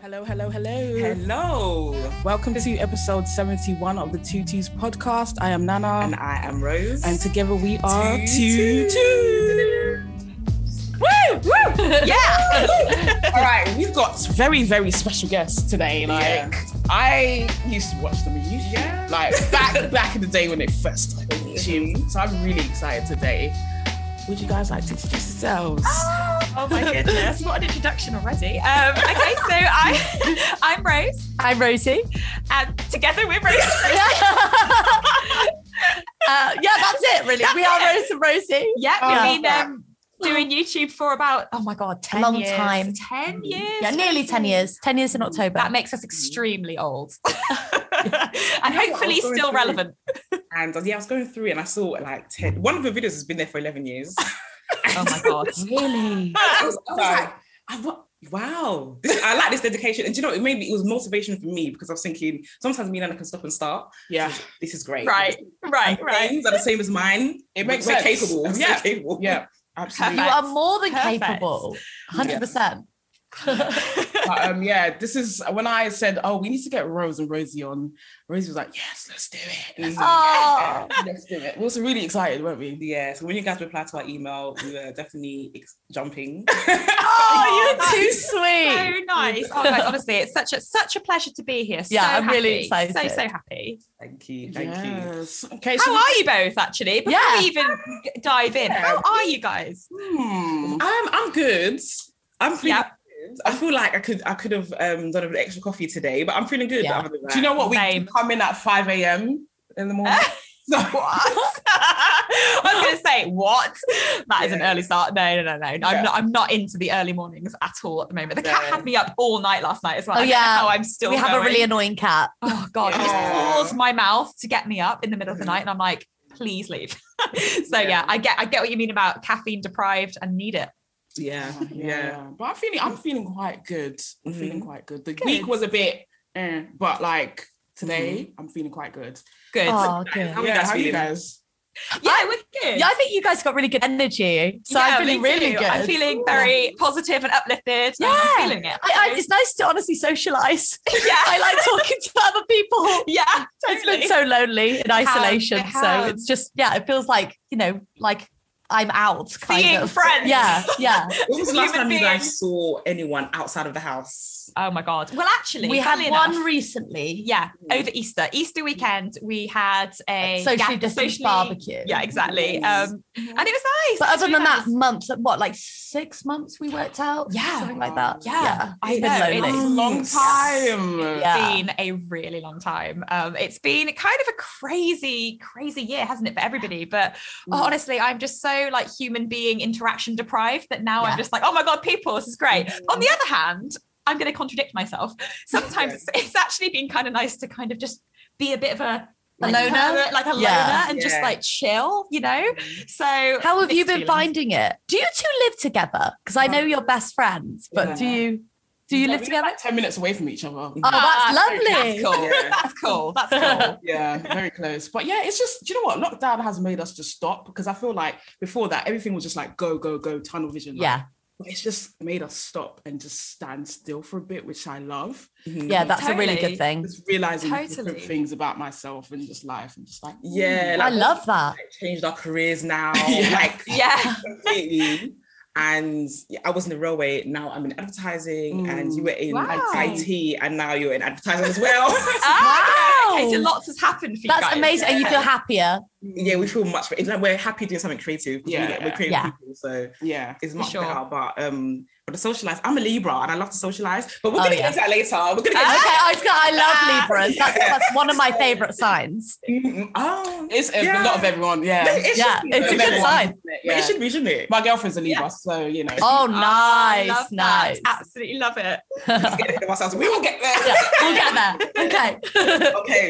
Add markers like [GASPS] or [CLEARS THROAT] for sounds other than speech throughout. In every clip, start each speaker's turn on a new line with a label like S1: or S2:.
S1: Hello, hello, hello.
S2: Hello,
S1: Welcome to episode 71 of the Two Twos podcast. I am Nana,
S2: and I am Rose.
S1: and together we are
S2: Two
S1: Two
S2: Twos.
S1: Twos. Woo! Woo! [LAUGHS]
S2: yeah, [LAUGHS]
S1: All right, we've got very, very special guests today. Like,
S2: Yeah.
S1: I used to watch them on YouTube.
S2: yeah. [LAUGHS]
S1: Like back back in the day when they first started on YouTube. So I'm really excited today. Would you guys like to introduce yourselves?
S3: Oh my goodness, what an introduction already. Um, okay, so I, [LAUGHS] I'm Rose,
S4: I'm Rosie.
S3: and together we're Rose.
S4: Yeah. [LAUGHS] uh, yeah, that's it, really.
S3: That's
S4: we are
S3: it.
S4: Rose and Rosie.
S3: yeah,
S2: Oh,
S3: we've been um, doing YouTube for about, oh my God, 10
S4: long
S3: years.
S4: time.
S3: 10 years.
S4: Yeah, nearly 10 years. 10 years in October.
S3: Mm. That makes us
S4: [LAUGHS]
S3: extremely old. and
S2: what? I
S3: hopefully
S2: was going
S3: still
S2: through-
S3: relevant.
S2: And uh, yeah, I was going through and I saw like 10. One of the videos has been there for 11 years.
S3: Oh my God.
S4: really?
S2: [LAUGHS] I was, I was like, I, wa- wow, this, I like this dedication. And do you know, what? it made me, it was motivation for me because I was thinking sometimes me and I can stop and start.
S1: Yeah.
S2: This is great.
S3: [LAUGHS] Right, right, right.
S2: [LAUGHS] Things are the same as mine.
S1: It makes
S2: We're
S1: sense.
S2: capable. We're so
S1: Yeah.
S2: capable. [LAUGHS]
S1: Yeah. Absolutely.
S4: You are more than
S3: Perfect.
S4: capable. 100%.
S1: but, um, yeah, this is when I said, "Oh, we need to get Rose and Rosie on." Rosie was like, "Yes, let's do it. Let's
S3: Mm.
S1: do it.
S4: Oh,
S1: Let's do it." We were really excited, weren't we?
S2: Yeah, so when you guys reply to our email, we were definitely ex- jumping.
S3: Oh,
S4: you're too
S3: so
S4: sweet.
S3: nice. Oh, guys, honestly, it's such a such a pleasure to be here.
S4: Yeah,
S3: So
S4: I'm really
S3: happy.
S4: excited.
S3: So so happy.
S2: Thank you. Thank you.
S1: yes. Okay.
S3: How
S1: So
S3: are you both actually? Before
S4: Yeah.
S3: we even g- dive in, how are you guys?
S4: [LAUGHS]
S2: Hmm. I'm I'm good. I'm feeling
S3: Yeah.
S2: good. I feel like I could I could have um, done an extra coffee today, but I'm feeling good.
S4: Yeah.
S2: other than
S1: do you know what we
S3: Same.
S1: come in at five a.m. in the
S2: [LAUGHS]
S1: morning? so
S3: What? [LAUGHS] I was going to say what? That is an
S2: Yeah.
S3: early start. No, no, no, no.
S1: Yeah.
S3: I'm not. I'm not into the early mornings at all at the moment. The cat
S2: No.
S3: had me up all night last night as well.
S4: Oh,
S3: I don't know
S4: yeah.
S3: how I'm still.
S4: we have a
S3: going.
S4: really annoying cat.
S3: Oh god, it
S2: Yeah.
S3: just claws my mouth to get me up in the middle of the night, and I'm like, please leave. [LAUGHS] so yeah.
S2: Yeah.
S3: I get. I get what you mean about caffeine deprived and need it.
S2: yeah, yeah. Mm-hmm.
S1: But I'm feeling, I'm feeling quite good. I'm feeling quite good. The
S3: Good.
S1: week was a bit, eh, but like today, I'm feeling quite good.
S3: Good.
S4: Oh, good.
S2: Mm-hmm. How are you
S1: yeah,
S2: guys
S1: how are you
S2: feeling?
S1: guys?
S3: yeah, we're good.
S4: Yeah, I think you guys got really good energy. So
S3: Yeah,
S4: I'm feeling
S3: me
S4: really
S3: too.
S4: good.
S3: I'm feeling very positive and uplifted. and
S4: Yeah.
S3: I'm feeling it.
S4: I, I, it's nice to honestly socialize. [LAUGHS]
S3: [LAUGHS] yeah.
S4: I like talking to other
S3: [LAUGHS]
S4: people.
S3: yeah.
S4: It's
S3: totally.
S4: been so lonely in isolation.
S3: it
S4: So
S3: has.
S4: it's just, yeah, it feels like, you know, like I'm out. Kind
S3: Seeing
S4: of.
S3: friends.
S4: Yeah,
S3: [LAUGHS]
S4: yeah.
S2: When was the last
S3: Human
S2: time you
S3: being.
S2: guys saw anyone outside of the house?
S3: Oh my god. Well, actually,
S4: we had
S3: funnily
S4: one Mm.
S3: enough,
S4: recently.
S3: yeah, over Easter, Easter weekend, we had a
S4: socially
S3: ga-
S4: distant
S3: socially-
S4: barbecue.
S3: Yeah, exactly.
S2: Nice.
S3: Um, and it was nice.
S4: But
S3: It
S4: other
S3: was
S4: than
S3: really
S4: that,
S3: nice.
S4: months, what, like six months we worked out?
S3: Yeah.
S4: Something like that.
S3: Yeah. I
S4: It's
S3: know,
S4: been
S3: it's-
S4: lonely.
S1: It's a long time.
S2: Yes.
S4: Yeah.
S3: been a really long time. Um, it's been kind of a crazy, crazy year, hasn't it, for everybody? But
S4: Mm.
S3: oh, honestly, I'm just so like human being interaction deprived that now
S4: Yeah. Mm.
S3: I'm just like, oh my god, people, this is great. On
S2: Mm-hmm.
S3: the other hand, I'm going to contradict
S4: [LAUGHS]
S3: myself. Sometimes it's, it's actually been kind of nice to kind of just be a bit of a a
S4: Like-
S3: loner, like a loner,
S4: Yeah.
S3: and just
S2: Yeah.
S3: like chill, you know. So
S4: How have
S3: mixed
S4: you been
S3: feelings.
S4: finding it? Do you two live together? Because I know you're best friends, but do
S2: Yeah.
S4: you do you
S1: Yeah,
S4: live
S1: we
S4: together?
S1: Like Ten minutes away from each other.
S4: Oh, that's
S3: Ah,
S4: lovely.
S3: That's cool.
S2: Yeah.
S3: That's cool.
S4: [LAUGHS]
S3: That's cool.
S1: yeah, very close. But yeah, it's just, do you know what? Lockdown has made us just stop because I feel like before that, everything was just like go, go, go, tunnel vision. like,
S4: Yeah,
S1: but it's just made us stop and just stand still for a bit, which I love.
S2: Mm-hmm.
S4: yeah, that's a really
S3: Totally.
S4: good
S3: [LAUGHS]
S4: thing.
S1: Just realizing different
S3: Totally.
S1: things about myself and just life and just like,
S2: Yeah,
S4: I love that.
S2: like, changed our careers now.
S1: Yeah.
S2: Like
S3: Yeah.
S2: completely. And yeah, I was in the railway. Now I'm in advertising, and you were in like
S3: Wow.
S2: IT, and now you're in advertising as well.
S3: Ah, okay, okay, so
S4: Wow.
S3: lots has happened for you
S4: That's
S3: guys. Ah.
S4: amazing. And you feel
S3: [LAUGHS]
S4: happier.
S2: yeah, we feel much. It's like we're happy doing something creative. 'cause we-
S1: Yeah.
S2: we're creative
S4: Yeah.
S2: people, so
S1: yeah.
S2: it's
S3: For
S2: much
S3: sure.
S2: better. But um, but to socialize, I'm a Libra, and I love to socialize. But we're
S4: Oh,
S2: gonna
S4: yeah. Ah,
S2: get into that later. We're gonna
S4: Okay,
S2: get.
S4: I, was gonna- I love
S3: Ah.
S4: Libras.
S3: [LAUGHS]
S4: That's, that's one of my favorite signs.
S2: Mm, oh,
S1: It's a lot of everyone.
S2: [LAUGHS] No,
S1: Yeah.
S2: it
S4: Yeah,
S2: should be,
S4: it's
S2: though.
S4: a good
S2: Everyone.
S4: sign.
S2: But
S1: Yeah.
S2: It should be, shouldn't it?
S1: My girlfriend's a Libra,
S3: Yeah.
S1: so you know.
S4: Oh,
S3: Ah, I love that.
S4: nice, nice.
S3: Absolutely love it.
S4: [LAUGHS]
S2: Let's get ahead of ourselves. We will get there.
S4: Yeah, we'll get there. Okay.
S2: [LAUGHS] okay.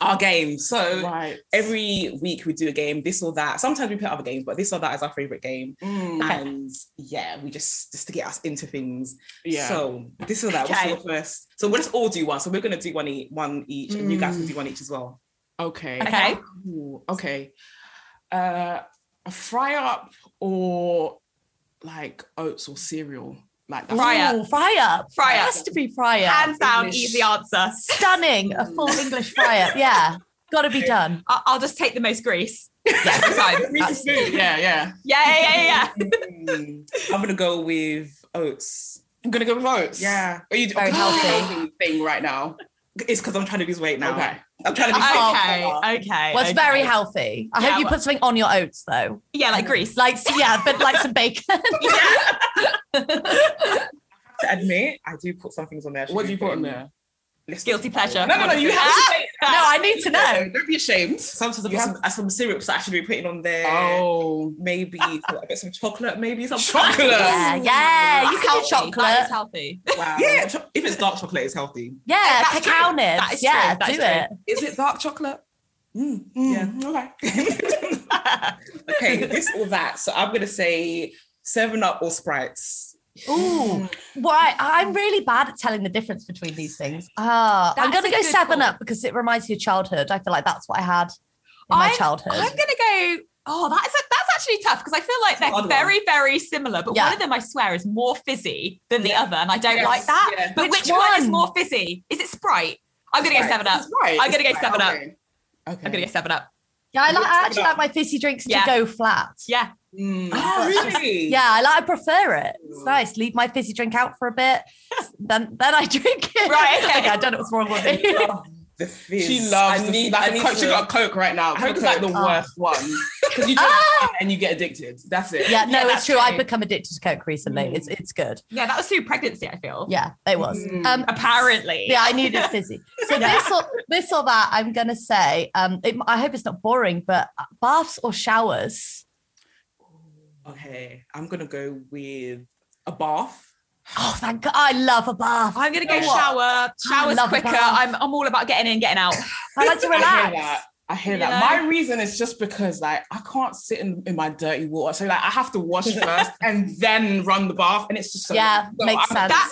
S2: Our game. So
S1: right.
S2: every week we do a game, this or that. Sometimes we put other games, but this or that is our favorite game.
S1: Mm,
S4: Okay.
S2: And yeah, we just just to get us into things.
S1: yeah.
S2: So this or that.
S3: Okay.
S2: We'll sort first. So let's all do one. So we're gonna do one each, one each, and you guys can do one each as well.
S1: Mm. okay.
S3: Okay.
S1: Ooh, okay. Uh, a fry up or like oats or cereal. Like that's
S3: [LAUGHS] Fry up.
S4: Ooh, fry up.
S3: Fry up.
S4: Has to be fry up.
S3: Hands down,
S1: English.
S3: easy answer.
S4: Stunning. A full English fry up. Yeah. Got to be done.
S3: I- I'll just take the most grease. Yeah, [LAUGHS] it's fine.
S1: Reese's food. Yeah, yeah.
S3: yeah, yeah, yeah, yeah.
S2: Mm, I'm gonna go with oats.
S1: I'm gonna go with oats.
S2: Yeah.
S1: Are you
S4: Very
S1: doing
S4: healthy.
S1: healthy [GASPS] thing right now?
S2: It's because I'm trying to lose weight now.
S1: Okay.
S2: I'm trying to be.
S4: [LAUGHS] Oh,
S3: Okay, okay.
S4: Well, it's
S3: okay.
S4: very healthy. I
S3: Yeah,
S4: hope you
S3: well-
S4: put something on your oats though.
S3: Yeah, like grease.
S4: Like, yeah, but
S3: [LAUGHS]
S4: like some bacon.
S2: to admit, I do put some things on there. I should
S1: What do
S2: be
S1: you put on
S2: putting.
S1: there?
S2: Let's-
S3: Guilty pleasure. Ah!
S1: No, no, no. You
S3: Honestly.
S1: have to say.
S4: no, I need to know.
S1: Don't be ashamed.
S2: Sometimes I
S1: You
S2: put some, uh, some syrups that I should be putting on there.
S1: Oh, [LAUGHS]
S2: Maybe I get some chocolate. Maybe some
S1: Chocolate.
S4: Yeah, yeah. You
S3: That's healthy.
S4: can do
S3: That is
S4: chocolate.
S3: healthy.
S2: Wow. Yeah, cho- if it's dark chocolate, it's healthy.
S4: Yeah,
S3: That's
S4: cacao
S3: true.
S4: nibs.
S3: That is
S4: yeah,
S3: true. That
S4: do
S3: is
S4: it.
S1: is it dark chocolate?
S2: Mm, mm.
S1: Yeah. Okay.
S2: [LAUGHS] okay, this or that. So I'm gonna say Seven Up or Sprites.
S4: Ooh, why? I'm really bad at telling the difference between these things. Ah, I'm
S3: That's
S4: gonna
S3: a
S4: go
S3: good
S4: Seven
S3: call.
S4: Up because it reminds me of childhood. I feel like that's what I had in my
S3: I'm-
S4: childhood.
S3: I'm gonna go. Oh, that's a, that's actually tough because I feel like
S2: It's a hard
S3: they're
S2: one.
S3: very, very similar, but
S4: Yeah.
S3: one of them I swear is more fizzy than the
S2: Yeah.
S3: other, and I don't
S2: Yes,
S3: like that.
S2: yeah.
S3: But
S4: Which
S3: which, one? is
S4: one?
S3: more fizzy? Is it Sprite? I'm gonna go Seven Up.
S1: Right.
S3: I'm gonna go Seven Up.
S1: Okay.
S3: I'm gonna go Seven Up.
S4: yeah, I, like, I
S2: Seven
S4: actually
S2: Up.
S4: like my fizzy drinks
S3: Yeah.
S4: to go flat.
S3: Yeah,
S2: Mm.
S3: [LAUGHS]
S4: Oh,
S2: really?
S4: Yeah, I like. I prefer it. It's
S2: Ooh.
S4: nice. Leave my fizzy drink out for a bit, then then I [LAUGHS] drink it.
S3: Right, okay.
S4: I don't know what's wrong
S3: [LAUGHS]
S4: with me.
S2: Love the fizz.
S1: She loves.
S2: I need.
S1: like
S2: I need
S1: a Coke. She
S2: to-
S1: got a Coke right now.
S2: I have a
S1: Coke is like Ah! the
S2: Coke.
S4: Oh.
S1: worst one because [LAUGHS] you drink it and you get addicted. That's it.
S4: Yeah, no, it's
S3: that's
S4: true. I've
S3: true.
S4: become addicted to Coke recently. It's it's good.
S3: yeah, that was through pregnancy. I feel.
S4: Yeah, it was.
S1: Mm.
S4: Um,
S3: Apparently.
S4: yeah, I needed fizzy. So this or this or that, I'm gonna say. Um, it, I hope it's not boring, but uh, baths or showers.
S2: Okay, I'm gonna go with a bath.
S4: Oh, thank God! I love a bath.
S3: I'm gonna
S1: You
S3: go
S1: know what?
S3: shower. Shower's
S4: love a
S3: quicker.
S4: bath.
S3: I'm I'm all about getting in, getting out.
S4: I like
S1: [LAUGHS]
S4: to
S1: I hear that.
S4: relax.
S1: I hear
S3: You
S1: that. My reason is just because like I can't sit in, in my dirty water. So like I have to wash
S4: [LAUGHS]
S1: first and then run the bath. And it's just so
S4: Yeah,
S1: so
S4: makes
S1: I'm-
S4: sense.
S3: That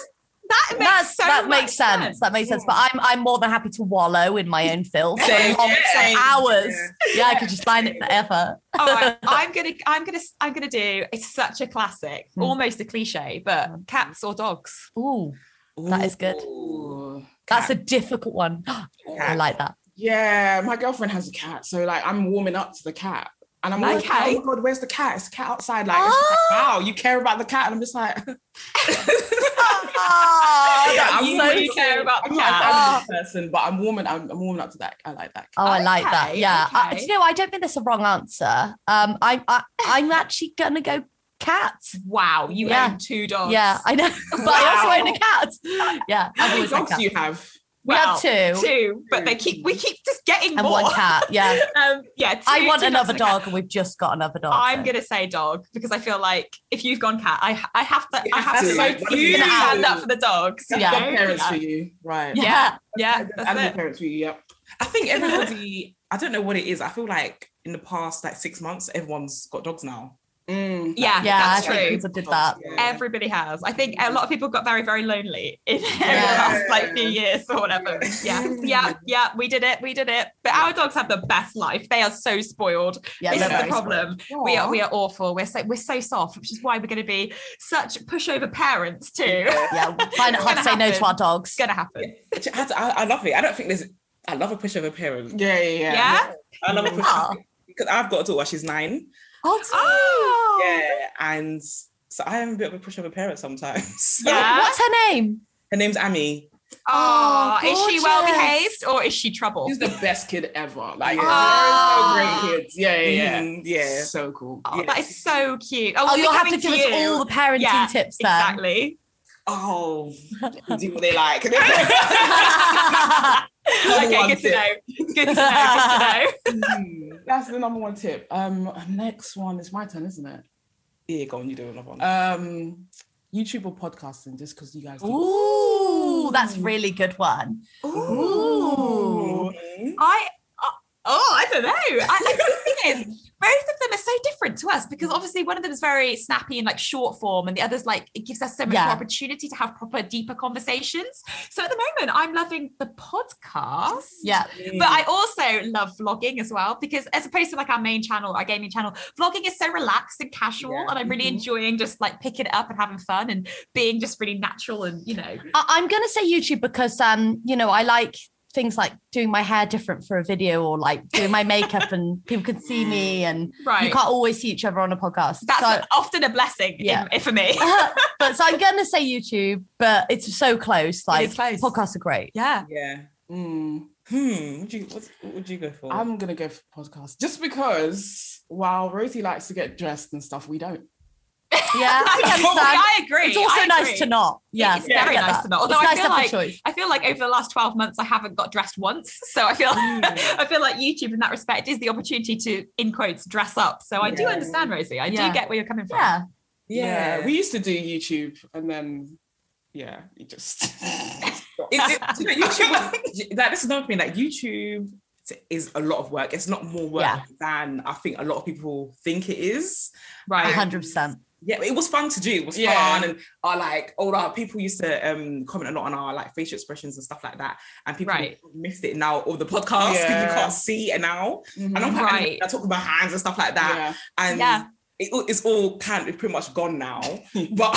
S3: that makes
S4: That's-
S3: so
S4: that
S3: much
S4: makes sense. That makes sense. But I'm I'm more than happy to wallow in my own filth for
S2: Same,
S4: long-
S2: yeah.
S4: for hours.
S2: Yeah.
S4: Yeah, I could just line it forever.
S3: All
S4: [LAUGHS]
S3: right, I'm gonna, I'm gonna, I'm gonna do. It's such a classic,
S4: Hmm.
S3: almost a cliche, but cats or dogs.
S4: Ooh, That is good.
S2: Ooh.
S1: Ooh.
S4: that's a difficult one. [GASPS] Oh, I
S2: Cat.
S3: [LAUGHS]
S4: like that.
S1: Yeah, my girlfriend has a cat, so like I'm warming up to the cat. And I'm always like,
S3: Okay.
S1: oh my god, where's the cat? It's a cat outside. Like, and she's
S2: Oh.
S1: like, wow, you care about the cat. And I'm just like, [LAUGHS]
S4: Oh,
S1: Yeah,
S4: that's
S1: I'm
S4: so
S1: really
S4: cute.
S3: care about
S1: I'm
S3: the
S1: not an
S3: cat.
S1: animal
S2: Oh.
S1: person, but I'm warming, I'm, I'm warming up to that. I like that.
S4: Oh, I like that.
S3: Okay,
S4: Yeah. I, do
S3: okay.
S4: you know, I don't think that's a wrong answer. Um, I, I I'm actually gonna go cat.
S3: Wow, you
S4: Yeah.
S3: own two dogs.
S4: Yeah, I know, [LAUGHS] but I also own a cat. Yeah, I've
S1: How many
S4: always had
S1: dogs
S4: cats.
S1: do you have?
S4: We have two,
S3: two, but they keep, we keep just getting
S4: and
S3: more.
S4: one cat. Yeah,
S3: [LAUGHS] Um, yeah, two,
S4: I want
S3: two dogs
S4: another
S3: and a cat.
S4: dog, and we've just got another dog.
S3: I'm
S4: so.
S3: gonna say dog because I feel like if you've gone cat, I, I have to,
S2: You
S3: I
S2: have
S3: have
S2: to.
S3: to like
S2: One of
S3: you
S2: you's gonna
S3: stand
S1: out.
S3: up for the dogs. you
S4: Yeah.
S1: Dog
S3: know?
S1: parents for you, right?
S4: Yeah.
S3: yeah,
S1: animal
S3: that's it.
S1: parents for you. Yep. [LAUGHS]
S2: I think everybody. I don't know what it is. I feel like in the past like six months, everyone's got dogs now.
S1: Mm.
S3: Yeah,
S4: Yeah,
S3: that's
S4: I
S3: true.
S4: think people did that.
S2: Yeah.
S3: Everybody has. I think a lot of people got very, very lonely in [LAUGHS]
S4: Yeah.
S3: the last like few years or whatever. Yeah, yeah, yeah. We did it. We did it. But our dogs have the best life. They are so spoiled.
S4: yeah,
S3: this
S4: they're
S3: is the
S4: very small.
S3: problem. We are we are awful. We're so we're so soft, which is why we're going to be such pushover parents too. it's
S4: Yeah, we find it
S3: It's
S4: hard
S3: gonna
S4: to say no to
S3: happen.
S4: our dogs.
S3: going to happen.
S2: I, had to- I- I love it. I don't think there's. I love a pushover parent.
S1: Yeah, yeah,
S3: Yeah.
S1: yeah.
S2: I love a pushover
S4: Ah.
S2: because I've got a daughter. She's nine.
S4: Oh,
S3: Oh.
S2: Yeah, and so I am a bit of a pushover parent sometimes. [LAUGHS]
S3: Yeah.
S4: What's her name?
S2: Her name's Amy.
S3: Oh,
S4: Oh,
S3: is she well
S4: gorgeous.
S3: behaved or is she trouble?
S1: He's the best kid ever. Like,
S3: Ah.
S1: so great kids. Yeah, Mm-hmm. yeah, Ah, yeah.
S2: Mhm, yeah.
S1: So cool.
S3: Oh,
S2: yeah.
S3: That is so cute. Oh,
S4: Oh,
S3: we'll be
S4: you'll have
S3: coming
S4: to give us
S3: you.
S4: all the parenting
S3: Yeah,
S4: tips then.
S3: Exactly.
S2: [LAUGHS] Oh, do what they like.
S3: okay, [LAUGHS]
S1: one
S3: good to
S1: tip.
S3: know. Good to know. Good to
S4: [LAUGHS]
S3: know.
S1: Mm, That's the number one tip. Um, next one is my turn, isn't it?
S2: [LAUGHS] yeah, go on. You do another one.
S1: Um, YouTube or podcasting, just because you guys. do-
S4: [LAUGHS] Ooh, that's a really good one.
S2: Mm.
S3: Ooh. I, I oh I don't know. I, I think thing is, both of them are so different to us because obviously one of them is very snappy and like short form, and the other's like it gives us so much
S4: Yeah.
S3: more opportunity to have proper, deeper conversations. So at the moment, I'm loving the podcast.
S4: Yeah.
S3: But I also love vlogging as well because, as opposed to like our main channel, our gaming channel, vlogging is so relaxed and casual,
S2: Yeah.
S3: and I'm really
S4: Mm-hmm.
S2: Mhm.
S3: enjoying just like picking it up and having fun and being just really natural and you know.
S4: I- I'm gonna say YouTube because um, you know, I like things like doing my hair different for a video or like doing my makeup and people can
S3: [LAUGHS]
S4: see me and you
S3: Right.
S4: can't always see each other on a podcast.
S3: That's
S4: So-
S3: often a blessing
S4: Yeah.
S3: in, for me. [LAUGHS]
S4: [LAUGHS] but so I'm gonna say YouTube, but it's so close. Like
S3: is close.
S4: podcasts are great.
S3: Yeah.
S2: yeah.
S1: Mm,
S2: Hmm. Would you what's, what would you go for?
S1: I'm gonna go for podcast just because while Rosie likes to get dressed and stuff, we don't.
S4: Yeah, I
S3: [LAUGHS] I,
S4: understand.
S3: agree.
S4: It's also
S3: I
S4: nice
S3: agree.
S4: to not. Yeah,
S3: it's
S4: I
S3: very
S4: get
S3: nice
S4: that.
S3: to not. Although I
S4: it's nice
S3: feel
S4: to have a
S3: like-
S4: choice.
S3: I feel like over the last 12 months, I haven't got dressed once. [LAUGHS] So I feel
S2: Mm.
S4: Hmm.
S3: I feel like YouTube in that respect is the opportunity to, in quotes, dress up. So I do
S2: Yeah.
S3: understand, Rosie. I
S4: Yeah.
S3: do get where you're coming from.
S4: Yeah,
S2: yeah.
S1: we used to do YouTube and then yeah, it just [LAUGHS]
S2: it's, it's- you know, YouTube was, like this is another thing like YouTube is a lot of work. It's not more work
S4: Yeah.
S2: than I think a lot of people think it is.
S3: Right. [GASPS]
S4: hundred percent.
S2: Yeah, but it was fun to do. It was
S1: Yeah.
S2: fun, and our like all our people used to um comment a lot on our like facial expressions and stuff like that. And people
S3: Right.
S2: missed it now. All the podcasts,
S1: Yeah.
S2: people can't see it now.
S1: Mhm.
S2: And I'm quite
S3: Right.
S2: I talk about hands and stuff like that.
S1: yeah.
S2: and
S3: Yeah.
S2: it, all- it's all kind of pretty much gone now. but,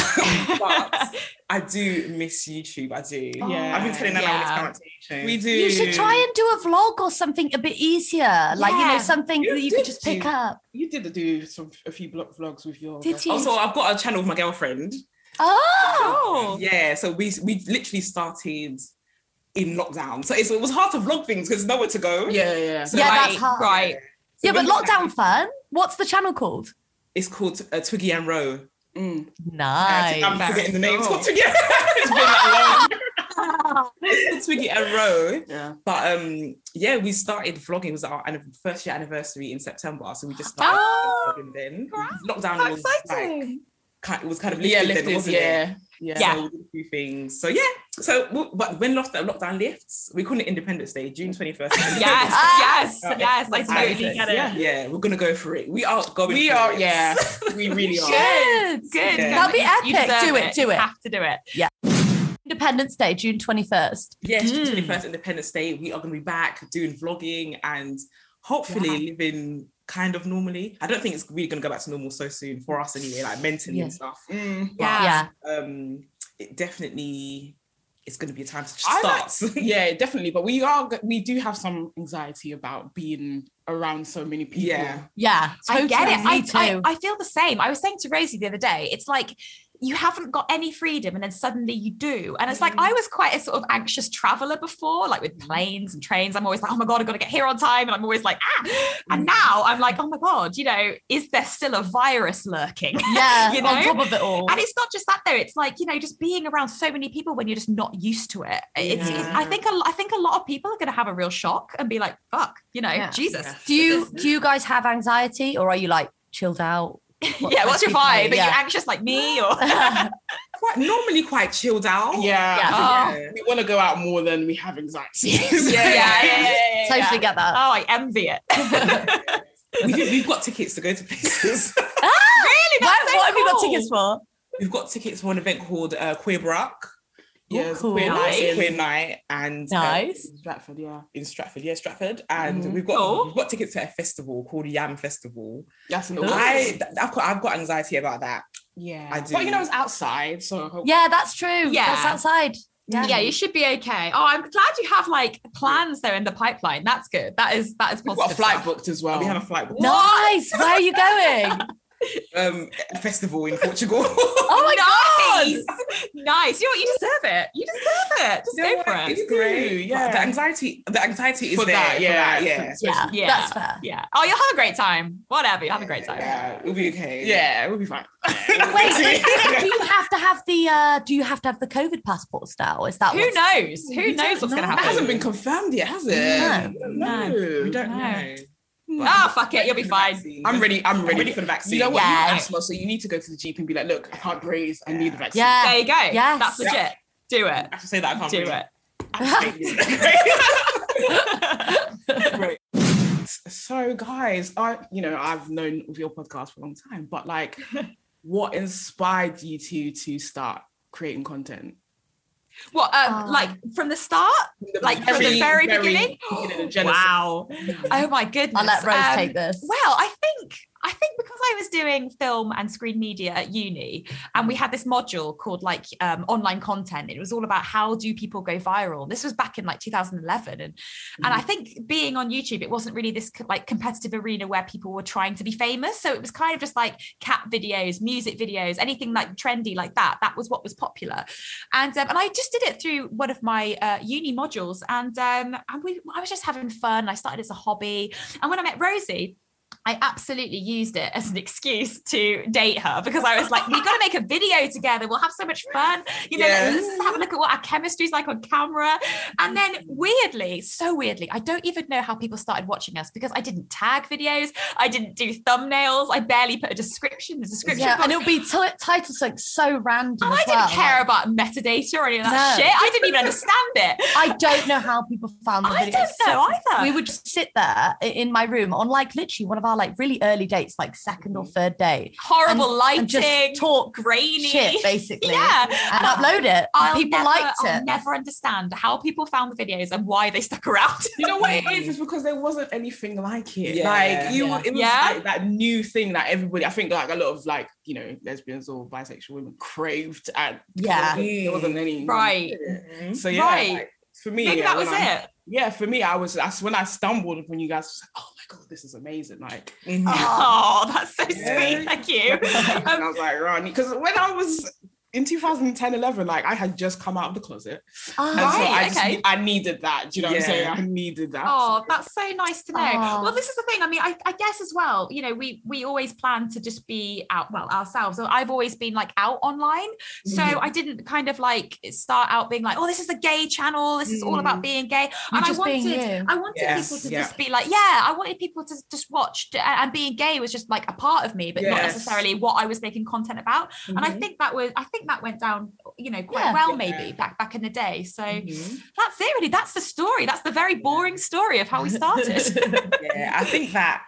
S2: but I do miss YouTube. I do.
S1: Yeah.
S2: I've been telling them
S3: Yeah.
S2: yeah. it's quarantine.
S1: We do.
S4: You should try and do a vlog or something a bit easier. Like you know,
S3: Yeah.
S4: something
S1: You
S4: that you
S1: did
S4: could just pick
S1: do.
S4: up.
S1: You did do some a few blo- vlogs with your.
S4: Did you?
S2: Also, I've got a channel with my girlfriend.
S4: Oh,
S3: Oh.
S2: Yeah, so we we literally started in lockdown, so it's, it was hard to vlog things because nowhere to go.
S1: Yeah, yeah.
S2: So
S4: Yeah,
S2: like,
S4: that's hard.
S3: Right.
S2: so
S4: yeah, but
S2: when we-
S4: lockdown fun. What's the channel called?
S2: It's called uh, Twiggy and Row.
S1: Mm.
S2: I'm
S4: Nice.
S3: Nice.
S2: forgetting the name. It's called
S1: Oh.
S2: Twiggy. it's been that long. It's called Twiggy and Row.
S1: Yeah.
S2: But um, yeah, we started vlogging. It was our anniv- first year anniversary in September, so we just started
S3: Oh,
S2: vlogging then.
S3: great.
S2: Lockdown
S3: How
S2: was like
S3: exciting.
S2: kind, it was kind of
S1: Yeah,
S2: lifted then,
S1: lifted,
S2: wasn't it?
S1: yeah. Yeah.
S3: Yeah.
S2: So we did a few things. So yeah. So w- but when lockdown, lockdown lifts, we call it Independence Day, June twenty first.
S3: yes. yes.
S2: Ah.
S3: Yes. I totally get it.
S1: Yeah.
S2: Yeah, we're gonna go for it. We are going.
S1: We
S2: for
S1: are,
S2: it.
S1: yeah. We [LAUGHS] really are.
S3: Good. Good.
S2: Yeah.
S3: Go.
S4: That'll be
S3: You- you
S4: epic.
S3: deserve
S4: Do it, do
S3: You
S4: it.
S3: have to do it.
S4: Independence Day, June twenty first.
S2: [LAUGHS] Yeah, June
S3: Mm.
S2: twenty first, Independence Day. We are gonna be back doing vlogging and hopefully living kind of normally. I don't think it's really gonna go back to normal so soon for us anyway, like mentally and
S4: Yeah.
S2: stuff.
S1: Mm.
S2: Wow.
S3: Yeah.
S4: Yeah,
S2: um it definitely it's going to be a time to
S1: I
S2: start [LAUGHS]
S1: Yeah, definitely. But we are g- we do have some anxiety about being around so many people.
S2: Yeah.
S4: yeah.
S3: I get
S4: totally.
S3: it.
S4: Me
S3: I, I,
S4: too.
S3: I feel the same. I was saying to Rosie the other day, it's like you haven't got any freedom and then suddenly you do. And it's
S4: Mm.
S3: like I was quite a sort of anxious traveler before, like with planes and trains. I'm always like, oh my God, I've got to get here on time. And I'm always like, ah.
S4: Mm.
S3: And now I'm like, oh my God, you know, is there still a virus
S4: [LAUGHS]
S3: lurking?
S4: yeah,
S3: you
S4: on
S3: know?
S4: top of it all.
S3: And it's not just that though. It's like you know, just being around so many people when you're just not used to it. It's. it-
S1: Yeah.
S3: I think. A, I think a lot of people are going to have a real shock and be like, "Fuck," you know,
S4: Yeah.
S3: Jesus. [LAUGHS]
S2: Yeah.
S4: Do you do you guys have anxiety or are you like chilled out? What-
S3: yeah. What's your
S4: okay,
S3: vibe? Are you
S4: yeah.
S3: anxious like
S4: [LAUGHS]
S3: me or?
S2: quite normally quite chilled out
S1: Yeah.
S3: Oh,
S2: Yeah.
S1: We want to go out more than we have [LAUGHS] anxiety.
S3: yeah, yeah, yeah, yeah, yeah.
S4: totally get that.
S3: Oh, I envy [LAUGHS] it. really?
S2: we, we've got tickets to go to places
S4: Why-
S3: That's so
S4: what have you got
S3: cool.
S4: tickets for?
S2: we've got tickets for an event called uh, queer Rock.
S1: Yeah, it's
S4: cool.
S1: queer
S3: Nice.
S1: night.
S2: queer night and uh,
S4: Nice.
S1: Stratford, yeah.
S2: in Stratford yeah Stratford and
S1: Mhm.
S2: we've got
S3: Cool.
S2: we've got tickets to a festival called Yam Festival
S1: That's an
S2: I th- I've got I've got anxiety about that
S1: yeah.
S2: I
S1: But
S2: do.
S1: you know, it's outside, so I hope-
S4: Yeah, that's true.
S3: Yeah.
S4: That's outside.
S3: Yeah. you should be okay. Oh, I'm glad you have like plans though in the pipeline. That's good. That is that is
S1: we've got
S3: positive.
S1: a flight
S3: stuff.
S1: booked as well.
S2: we have a flight
S4: Nice. Where are you
S3: [LAUGHS]
S4: going?
S2: um a festival in Portugal [LAUGHS]
S4: Oh my
S3: nice. god! Nice. You know what? You deserve it. You deserve it. Just go for it.
S2: it's great
S1: Yeah.
S2: yeah the anxiety the anxiety is
S1: For
S2: there
S1: that,
S2: for
S1: yeah.
S2: that, yeah
S4: Yeah,
S3: Yeah.
S4: that's fair.
S3: Yeah. Oh, you'll have a great time. Whatever. You'll have a great time.
S2: Yeah, it'll be okay. [LAUGHS]
S1: yeah, we'll be fine.
S4: Wait,
S3: [LAUGHS]
S4: but do you have to have the uh do you have to have the COVID passports now? Is that
S3: Who
S4: what's-
S3: knows?
S1: We
S3: Who knows what's going to
S1: That hasn't
S3: happen?
S1: been confirmed yet, has it?
S4: No.
S1: We don't
S3: No.
S1: know.
S2: we don't
S3: No.
S2: know.
S3: Ah, fuck it. You'll be
S2: The
S3: fine.
S2: vaccine.
S1: I'm ready. I'm ready.
S2: ready for the vaccine.
S1: You know what? You
S4: Yeah.
S1: have asthma, so you need to go to the GP and be like, look, I can't breathe. I need a vaccine.
S4: Yeah.
S3: There you go.
S4: Yes.
S3: That's legit. Do it.
S2: I have to say that I can't
S3: Do
S2: breathe.
S3: it.
S1: Absolutely.
S2: Great.
S1: So so guys, I you know I've known of your podcast for a long time, but
S3: [LAUGHS]
S1: like, what inspired you two to start creating content?
S3: [LAUGHS] What, uh,
S4: Oh.
S3: like from the start? Like from the very, beginning?
S1: beginning of Genesis. [LAUGHS]
S3: wow. Oh my goodness.
S4: I'll let Rose
S3: Um,
S4: take this.
S3: Well, I think I think because I was doing film and screen media at uni, and we had this module called like um, online content. It was all about how do people go viral. This was back in like 2011, and and I think being on YouTube, it wasn't really this co- like competitive arena where people were trying to be famous. So it was kind of just like cat videos, music videos, anything like trendy like that. That was what was popular, and um, and I just did it through one of my uh, uni modules, and um, and we I was just having fun. I started as a hobby, and when I met Rosie, I absolutely used it as an excuse to date her because I was like, we got to make a video together. We'll have so much fun. You know,
S5: Yeah.
S3: let's, let's have a look at what our chemistry's like on camera. And then weirdly, so weirdly, I don't even know how people started watching us because I didn't tag videos. I didn't do thumbnails. I barely put a description, the description.
S4: yeah,
S3: box.
S4: and it'll be t- title something so random.
S3: And Oh, I
S4: as
S3: didn't
S4: well,
S3: care about metadata or any of that
S4: No.
S3: shit. I didn't even understand it.
S4: like, [LAUGHS] I don't know how people found the
S3: I
S4: video.
S3: don't know either.
S4: we would just sit there i- in my room on like literally one of our like really early dates, like second
S3: Mm.
S4: or third date,
S3: Horrible lighting,
S4: and just talk
S3: grainy.
S4: shit
S3: [LAUGHS]
S4: basically,
S3: Yeah.
S4: and upload it.
S3: I'll
S4: people
S3: never,
S4: liked
S3: I'll
S4: it.
S3: never understand how people found the videos and why they stuck around. [LAUGHS]
S1: You know what it is? It's because there wasn't anything like it.
S5: Yeah.
S1: like you,
S4: Yeah.
S1: it was
S3: Yeah.
S1: like that new thing that everybody. I think like a lot of like you know lesbians or bisexual women craved at.
S4: Yeah.
S1: there wasn't any
S3: Right.
S1: So yeah,
S3: Right.
S1: like, for me,
S3: Maybe
S1: yeah,
S3: that
S1: when
S3: was
S1: I-
S3: it.
S1: Yeah, for me, I was that's when I stumbled upon you guys. I was like, oh my god, this is amazing!
S3: [LAUGHS]
S1: Like,
S5: Mm-hmm.
S3: Oh, that's so
S1: Yeah.
S3: sweet. Thank you.
S1: [LAUGHS] and I
S3: um,
S1: was like, Ronnie, because when I was in 2010, 11, like I had just come out of the closet,
S4: Oh,
S1: and so
S3: Right,
S1: I just
S3: okay.
S1: I needed that. Do you know what I'm saying?
S5: Yeah.
S1: I needed that.
S3: Oh, that's so nice to know.
S4: Aw.
S3: Well, this is the thing. I mean, I, I guess as well, you know, we we always plan to just be out, well, ourselves. So I've always been like out online. So
S4: Mm-hmm.
S5: Mhm.
S3: I didn't kind of like start out being like, oh, this is a gay channel. This is all about being gay.
S4: Mm. You're
S3: and I
S4: just being
S3: wanted um,
S4: you.
S3: I wanted
S5: Yes,
S3: people to
S1: yeah.
S3: just be like, yeah, I wanted people to just watch and- and being gay was just like a part of me, but not
S5: Yes.
S3: necessarily what I was making content about. And I
S5: Mhm.
S3: think that was I think that went down, you know, quite
S4: Mm-hmm. Yeah.
S3: well
S5: Yeah.
S3: maybe back back in the day. So
S5: Mhm.
S3: that's it really. That's the story. That's the very boring story of how we started.
S4: [LAUGHS]
S5: Mm-hmm. yeah, I think that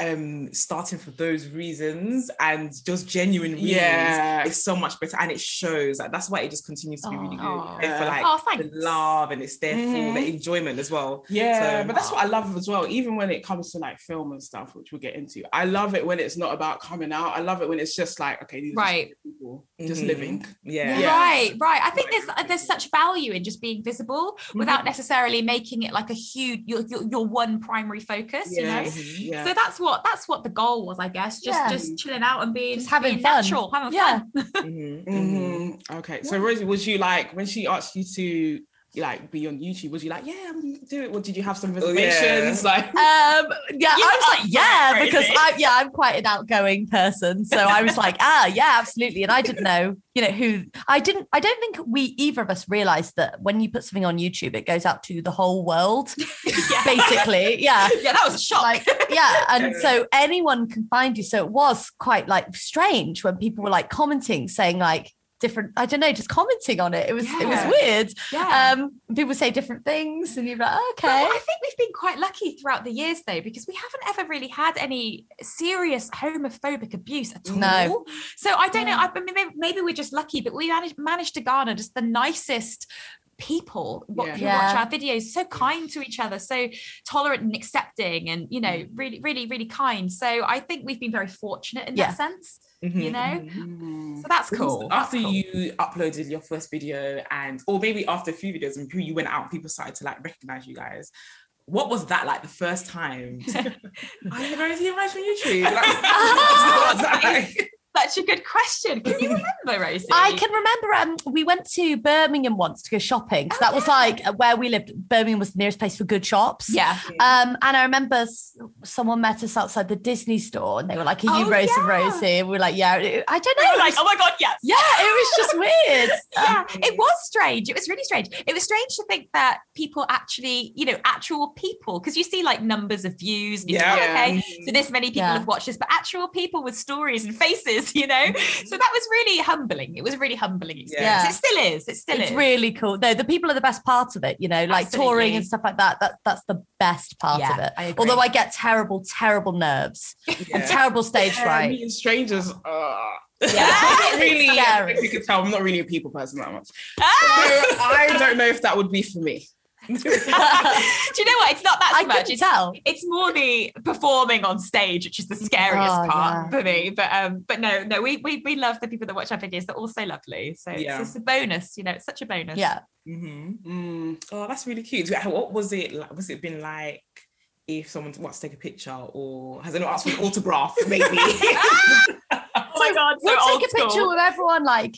S5: um starting for those reasons and just genuine reasons
S1: yeah.
S5: is so much better and it shows like that's why it just continues to be really good.
S3: Oh.
S5: There for like
S3: oh,
S5: the
S3: thanks.
S5: love and it's there
S1: Mhm.
S5: for the enjoyment as well.
S1: Yeah,
S5: So-
S1: but that's what I love as well. Even when it comes to like film and stuff, which we'll get into, I love it when it's not about coming out. I love it when it's just like, okay, these are just
S3: Right.
S1: people just
S5: Mhm.
S1: living.
S5: Yeah.
S1: Yeah.
S3: Right, right. I
S1: Right,
S3: think there's
S1: right,
S3: there's
S1: right.
S3: such value in just being visible
S1: Mm-hmm.
S3: without necessarily making it like a huge your your, your one primary focus, you know.
S1: Yes,
S5: Mm-hmm.
S1: Yeah.
S3: So that's what that's what the goal was, I guess. Just
S4: Yeah.
S3: just chilling out and being
S4: Just having
S3: being
S4: fun.
S3: natural, having
S4: Yeah.
S3: fun. [LAUGHS]
S5: Mhm.
S3: Mm-hmm.
S5: Mhm.
S1: Mhm. Okay. So Rosie, was you like when she asked you to like be on YouTube, was you like, yeah, I'm gonna do it? Or did you have some
S5: Oh, yeah.
S1: reservations?
S3: [LAUGHS]
S1: Like
S4: Um, yeah,
S3: You
S4: I was
S3: are
S4: like,
S3: [LAUGHS]
S4: yeah,
S3: crazy.
S4: because I, yeah, I'm quite an outgoing person, so I was
S3: [LAUGHS]
S4: like, ah, yeah, absolutely. And I didn't know, you know, who I didn't. I don't think we either of us realized that when you put something on YouTube, it goes out to the whole world,
S3: [LAUGHS] yeah.
S4: basically. Yeah,
S3: yeah, that was a shock.
S4: like yeah, and so anyone can find you. So it was quite like strange when people were like commenting, saying like different. I don't know, just commenting on it. It was it
S3: Yeah.
S4: was weird.
S3: [LAUGHS] yeah.
S4: Um, people say different things, and you're like, "Oh,
S3: But
S4: okay.
S3: I think we've been quite lucky throughout the years, though, because we haven't ever really had any serious homophobic abuse at all.
S4: No.
S3: So I don't know.
S4: No.
S3: I mean, maybe, maybe we're just lucky, but we managed managed to garner just the nicest people what,
S1: Yeah.
S3: who watch
S4: Yeah.
S3: our videos. So kind to each other, so tolerant and accepting, and you
S1: Mm.
S3: know, really, really, really kind. So I think we've been very fortunate in
S4: Yeah.
S3: that sense.
S5: Mhm.
S3: You know,
S1: Mm. [LAUGHS]
S3: so that's cool. That's
S5: After
S3: cool.
S5: you uploaded your first video and or maybe after a few videos and people- you went out, people started to like recognize you guys. What was that like the first
S1: [LAUGHS]
S5: time? I you guys you guys from YouTube. Like, what was that like?
S3: That's a good question.
S1: [LAUGHS]
S3: Can you remember, Rosie?
S4: I can remember um, we went to Birmingham once to go shopping. 'cause
S3: Oh,
S4: that was
S3: yeah.
S4: like where we lived. Birmingham was the nearest place for good shops.
S3: Yeah.
S1: Uh,
S5: [LAUGHS]
S4: Um, and I remember s- someone met us outside the Disney store and they were like, Are you
S3: Oh,
S4: Rose and
S3: yeah.
S4: Rosie? And we were like, Yeah, It- I don't know. it was-
S3: oh my god, yes.
S4: yeah, it was just weird.
S3: [LAUGHS] yeah, it was strange. It was really strange. It was strange to think that people actually, you know, actual people, because you see like numbers of views. And you think,
S5: Yeah.
S3: "Oh, okay. So this many people
S4: Mm. Yeah.
S3: have watched this, but actual people with stories and faces [LAUGHS] is, you know?
S4: Mm.
S3: So that was really humbling. It was a really humbling experience.
S4: Yeah.
S3: It still is. It still [LAUGHS]
S4: it's
S3: is.
S4: really cool. No, the people are the best part of it, you know, like touring
S3: Absolutely.
S4: and stuff like that. That that's the best part of
S3: Yeah,
S4: it.
S3: I agree.
S4: Although I get terrible, terrible nerves and
S2: Yeah.
S4: terrible stage
S1: Yeah,
S3: [LAUGHS]
S4: fright. [LAUGHS]
S1: Meeting strangers. Uh,
S4: Yeah.
S1: I'm not really,
S4: It's
S1: I
S4: scary.
S1: don't know if you can tell, I'm not really a people person that
S3: [LAUGHS]
S1: much. So
S3: Ah!
S1: I don't know if that would be for me.
S3: Do you know what? It's not that
S4: I
S3: so much.
S4: can
S3: It's
S4: tell.
S3: it's more the performing on stage, which is the scariest
S4: Oh,
S3: part
S4: yeah.
S3: for me. But um, but no, no, we we we love the people that watch our videos. They're also lovely. So it's
S2: Yeah.
S3: just a bonus. You know, it's such a bonus.
S4: Yeah.
S5: Mm-hmm.
S2: Mhm.
S1: Mm,
S2: Oh, that's really cute. What was it like? Was it been like if someone wants to take a picture or has anyone asked for an autograph?
S1: [LAUGHS]
S5: [LAUGHS]
S2: Maybe.
S3: Oh my god, so
S4: we'll take
S3: old
S4: a picture
S3: school.
S4: with everyone. Like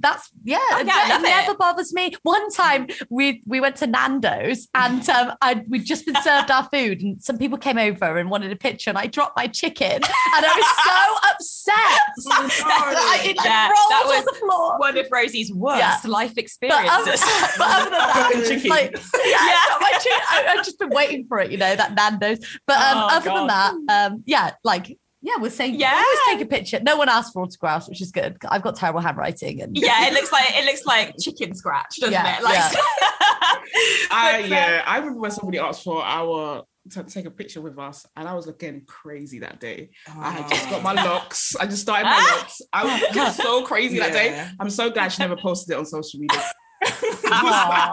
S4: that's yeah,
S3: Oh, yeah, I
S4: it
S3: love it.
S4: never bothers me. One time we we went to Nando's
S3: [LAUGHS]
S4: and um, I we'd just been served our food and some people came over and wanted a picture and I dropped my chicken and I
S3: [LAUGHS]
S4: was so upset. I, it like,
S3: Yeah,
S4: rolled
S3: that
S4: on the floor.
S3: One of Rosie's worst
S4: Yeah.
S3: life
S4: But other,
S3: experiences.
S4: [LAUGHS] but other than that,
S2: Broken chicken.
S4: like, yeah, I dropped my chicken. I, have just been waiting for it, you know, that Nando's. But um,
S3: Oh,
S4: other than that, um, yeah, like. Yeah, we're saying
S3: Yeah.
S4: yeah. Let's take a picture. No one asked for autographs, which is good. I've got terrible handwriting,
S3: [LAUGHS]
S4: and
S3: yeah, it looks like it looks like chicken scratch, doesn't
S4: Yeah,
S3: it? Like
S4: yeah.
S3: [LAUGHS]
S1: I,
S3: But, uh,
S1: yeah, I remember when somebody asked for our to take a picture with us, and I was looking crazy that day. I
S5: Oh.
S1: had just got my locks. I just started my
S3: Ah.
S1: locks. I was looking so crazy that day.
S2: Yeah.
S1: I'm so glad she never posted it on social media.
S4: [LAUGHS] Aw.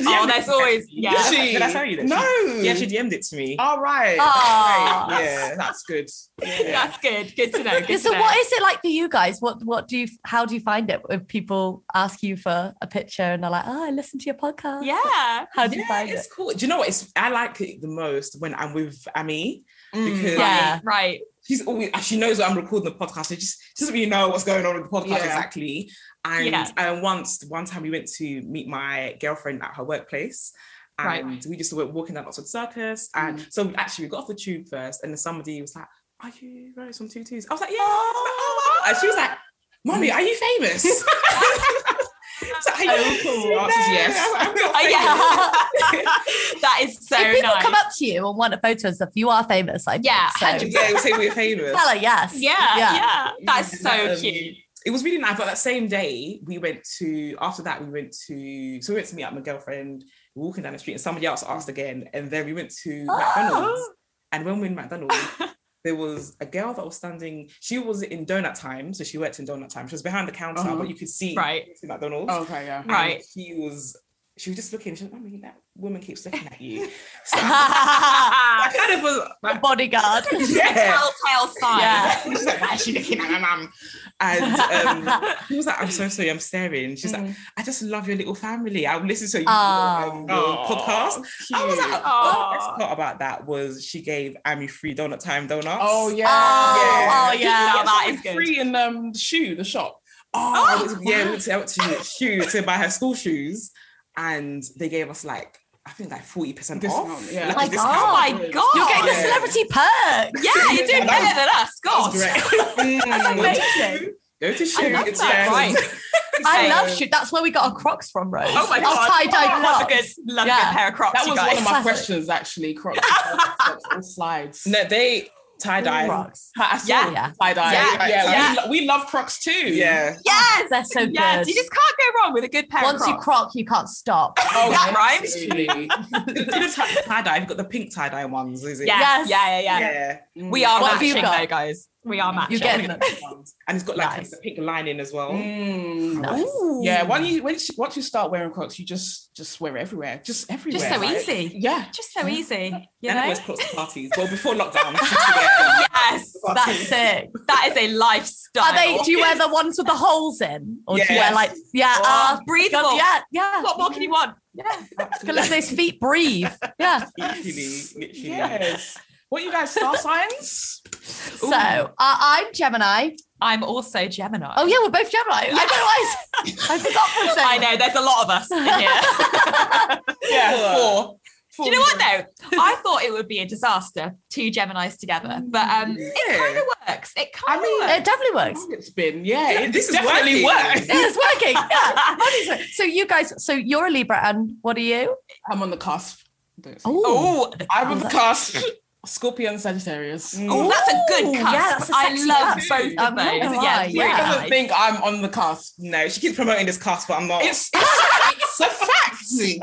S3: oh, that's always
S2: Yeah.
S3: yeah.
S1: Did
S2: Did
S1: she?
S2: I tell you this?
S1: No.
S2: Yeah, she DM'd it to me.
S1: All right.
S4: Aw.
S1: Right. Yeah, that's good. Yeah.
S3: That's good. Good to know. Good
S4: so
S3: to know.
S4: what is it like for you guys what what do you how do you find it if people ask you for a picture and they're like oh i listen to your podcast
S3: Yeah.
S4: how do you
S2: Yeah,
S4: find
S2: it's
S4: it
S2: cool. Do you know what? It's I like it the most when I'm with Amy
S1: Mm.
S2: because
S4: Yeah.
S3: Right.
S2: she's always uh, she knows that I'm recording the podcast. She just she doesn't really know what's going on with the podcast
S1: Yeah.
S2: exactly. And
S3: Yeah.
S2: um, once one time we went to meet my girlfriend at her workplace.
S3: Right.
S2: And we just were walking down Oxford Circus. And so actually we got off the tube first and then somebody was like, Are you Rose from Two Twos? I was like, Yeah. I was like, "Oh, wow." And she was like, Mommy, are you famous? [LAUGHS] so, are you
S1: Oh, cool. Answer's yes.
S2: I was like, [LAUGHS] "I'm not
S4: Uh,
S3: Oh, [LAUGHS] yeah.
S4: [LAUGHS]
S3: that is so
S4: if people
S3: nice.
S4: come up to you and want a photo and stuff you are famous i think,
S3: Yeah,
S4: so
S3: 100%.
S2: yeah, we say we're
S3: [LAUGHS]
S2: famous.
S4: tell her yes
S3: yeah,
S4: Yeah.
S3: yeah, That's so
S2: Um,
S3: cute.
S2: It was really nice. But that same day, we went to after that we went to so we went to meet up with my girlfriend. We were walking down the street and somebody else asked again, and then we went
S3: [GASPS]
S2: to McDonald's. And when we were in McDonald's, there was a girl that was standing. She was in donut time, so she worked in donut time. She was behind the counter,
S1: Uh-huh.
S2: but you could see
S3: Right. Oh,
S2: to McDonald's.
S1: Okay. Yeah.
S2: And
S3: Right.
S2: She was. She was just looking. She was, I mean, that woman keeps looking at
S3: [LAUGHS]
S2: you. [LAUGHS] I
S4: [LAUGHS]
S3: Telltale
S2: kind of
S3: [LAUGHS]
S2: was.
S4: A bodyguard
S2: Yeah.
S3: sign.
S4: Yeah.
S2: She's like, why is she looking at my mum? And um, he was like, I'm so sorry, I'm staring. She's
S3: mm.
S2: like, I just love your little family. I'll listen to your,
S4: Aw.
S2: um, your podcast. I was like, oh,
S3: Aw.
S2: the best part about that was she gave Amy free donut time donuts.
S1: Oh yeah.
S4: Oh, oh, yeah.
S1: She
S3: That
S1: was
S3: is good.
S1: Free in um shoe the shop.
S2: Oh, I
S3: Oh,
S2: went to- yeah, we went to, I went to shoe to buy her school shoes, and they gave us like I think like forty percent off.
S1: Discount, yeah.
S2: Like a
S4: My
S2: discount.
S3: Oh my
S1: You're
S3: god.
S4: [LAUGHS] you're getting a
S2: Yeah.
S4: celebrity perk
S3: Yeah, you're doing better than us. God.
S2: Mm. Go to
S4: amazing.
S2: Shoe. Go to shoe.
S3: I love
S2: It's
S3: that.
S2: yes.
S3: Right.
S2: [LAUGHS]
S4: i
S3: Same.
S4: love shoot that's where we got our crocs from rose
S3: Oh my
S4: Our
S3: god. [LAUGHS]
S4: tie-dye
S3: love a
S4: crocs.
S3: good, love a
S4: Yeah.
S3: good pair of crocs.
S1: That was
S3: you guys.
S1: one of my
S4: Classic.
S1: questions actually. Crocs, Crocs or slides.
S2: No, they tie dye.
S4: Crocs.
S3: Yeah.
S4: yeah
S1: Tie dye.
S3: Yeah,
S1: Yeah.
S3: yeah.
S1: We, lo- we love Crocs too.
S2: Yeah.
S3: Yes.
S4: they're so
S3: Yes.
S4: good
S3: You just can't go wrong with a good pair
S4: once
S3: of
S4: you
S3: crocs.
S4: croc you can't stop
S1: Oh,
S3: That rhymes.
S1: absolutely.
S2: You know, tie dye. You've got the pink tie dye ones, is it?
S3: yeah.
S4: Yes.
S3: yeah, yeah, yeah.
S2: Yeah.
S3: We are
S4: What have you
S3: matching
S4: got?
S3: though, guys. We are matching.
S4: You get them.
S2: And it's got like
S4: Nice.
S2: a pink lining as well.
S1: Mm.
S4: Nice.
S1: Yeah, when
S2: Mm.
S1: you, when you once you start wearing Crocs, you just just wear it everywhere, just everywhere.
S3: Just so
S1: like-
S3: easy.
S1: Yeah,
S3: Just so easy.
S1: [LAUGHS]
S3: You
S2: and I
S3: know?
S2: always cross parties. Well, before lockdown. we used to
S3: [LAUGHS]
S2: get, um,
S3: Yes.
S4: that's it
S3: [LAUGHS] That is a lifestyle.
S4: Are they? Do you wear the ones with the holes in, or do you wear
S2: Yes.
S4: like yeah,
S3: Oh,
S4: uh,
S3: breathable.
S4: God, yeah, yeah?
S3: What more can you want?
S4: Gotta let those feet breathe. Yeah.
S3: [LAUGHS]
S2: Literally, literally.
S1: Yes. What you guys star
S2: [LAUGHS]
S1: signs?
S4: So uh, I'm Gemini.
S3: I'm also Gemini.
S4: Oh yeah, we're both Gemini. I don't know why I, I
S3: [LAUGHS]
S4: forgot for a second.
S3: I know. There's a lot of us in
S4: [LAUGHS]
S3: here.
S1: Yeah.
S2: Four.
S3: Do you know what though? I thought it would be a disaster, two Geminis together, but um,
S2: Yeah.
S3: it kind of works. It kind
S1: I
S3: of
S1: mean,
S3: works.
S4: It definitely works.
S1: It's been yeah.
S2: Yeah,
S1: it
S2: this is
S1: definitely
S2: working.
S1: works.
S4: Yeah, it's working.
S3: [LAUGHS]
S4: Yeah. Money's work- So you guys, so you're a Libra, and what are you?
S1: I'm on the cusp. Don't say-
S4: Oh,
S3: Oh,
S1: [LAUGHS] I'm on the cusp.
S2: Scorpion Sagittarius.
S3: Oh, that's a
S4: Ooh,
S3: good
S4: yeah,
S3: cusp.
S4: that's a
S3: I
S4: sexy
S3: love
S4: cusp.
S3: both
S4: I'm
S3: of
S4: not gonna
S3: those.
S4: lie,
S3: Yeah,
S2: She
S4: yeah.
S2: doesn't think I'm on the cusp.
S6: No, she keeps promoting this cast, but I'm not.
S1: [LAUGHS]
S2: It's, it's, it's a fact.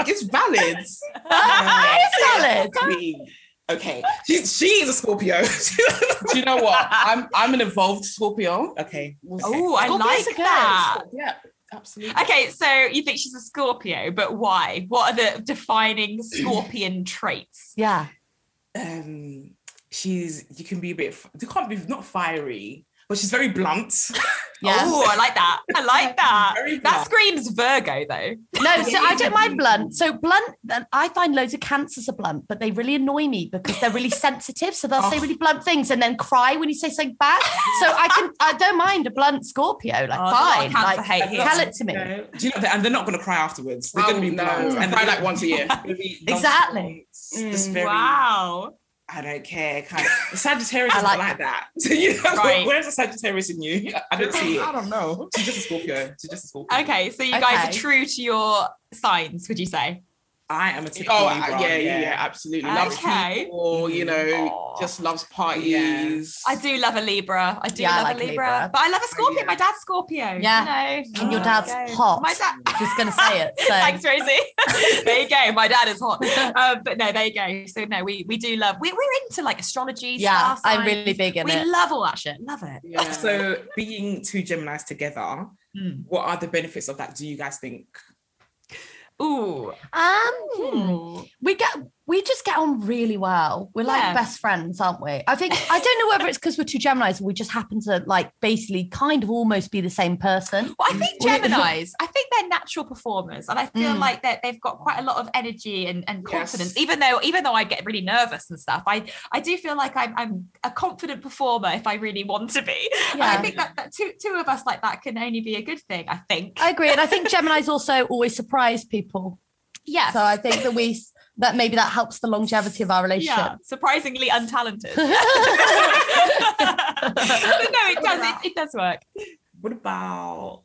S2: It's valid.
S4: [LAUGHS] it's valid.
S6: Queen.
S2: Okay.
S6: She's she is a
S2: [LAUGHS]
S6: Scorpio.
S2: Do you know what? I'm I'm an evolved Scorpio.
S6: okay.
S3: Oh, I
S2: Scorpios
S3: like
S2: are good.
S3: that.
S2: Yeah, absolutely.
S3: Okay, so you think she's a Scorpio, but why? What are the defining
S4: [CLEARS THROAT]
S3: Scorpion traits?
S4: Yeah.
S2: um she's you can be a bit f- you can't be not fiery but she's very blunt
S4: Yeah.
S3: Oh, I like that. I
S4: [LAUGHS]
S3: like that.
S2: very
S3: That
S2: blunt.
S3: screams Virgo though.
S4: No, so I don't mind blunt. So blunt, then I find loads of cancers are blunt, but they really annoy me because they're really sensitive. So they'll say
S2: Oh.
S4: really blunt things and then cry when you say something back. So I can, I don't mind a blunt Scorpio. Like
S3: Oh, there's
S4: fine,
S3: a lot of
S4: like
S3: cancer hate here.
S4: tell it to me.
S2: do you know and they're not going to cry afterwards they're going to be
S1: Oh, no,
S2: blunt and
S1: and
S2: they're
S1: like once a year.
S2: gonna be
S4: Exactly.
S2: nonchalant, just
S1: Mm,
S2: very
S3: Wow.
S2: i don't care kind of sagittarius
S4: I
S2: is
S4: like
S2: not like that [LAUGHS] you know,
S3: Right.
S2: where's the sagittarius in you i don't see it
S1: don't know.
S2: she's just a scorpio she's just a scorpio
S3: Okay, so you guys are
S4: Okay.
S3: true to your signs, would you say?
S2: i am a typical
S1: Oh,
S2: Libra,
S1: uh, yeah, yeah, yeah, absolutely. Loves
S3: Okay.
S1: people, you know,
S3: Aw.
S1: just loves parties.
S3: I do love a Libra. I do
S4: Yeah, I
S3: love
S4: like
S3: a
S4: a
S3: Libra.
S4: Libra.
S3: But I love a Scorpio.
S2: yeah.
S3: My dad's Scorpio.
S4: Yeah.
S3: You know?
S4: And your
S2: Oh,
S4: dad's
S3: Okay.
S4: hot.
S3: My dad.
S4: Just gonna say
S3: [LAUGHS]
S4: it. So
S3: Thanks,
S4: [LAUGHS]
S3: Rosie. there you go. My dad is hot. Um, but no, there you go. So no, we we do love. We, we're into like astrology.
S4: yeah,
S3: star
S4: I'm
S3: signs.
S4: really big in
S3: We
S4: it.
S3: love all that shit. Love it.
S1: Yeah.
S2: [LAUGHS] so being two gemini's together what are the benefits of that do you guys think
S3: Ooh.
S4: Um, hmm. we get we just get on really well. We're like
S3: Yeah.
S4: best friends, aren't we? I think
S3: [LAUGHS]
S4: I don't know whether it's because we're two Gemini's, we just happen to like basically kind of almost be the same person.
S3: Well, I think Gemini's. I think they're natural performers, and I feel
S4: Mm.
S3: like that they've got quite a lot of energy and, and
S1: Yes.
S3: confidence. Even though, even though I get really nervous and stuff, I I do feel like I'm I'm a confident performer if I really want to be. And I
S4: Yeah.
S3: think that, that two two of us like that can only be a good thing. I think.
S4: I agree, and I think Gemini's also always surprise people.
S3: yes.
S4: So I think that we that maybe that helps the longevity of our relationship.
S3: Yeah, surprisingly untalented.
S4: [LAUGHS]
S3: but no, it does. It, it does work.
S2: What about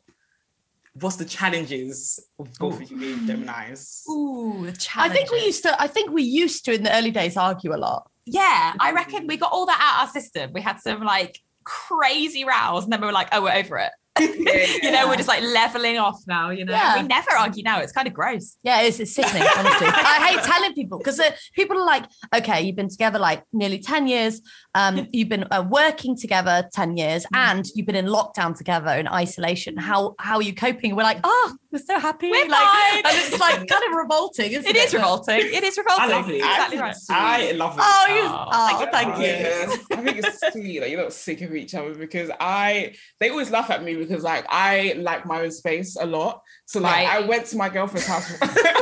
S2: what's the challenges of both of you being Geminis?
S3: [LAUGHS] Ooh, the
S4: I
S3: challenge.
S4: think we used to. I think we used to in the early days argue a lot.
S3: Yeah, I reckon we got all that out of our system. We had some like crazy rows, and then we were like, oh, we're over it.
S2: [LAUGHS]
S3: You know, we're just like leveling off now. You know,
S4: Yeah.
S3: we never argue now. It's kind of gross.
S4: Yeah, it's, it's sickening, honestly. I hate telling people because uh, people are like, okay, you've been together like nearly 10 years. Um, you've been uh, working together 10 years and you've been in lockdown together in isolation. How how are you coping? We're like, oh, we're so happy.
S3: We're
S4: like, [LAUGHS]
S3: fine.
S4: And it's like kind of revolting, isn't
S3: [LAUGHS]
S4: it?
S3: It is revolting. It is
S2: I
S3: revolting.
S2: love it.
S3: Exactly
S2: I,
S3: right.
S2: I love it.
S4: Oh, you,
S3: Oh,
S4: oh,
S2: thank
S4: thank
S2: you.
S4: you.
S1: Yeah, I think it's sweet that you're not sick of each other because I they always laugh at me because like I like my own space a lot. So like
S3: Right.
S1: I went to my girlfriend's house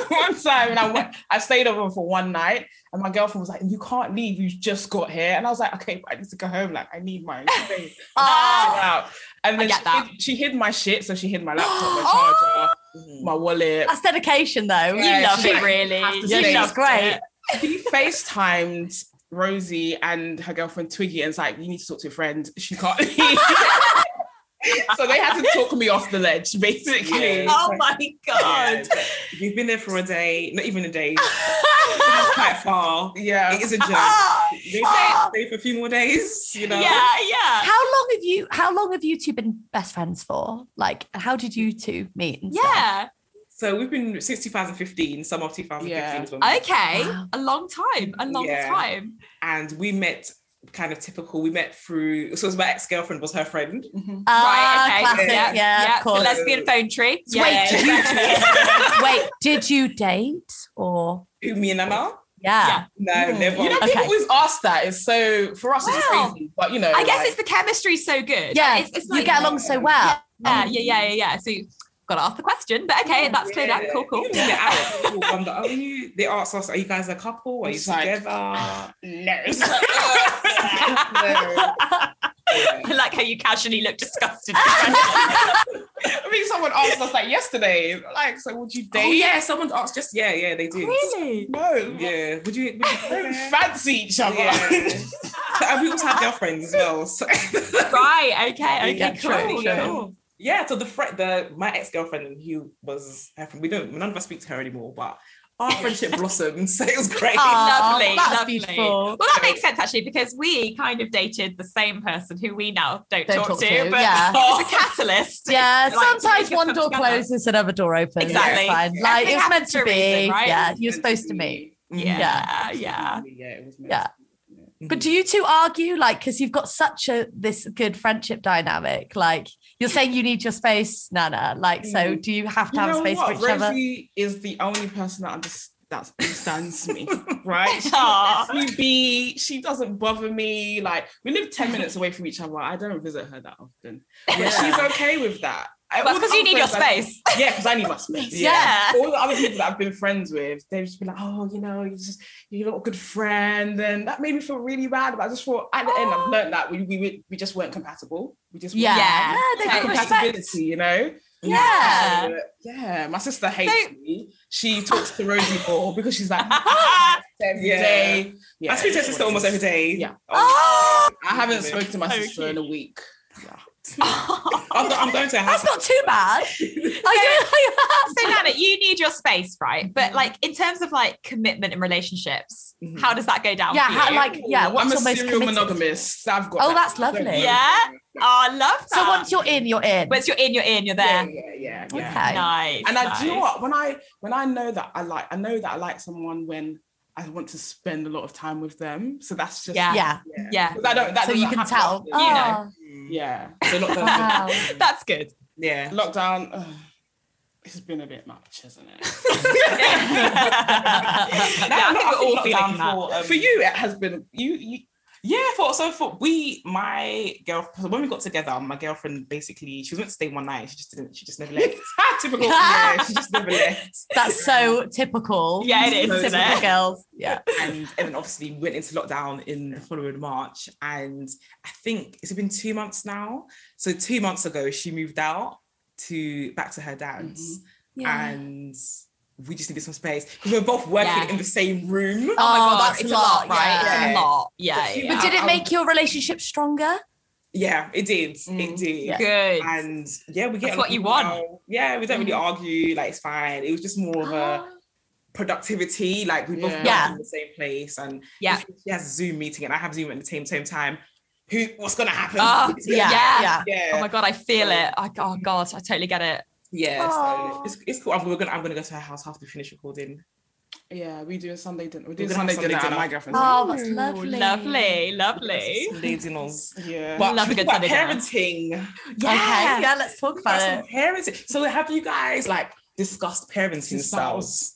S1: [LAUGHS] one time and I went I stayed over for one night and my girlfriend was like, You can't leave, you just got here. And I was like, Okay, but I need to go home. Like I need my own space.
S4: [LAUGHS] Oh,
S1: Out. And
S3: I
S1: then
S3: get
S1: she,
S3: that.
S1: Hid, she hid my shit, so she hid my laptop, my
S4: [GASPS] Oh.
S1: charger,
S2: Mhm.
S1: my wallet,
S4: that's dedication, though.
S3: you
S1: Yeah,
S3: love
S1: she-
S3: it, really.
S1: have to
S3: You
S1: say
S3: love
S4: it's great.
S3: it.
S1: she FaceTimed Rosie and her girlfriend Twiggy and it's like, you need to talk to your friend. She can't [LAUGHS] leave. so they had to talk me off the ledge, basically.
S2: Yeah.
S3: Oh my
S2: Yeah,
S3: god.
S2: You've been there for a day, not even a day. It's quite far.
S1: Yeah.
S2: It is a journey.
S3: Ah,
S1: [GASPS]
S2: They say stay for a few more days, you know.
S3: [LAUGHS] yeah, yeah.
S4: How long have you? How long have you two been best friends for? Like, how did you two meet? and stuff?
S3: Yeah.
S2: So we've been since 2015, summer of 2015.
S1: Yeah.
S2: is when we-
S3: Okay.
S4: Wow.
S3: A long time. A long
S2: Yeah.
S3: time.
S2: And we met kind of typical. We met through so it was my ex-girlfriend was her friend.
S1: Mhm.
S4: Ah,
S3: right. Okay.
S4: classic.
S2: yeah,
S4: Yeah, of
S3: The
S4: course.
S3: lesbian phone tree. Yeah,
S4: Wait.
S3: yeah, exactly. [LAUGHS]
S4: Wait, did you date or?
S2: Who me and Anna?
S4: Yeah.
S2: No,
S1: Mm.
S2: never.
S1: You know, people
S4: Okay.
S1: always ask that. It's so for us it's
S3: Wow.
S1: crazy. But you know,
S3: I guess
S1: like,
S3: it's the chemistry's so good.
S4: Yeah.
S3: It's, it's
S4: you
S3: like,
S4: get along so well.
S3: Yeah, yeah, yeah, yeah, yeah. So you've got to ask the question, but okay, that's clear. That's
S2: Yeah.
S3: cool, cool.
S2: Even when they're out, people wonder, are you? They ask us, are you guys a couple? Are you
S1: It's like- [LAUGHS]
S2: together?
S1: no.
S3: [LAUGHS] I like how you casually look
S4: [LAUGHS]
S3: disgusted. [LAUGHS]
S1: I mean someone asked us like yesterday, like, so would you date?
S2: oh yeah, someone asked. Just yeah, yeah, they do.
S3: really?
S1: No.
S2: Yeah, would you? Would you
S1: We [LAUGHS] don't
S2: yeah.
S1: fancy each other. [LAUGHS]
S2: and we also have girlfriends as well. So.
S3: Right. Okay. Okay.
S4: Yeah,
S3: cool.
S2: true, true.
S3: cool.
S2: yeah, so the friend, the my ex girlfriend, who was her friend. We don't. None of us speak to her anymore, but
S5: our friendship
S2: [LAUGHS]
S5: blossomed. So it was great.
S4: Aw,
S3: Lovely,
S4: that's
S3: lovely.
S4: beautiful.
S3: Well, that makes sense actually because we kind of dated the same person who we now don't,
S4: Don't
S3: talk,
S4: talk
S3: to,
S4: to,
S3: but [LAUGHS]
S4: yeah.
S3: it's a catalyst.
S4: Yeah,
S3: Like,
S4: sometimes
S3: make us
S4: one
S3: come
S4: door
S3: together.
S4: closes, another door opens.
S3: Exactly.
S4: It's fine. Like
S3: Everything
S4: it's meant
S3: happens
S4: to
S3: for
S4: be.
S3: a reason, right?
S4: Yeah,
S1: It's
S4: you're
S1: meant to
S4: supposed to
S1: be.
S4: meet.
S2: Mm.
S3: Yeah, yeah.
S1: Yeah, it was meant to be.
S4: Yeah.
S1: Yeah.
S3: Mm-hmm.
S4: But do you two argue like because you've got such a this good friendship dynamic? Like you're saying you need your space, Nana. Like so,
S3: Mm-hmm.
S1: Mhm.
S4: do you have to
S1: You
S4: have
S1: know
S4: space
S1: what?
S4: for each other?
S1: Rosie is the only person that understands. That understands
S3: [LAUGHS]
S1: me, right? She
S3: Aw.
S1: lets me be. She doesn't bother me. Like we live ten minutes away from each other. I don't visit her that often, but she's okay with that. I- all
S3: Well,
S1: the
S3: because you
S1: other
S3: need your
S1: friends I've-
S3: space.
S1: yeah, because I need my
S3: [LAUGHS]
S1: space.
S3: Yeah.
S1: All the other people that I've been friends with, they've just been like, oh, you know, you just you're not a good friend, and that made me feel really bad. But I just thought at the end,
S3: Oh.
S1: I've learned that we we, we just weren't compatible. We just weren't
S4: Yeah.
S3: Yeah.
S4: they've
S3: Okay.
S4: got
S1: compatibility,
S4: respect.
S1: you know.
S3: Yeah.
S1: Uh, yeah. My sister hates
S3: So-
S1: me. She talks to Rosie more because she's like every
S2: Yeah.
S1: day. Yeah,
S2: I speak to her
S1: it's
S2: sister
S1: what it
S2: almost
S1: is.
S2: every day.
S1: Yeah.
S3: Oh,
S1: I haven't spoken to my
S3: So
S1: sister in a week.
S3: [LAUGHS]
S2: I'm, go- I'm going to a house.
S4: That's not too bad. [LAUGHS] I
S3: so Nana, you need your space, right? But like in terms of like commitment and relationships,
S2: Mhm.
S3: how does that go down?
S4: Yeah,
S3: for
S4: how-
S3: you?
S4: like- yeah,
S1: Ooh,
S4: what's
S1: I'm a
S4: your most
S1: serial
S4: committed?
S1: monogamist. So I've got.
S4: Oh,
S1: that.
S4: that's lovely.
S1: Don't worry.
S3: Yeah? oh, I love that.
S4: so once you're in, you're in.
S3: once you're in, you're in, you're
S1: Yeah,
S3: there.
S1: yeah, yeah,
S4: okay.
S1: yeah.
S3: Nice.
S1: And I do you know
S3: nice.
S1: what when I when I know that I like I know that I like someone when I want to spend a lot of time with them. So that's just
S3: Yeah.
S4: Yeah.
S3: Yeah.
S1: 'Cause I don't, that
S4: so you
S1: doesn't
S4: can
S1: happen
S4: tell.
S1: often.
S3: You
S4: Ah,
S1: Mm. Yeah. So lockdown.
S4: Wow.
S3: [LAUGHS] That's good.
S1: [LAUGHS]
S2: Yeah.
S1: lockdown. ugh, this has been a bit much, hasn't it?
S3: yeah, I think we're all feeling that.
S2: for, um,
S1: For you, it has been. You, you
S2: Yeah, for so for we, my girl, so when we got together, my girlfriend basically she was meant to stay one night. She just didn't. She just never left. [LAUGHS]
S1: typical. yeah, she just never left.
S4: [LAUGHS] That's so typical.
S3: Yeah, it is,
S4: So
S3: isn't
S4: typical
S3: it?
S4: Girls. Yeah.
S2: and, and then obviously we went into lockdown in the following March. And I think it's been two months now. So two months ago, she moved out to back to her
S3: Mm-hmm.
S2: dad's, and we just needed some space because we were both working
S3: Yeah.
S2: in the same room.
S4: Oh,
S3: Oh, my god,
S4: that's
S3: it's
S4: a
S3: a
S4: lot,
S3: lot, right?
S2: yeah.
S3: It's a lot. Yeah.
S2: But
S3: yeah.
S4: But did it make your relationship stronger?
S2: Yeah, it did.
S1: Mm.
S2: It did.
S4: Yeah.
S3: good?
S2: And yeah, we get
S3: That's
S2: along
S3: what you
S2: really
S3: want. Mm.
S2: well. Yeah, we don't really argue. Like it's fine. It was just more of
S3: Ah.
S2: a productivity. Like we both
S1: Yeah.
S2: work
S4: Yeah.
S2: in the same place, and
S3: Yeah.
S2: if she has a Zoom meeting, and I have Zoom at the same same time. Who? What's gonna happen?
S3: Oh,
S2: It's
S3: yeah.
S4: Yeah.
S2: [LAUGHS] yeah,
S3: [GASPS] Oh my god, I feel it. I, oh god, I totally get it.
S2: yeah. So
S4: Aw.
S2: it's, it's cool. I'm, we're gonna I'm gonna go to her house after we finish recording.
S1: Yeah, we do a Sunday dinner. We
S2: We're
S1: do
S2: gonna
S1: Sunday
S2: have Sunday
S1: dinner at
S2: dinner.
S1: my girlfriend's.
S4: Oh, that's
S3: Ooh,
S4: lovely.
S3: Lovely, lovely.
S2: Lady knows.
S1: Yeah.
S2: But
S3: Love a
S2: we
S3: good
S2: talk about
S3: Sunday dinner.
S2: parenting.
S4: Okay.
S3: Yeah.
S4: Yeah, let's talk
S2: That's
S4: about it.
S2: some parenting. So have you guys like discussed parenting styles?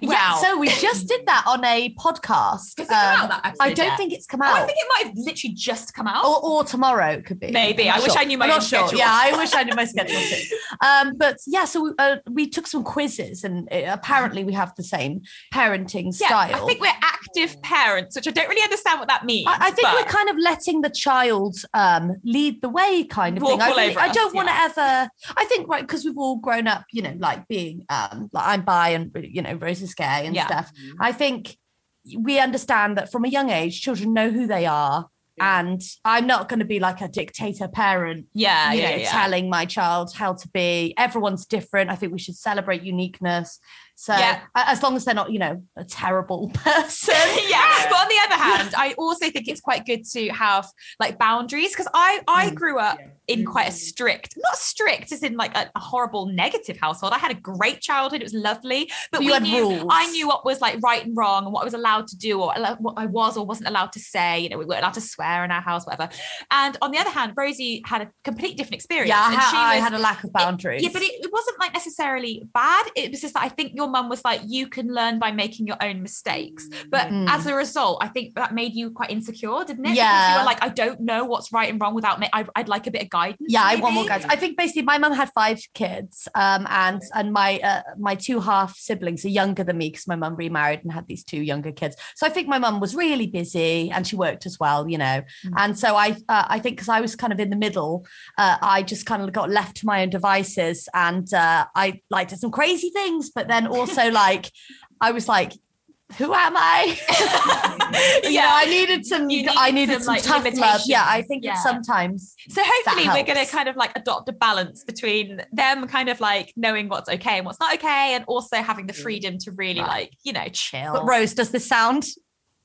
S4: Yeah,
S3: Wow.
S4: so we just did that on a podcast.
S3: Has it come
S4: Um,
S3: out, that episode
S4: I don't
S3: yet?
S4: think it's come
S3: Oh, I
S4: out.
S3: think it might have literally just come out.
S4: Or, or tomorrow it could be.
S3: Maybe. I
S4: I'm not
S3: wish
S4: sure.
S3: I knew my
S4: I'm
S3: own
S4: not sure.
S3: schedule.
S4: Yeah, I wish I knew my schedule
S3: [LAUGHS]
S4: too. Um, but yeah, so uh, we took some quizzes, and uh, apparently we have the same parenting
S3: Yeah,
S4: style.
S3: I think we're active parents, which I don't really understand what that means.
S4: I, I think
S3: but-
S4: we're kind of letting the child um, lead the way, kind of
S3: Walk
S4: thing. I,
S3: all
S4: really-
S3: over
S4: I
S3: us,
S4: don't want to ever. I think right because we've all grown up, you know, like being um, like I'm bi and you know Rose is gay and
S3: Yeah.
S4: stuff. I think we understand that from a young age, children know who they are,
S1: Yeah.
S4: and I'm not going to be like a dictator parent.
S3: yeah,
S4: you
S3: Uh, yeah,
S4: know,
S3: yeah.
S4: telling my child how to be. Everyone's different. I think we should celebrate uniqueness. So
S3: Yeah.
S4: a- as long as they're not, you know, a terrible [LAUGHS] person.
S3: [LAUGHS] yeah. But on the other hand, I also think it's quite good to have like boundaries because I I grew up
S2: yeah.
S3: in quite a strict, not strict as in like a, a horrible negative household. I had a great childhood; it was lovely, but
S4: You
S3: we
S4: had
S3: knew
S4: rules.
S3: I knew what was like right and wrong and what I was allowed to do or allo- what I was or wasn't allowed to say. You know, we weren't allowed to swear in our house, whatever. And on the other hand, Rosie had a complete different experience.
S4: Yeah, I,
S3: and
S4: ha-
S3: she
S4: I
S3: was-
S4: had a lack of boundaries.
S3: yeah, but it, it wasn't like necessarily bad. It was just that I think your mum was like, you can learn by making your own mistakes. But
S4: Mm.
S3: as a result, I think that made you quite insecure, didn't it? Because
S4: Yeah.
S3: you were like, I don't know what's right and wrong without me. I, I'd like a bit of guidance.
S4: yeah, I want more
S3: maybe."
S4: guys. I think basically my mum had five kids, um, and and my uh, my two half siblings are younger than me because my mum remarried and had these two younger kids. So I think my mum was really busy and she worked as well, you know.
S3: Mm.
S4: And so I uh, I think because I was kind of in the middle, uh, I just kind of got left to my own devices,
S3: [LAUGHS]
S4: and uh, I like did some crazy things, but then also like I was like who am I? [LAUGHS] yeah,
S3: Yeah.
S4: I needed some.
S3: You
S4: I
S3: need
S4: needed
S3: some,
S4: some,
S3: like,
S4: tough love. Yeah, I
S3: limitations.
S4: think
S3: Yeah.
S4: it's sometimes.
S3: So hopefully
S4: That
S3: we're going to
S4: helps.
S3: kind of like adopt a balance between them kind of like knowing what's okay and what's not okay and also having the freedom to really
S4: Mm. Right.
S3: like, you know, chill.
S4: But Rose, does this sound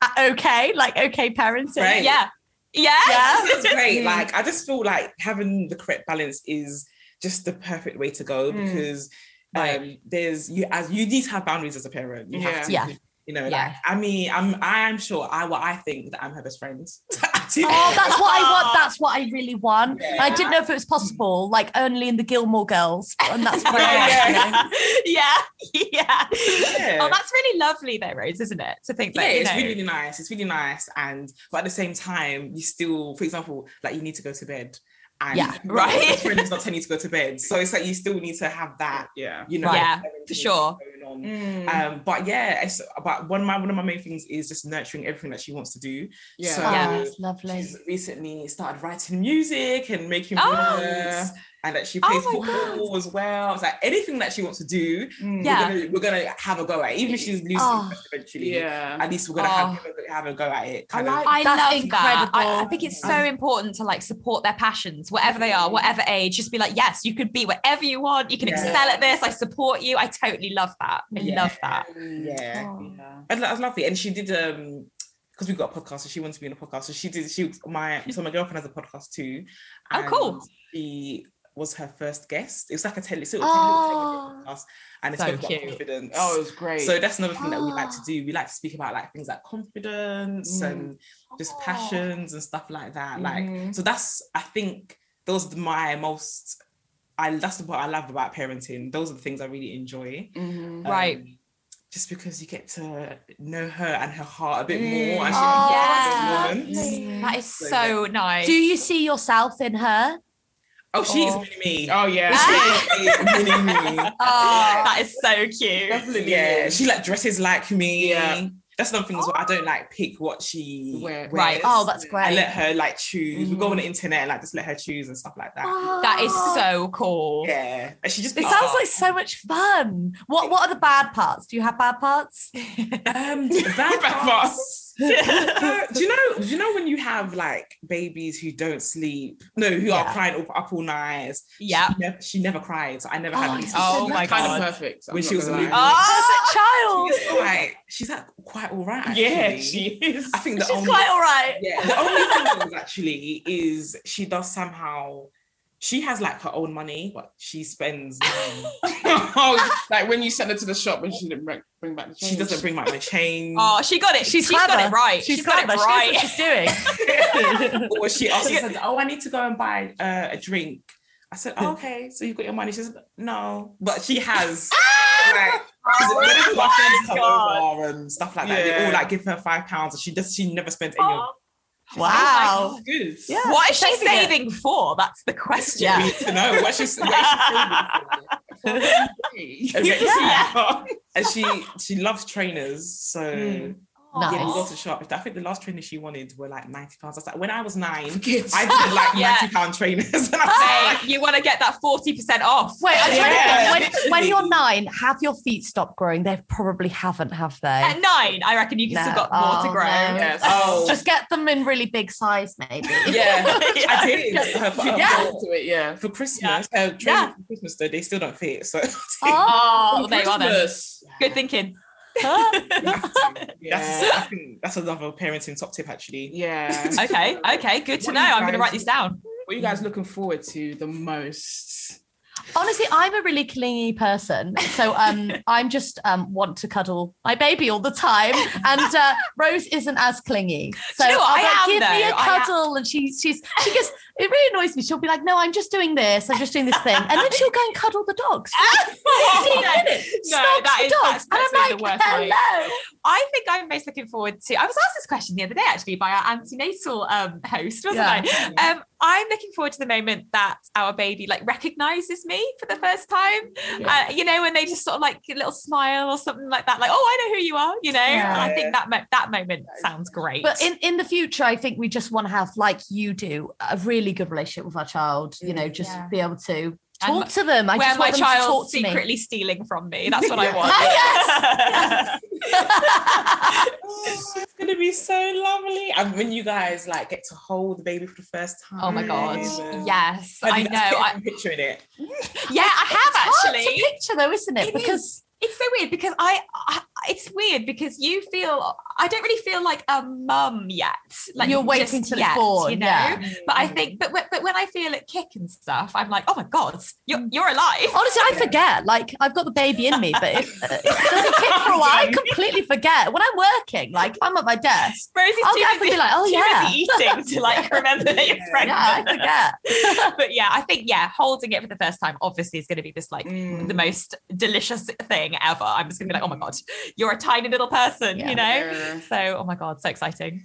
S4: uh, okay? Like okay parenting?
S2: Right.
S3: yeah. Yeah.
S4: Yeah.
S2: It's great. Like I just feel like having the correct balance is just the perfect way to go
S1: Mm.
S2: because um, there's you as you need to have boundaries as a parent. You have to,
S4: Yeah.
S2: you know.
S4: Yeah.
S2: Like I mean, I'm I am sure I what I think that I'm her best friend. [LAUGHS]
S4: Oh, that's what I want. That's what I really want. And I didn't know if it was possible, like only in the Gilmore Girls, and that's where
S2: Yeah,
S4: I
S2: yeah.
S3: yeah. yeah. Yeah.
S2: Yeah.
S3: [LAUGHS] Oh, that's really lovely though, Rose, isn't it? To think that,
S2: yeah,
S3: you
S2: it's
S3: know,
S2: really, really nice. It's really nice, and but at the same time, you still, for example, like you need to go to bed, and [LAUGHS]
S4: Yeah,
S2: your
S3: right.
S2: best friend is not telling you to go to bed, so it's like you still need to have that,
S1: Yeah.
S2: you know,
S3: Right. Yeah,
S2: parenting
S3: for sure. Mm.
S2: going on.
S1: Mm.
S2: Um, but yeah, it's but one of my one of my main things is just nurturing everything that she wants to do.
S1: Yeah.
S2: So
S3: Yeah.
S4: Oh, That's lovely.
S2: she's recently started writing music and making
S3: Oh.
S2: videos, and that she
S3: Oh
S2: plays
S3: my
S2: football as well. It's like anything that she wants to do,
S1: Mm.
S3: Yeah.
S2: we're, gonna, we're gonna have a go at. It. Even if she's losing
S4: Oh.
S2: eventually,
S1: Yeah.
S2: at least we're gonna have, have a go at it. Kind of.
S3: Oh. I
S4: That's
S3: love that. I, I
S4: incredible. Um,
S3: think it's so important to like support their passions, whatever they are, whatever
S4: Mm-hmm.
S3: age. Just be like, yes, you could be whatever you want. You can
S2: Yeah.
S3: excel at this. I support you. I totally love that. I
S2: Yeah.
S3: love that.
S2: yeah.
S4: Oh.
S2: I lo- I love lovely. And she did um because we've got a podcast, so she wanted to be in a podcast. So she did she my so my girlfriend has a podcast too.
S3: Oh, cool.
S2: and She was her first guest. It was like a tele, so it was
S4: Oh.
S2: a little podcast, and it's
S3: So
S2: spoke
S3: cute.
S2: about confidence.
S1: Oh, it was great.
S2: so that's another thing that we like to
S4: Ah.
S2: do. We like to speak about like things like confidence
S1: Mm.
S2: and just
S4: Oh.
S2: passions and stuff like that.
S1: Mhm.
S2: Like so that's I think those are my most I that's what I love about parenting. Those are the things I really enjoy
S1: Mhm.
S3: Right.
S2: um, just because you get to know her and her heart a bit
S1: Mm.
S2: more. And she
S4: Oh,
S3: Yeah.
S2: has those moments.
S4: lovely.
S3: That is
S2: So
S3: so nice.
S4: Do you see yourself in her?
S2: Oh, she is
S4: Oh.
S2: really me.
S1: Oh
S4: Ah.
S1: yeah.
S2: She is really me.
S4: [LAUGHS]
S3: Oh,
S2: Oh.
S3: that is so cute.
S1: Definitely.
S2: [LAUGHS] Yeah, she like dresses like me.
S1: Yeah.
S2: That's something as well. I don't like pick what she
S1: Wear-
S2: wears.
S3: Right.
S4: Oh, that's
S2: I
S4: great.
S2: let her like choose. We go
S1: Mhm.
S2: on the internet and like just let her choose and stuff like that.
S3: That is so cool.
S2: Yeah, and she just. "Oh,
S4: It sounds like so much fun. What What are the bad parts? Do you have bad parts?
S1: [LAUGHS]
S2: um, bad [LAUGHS] parts. do you know? Do you know when you have like babies who don't sleep? No, who
S4: Yeah.
S2: are crying up, up all night.
S3: Yeah.
S2: She never, she never cried, so I never
S4: Oh,
S2: had these.
S4: oh
S2: issues.
S4: my
S1: Kind of perfect. I'm
S2: When
S1: not
S2: she was
S1: gonna lie.
S2: a newborn.
S3: Oh.
S4: As a child,
S2: She's quite, she's like quite all
S4: Ah,
S2: right.
S1: Yeah,
S2: actually.
S1: she is. [LAUGHS]
S2: I think the
S4: she's
S2: only,
S4: quite all right.
S2: yeah, the only thing is actually is she does somehow. She has like her own money, but she spends. Money.
S1: oh, like when you sent her to the shop and she didn't bring, bring back the change.
S2: she doesn't bring like my chain.
S3: Oh, she got it. She's, she's got
S4: clever.
S3: it right.
S4: She's,
S3: she's got it
S4: clever. She
S3: right.
S4: knows
S2: [LAUGHS]
S4: what she's doing.
S2: or she also said, "Oh, I need to go and buy uh, a drink." I said, oh, "Okay, so you've got your money." She said, "No," but she [LAUGHS] has. like, she's- whenever my friends come
S3: God.
S2: over and stuff like that, they
S1: Yeah.
S2: all like give her five pounds, and she does. She never spends any. of
S3: Oh,
S4: wow.
S1: Good.
S4: Yeah.
S3: What is she
S4: Saving it.
S3: saving for? That's the
S2: it.
S3: question.
S2: We need to know what she's. What
S1: [LAUGHS]
S2: [LAUGHS] she's saving for. and, [LAUGHS] and she she loves trainers, so.
S1: Mm.
S4: Nice.
S2: Yeah, we go to the shop. I think the last trainers she wanted were like ninety pounds. I was like, when I was nine, [LAUGHS] I
S1: [LAUGHS]
S2: did like
S3: Yeah.
S2: ninety pound trainers. [LAUGHS] And I was
S3: Hey,
S2: like,
S3: you want to get that 40% off.
S4: Wait, I'm trying
S2: Yeah.
S4: to think. When, when you're nine, have your feet stopped growing? They probably haven't, have they?
S3: At nine, I reckon you can still
S4: No.
S3: got more
S4: Oh,
S3: to grow.
S4: no.
S1: Yes.
S2: oh,
S4: Just get them in really big size,
S3: [LAUGHS]
S4: maybe.
S2: yeah,
S1: [LAUGHS]
S2: I
S3: Yeah.
S2: did. [LAUGHS] Her- her-
S1: Yeah. To it, yeah.
S2: for Christmas. Uh, trainers
S3: Yeah.
S2: for Christmas though, they still don't fit. So [LAUGHS]
S4: Ah,
S3: Oh,
S1: From
S3: there you are then.
S1: Christmas. [LAUGHS]
S3: Good thinking.
S2: you have to.
S1: Yeah.
S2: that's, I think that's another parenting top tip actually.
S1: Yeah.
S3: Okay, okay, good to
S1: What
S3: know.
S1: are you
S3: I'm going to
S1: guys-
S3: write these
S4: [LAUGHS]
S3: down. [LAUGHS]
S1: What are you guys looking forward to the most?
S4: Honestly, I'm a really clingy person, so um, I'm just um want to cuddle my baby all the time, and uh, Rose isn't as clingy. So
S3: you know what?
S4: I'm
S3: I am,
S4: give me a
S3: though. I am-
S4: cuddle, and she she's she gets it really annoys me. She'll be like, "No, I'm just doing this. I'm just doing this thing," and then she'll go and cuddle the
S3: [LAUGHS]
S4: dogs.
S3: Oh, no,
S4: Fifteen minutes, snuggs
S3: that
S4: the
S3: is
S4: dogs,
S3: that's, that's
S4: and I'm
S3: really
S4: like,
S3: the worst. way.
S4: "Hello."
S3: I think I'm most looking forward to. I was asked this question the other day actually by our antenatal um, host, wasn't
S4: Yeah.
S3: I? Um, I'm looking forward to the moment that our baby like recognizes me for the first time. Uh, you know, when they just sort of like a little smile or something like that, like, "Oh, I know who you are," you know. And I think that mo- that moment sounds great.
S4: But in, in the future, I think we just want to have, like you do, a really good relationship with our child, you know, just
S3: Yeah.
S4: be able to Talk
S3: and
S4: to them. I
S3: where
S4: just
S3: my
S4: want them to
S3: child's
S4: talk to me. [LAUGHS]
S3: secretly stealing from me. That's what I want. [LAUGHS]
S4: Yes.
S2: Oh, it's gonna be so lovely. And when you guys like get to hold the baby for the first time. uh,
S3: Oh my god.
S2: and-
S3: Yes,
S2: And
S3: I
S2: you
S3: know.
S2: guys get
S3: I,
S2: them picturing it.
S3: yeah, I have
S4: Hard
S3: actually.
S4: to picture though, isn't it?
S3: It
S4: because
S3: It's so weird because I, I it's weird because you feel I don't really feel like a mum yet. Like
S4: You're waiting
S3: just
S4: till it's
S3: yet,
S4: born,
S3: you know.
S4: yeah.
S3: But I think, but when- but when I feel it kick and stuff, I'm like, oh my god, you're
S4: Mm.
S3: you're alive.
S4: Honestly, I forget. Like, I've got the baby in me, but if, uh, if it
S3: [LAUGHS]
S4: doesn't kick for a while, I completely forget. When I'm working, like, if I'm at my desk,
S3: Rosie's
S4: I'll
S3: too
S4: get up and
S3: busy-
S4: be like, oh,
S3: too
S4: [LAUGHS] yeah.
S3: busy eating to like remember that you're pregnant.
S4: Yeah, I forget.
S3: [LAUGHS] but yeah, I think yeah, holding it for the first time obviously is going to be this like
S1: Mm.
S4: Mm.
S3: the most delicious thing ever. I'm just going to be like, oh my god, you're a tiny little person,
S4: Yeah.
S3: you know. So oh my god, so exciting.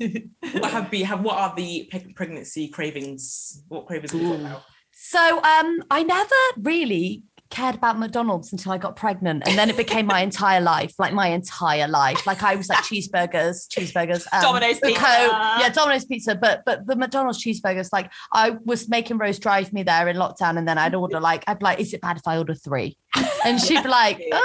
S3: [LAUGHS]
S2: What have be have what are the preg- pregnancy cravings? What cravings have you got now?
S4: So, um, I never really cared about McDonald's until I got pregnant. And then it became my entire life, like my entire life. Like, I was like cheeseburgers, cheeseburgers. um,
S3: Domino's
S4: the
S3: pizza.
S4: Coke- yeah, Domino's pizza, but but the McDonald's cheeseburgers. Like I was making Rose drive me there in lockdown, and then I'd order like I'd be like, is it bad if I order three? And she'd
S3: [LAUGHS]
S4: be like, uh,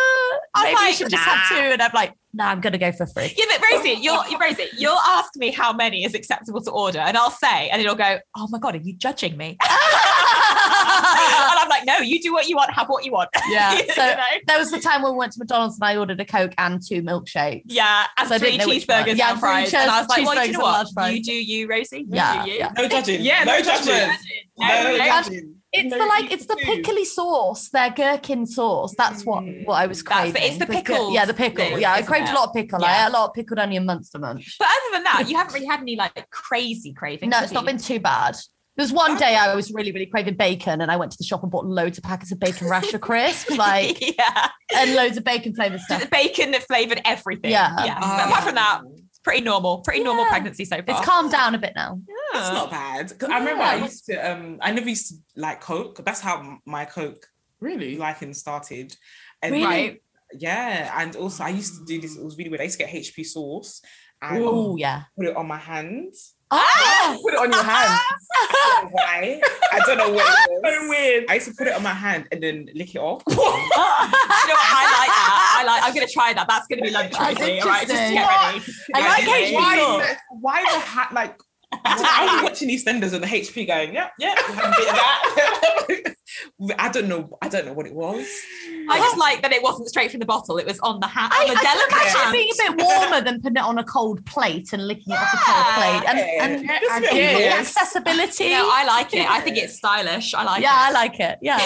S3: was
S4: maybe you
S3: like,
S4: should just have two, and I'm like, no, nah, I'm gonna go for three.
S3: [LAUGHS] Yeah, but Rosie, you'll Rosie, you'll ask me how many is acceptable to order, and I'll say, and it'll go, "Oh my god, are you judging me?" [LAUGHS] and I'm like, "No, you do what you want, have what you want."
S4: Yeah.
S3: [LAUGHS] You
S4: So
S3: know?
S4: there was the time when we went to McDonald's and I ordered a Coke and two milkshakes.
S3: yeah, and
S4: So I
S3: three
S4: didn't know which one.
S3: cheeseburgers
S4: Yeah,
S3: and
S4: three
S3: fries, and I was like, "Well,
S4: cheeseburgers
S3: you know
S4: and large
S3: what?
S4: fries.
S3: You do you, Rosie. You
S4: Yeah,
S3: do you.
S4: yeah.
S2: No judging.
S1: Yeah, no
S2: judgment.
S1: judgment.
S3: No,
S2: No
S3: no.
S2: judging.
S4: It's
S1: No,
S4: the like
S1: you
S4: it's the
S1: do.
S4: pickly sauce, their gherkin sauce. That's what what I was
S3: That's
S4: craving.
S3: it. It's the
S4: gher-
S3: pickles
S4: Yeah, the pickle.
S3: thing,
S4: yeah, I
S3: isn't
S4: craved
S3: it?
S4: a lot of pickle. I
S3: Yeah.
S4: ate a lot of pickled onion month to month.
S3: But other than that, you haven't really had any like crazy cravings.
S4: No,
S3: have
S4: it's not
S3: you?
S4: been too bad. There's one day I was really, really craving bacon, and I went to the shop and bought loads of packets of bacon
S3: [LAUGHS]
S4: rasher crisps, like
S3: yeah,
S4: and loads of bacon flavored
S3: Just
S4: stuff.
S3: bacon that flavored everything.
S4: Yeah.
S3: yeah.
S1: Oh.
S3: But apart from
S1: Uh,
S3: that, it's pretty normal. Pretty normal
S4: Yeah.
S3: pregnancy so far. Hmm.
S4: It's calmed down a bit now.
S2: It's not bad. 'Cause I remember
S4: Yeah.
S2: I used to um I never used to like Coke. That's how m- my Coke
S1: Really?
S2: liking started. And
S4: Really?
S3: Oh, Right.
S2: yeah, and also I used to do this, it was really weird. I used to get HP sauce and
S4: Oh yeah.
S2: put it on my hands.
S3: Ah! [LAUGHS]
S4: Oh,
S2: Put it [LAUGHS] on your hand. I don't know Why? I don't know what it was.
S1: So weird.
S2: I used to put it on my hand and then lick it off.
S3: you know what? I like that. I like. I'm gonna try that. That's gonna be lunch.
S4: That's
S3: Rosie, All right, just
S4: interesting.
S3: get ready.
S4: I like
S2: Why-
S4: HP
S2: why-
S4: sauce.
S2: Why the hat? Like, I was watching EastEnders and the HP going, yep, yep. and did that. [LAUGHS] I don't know. I don't know what it was.
S3: I
S4: [LAUGHS]
S3: just like that it wasn't straight from the bottle. It was on the hand. On
S4: I,
S3: the
S4: I can
S3: delicate
S4: imagine it
S3: hand.
S4: being a bit warmer than putting it on a cold plate and licking it off a cold
S3: Yeah.
S4: plate, and, and
S2: Yeah,
S1: I
S2: it's a bit
S1: get
S4: the
S1: it.
S2: weird.
S4: accessibility.
S3: No, I like it. I think it's stylish. I like
S4: yeah, I
S3: it.
S4: like it. Yeah.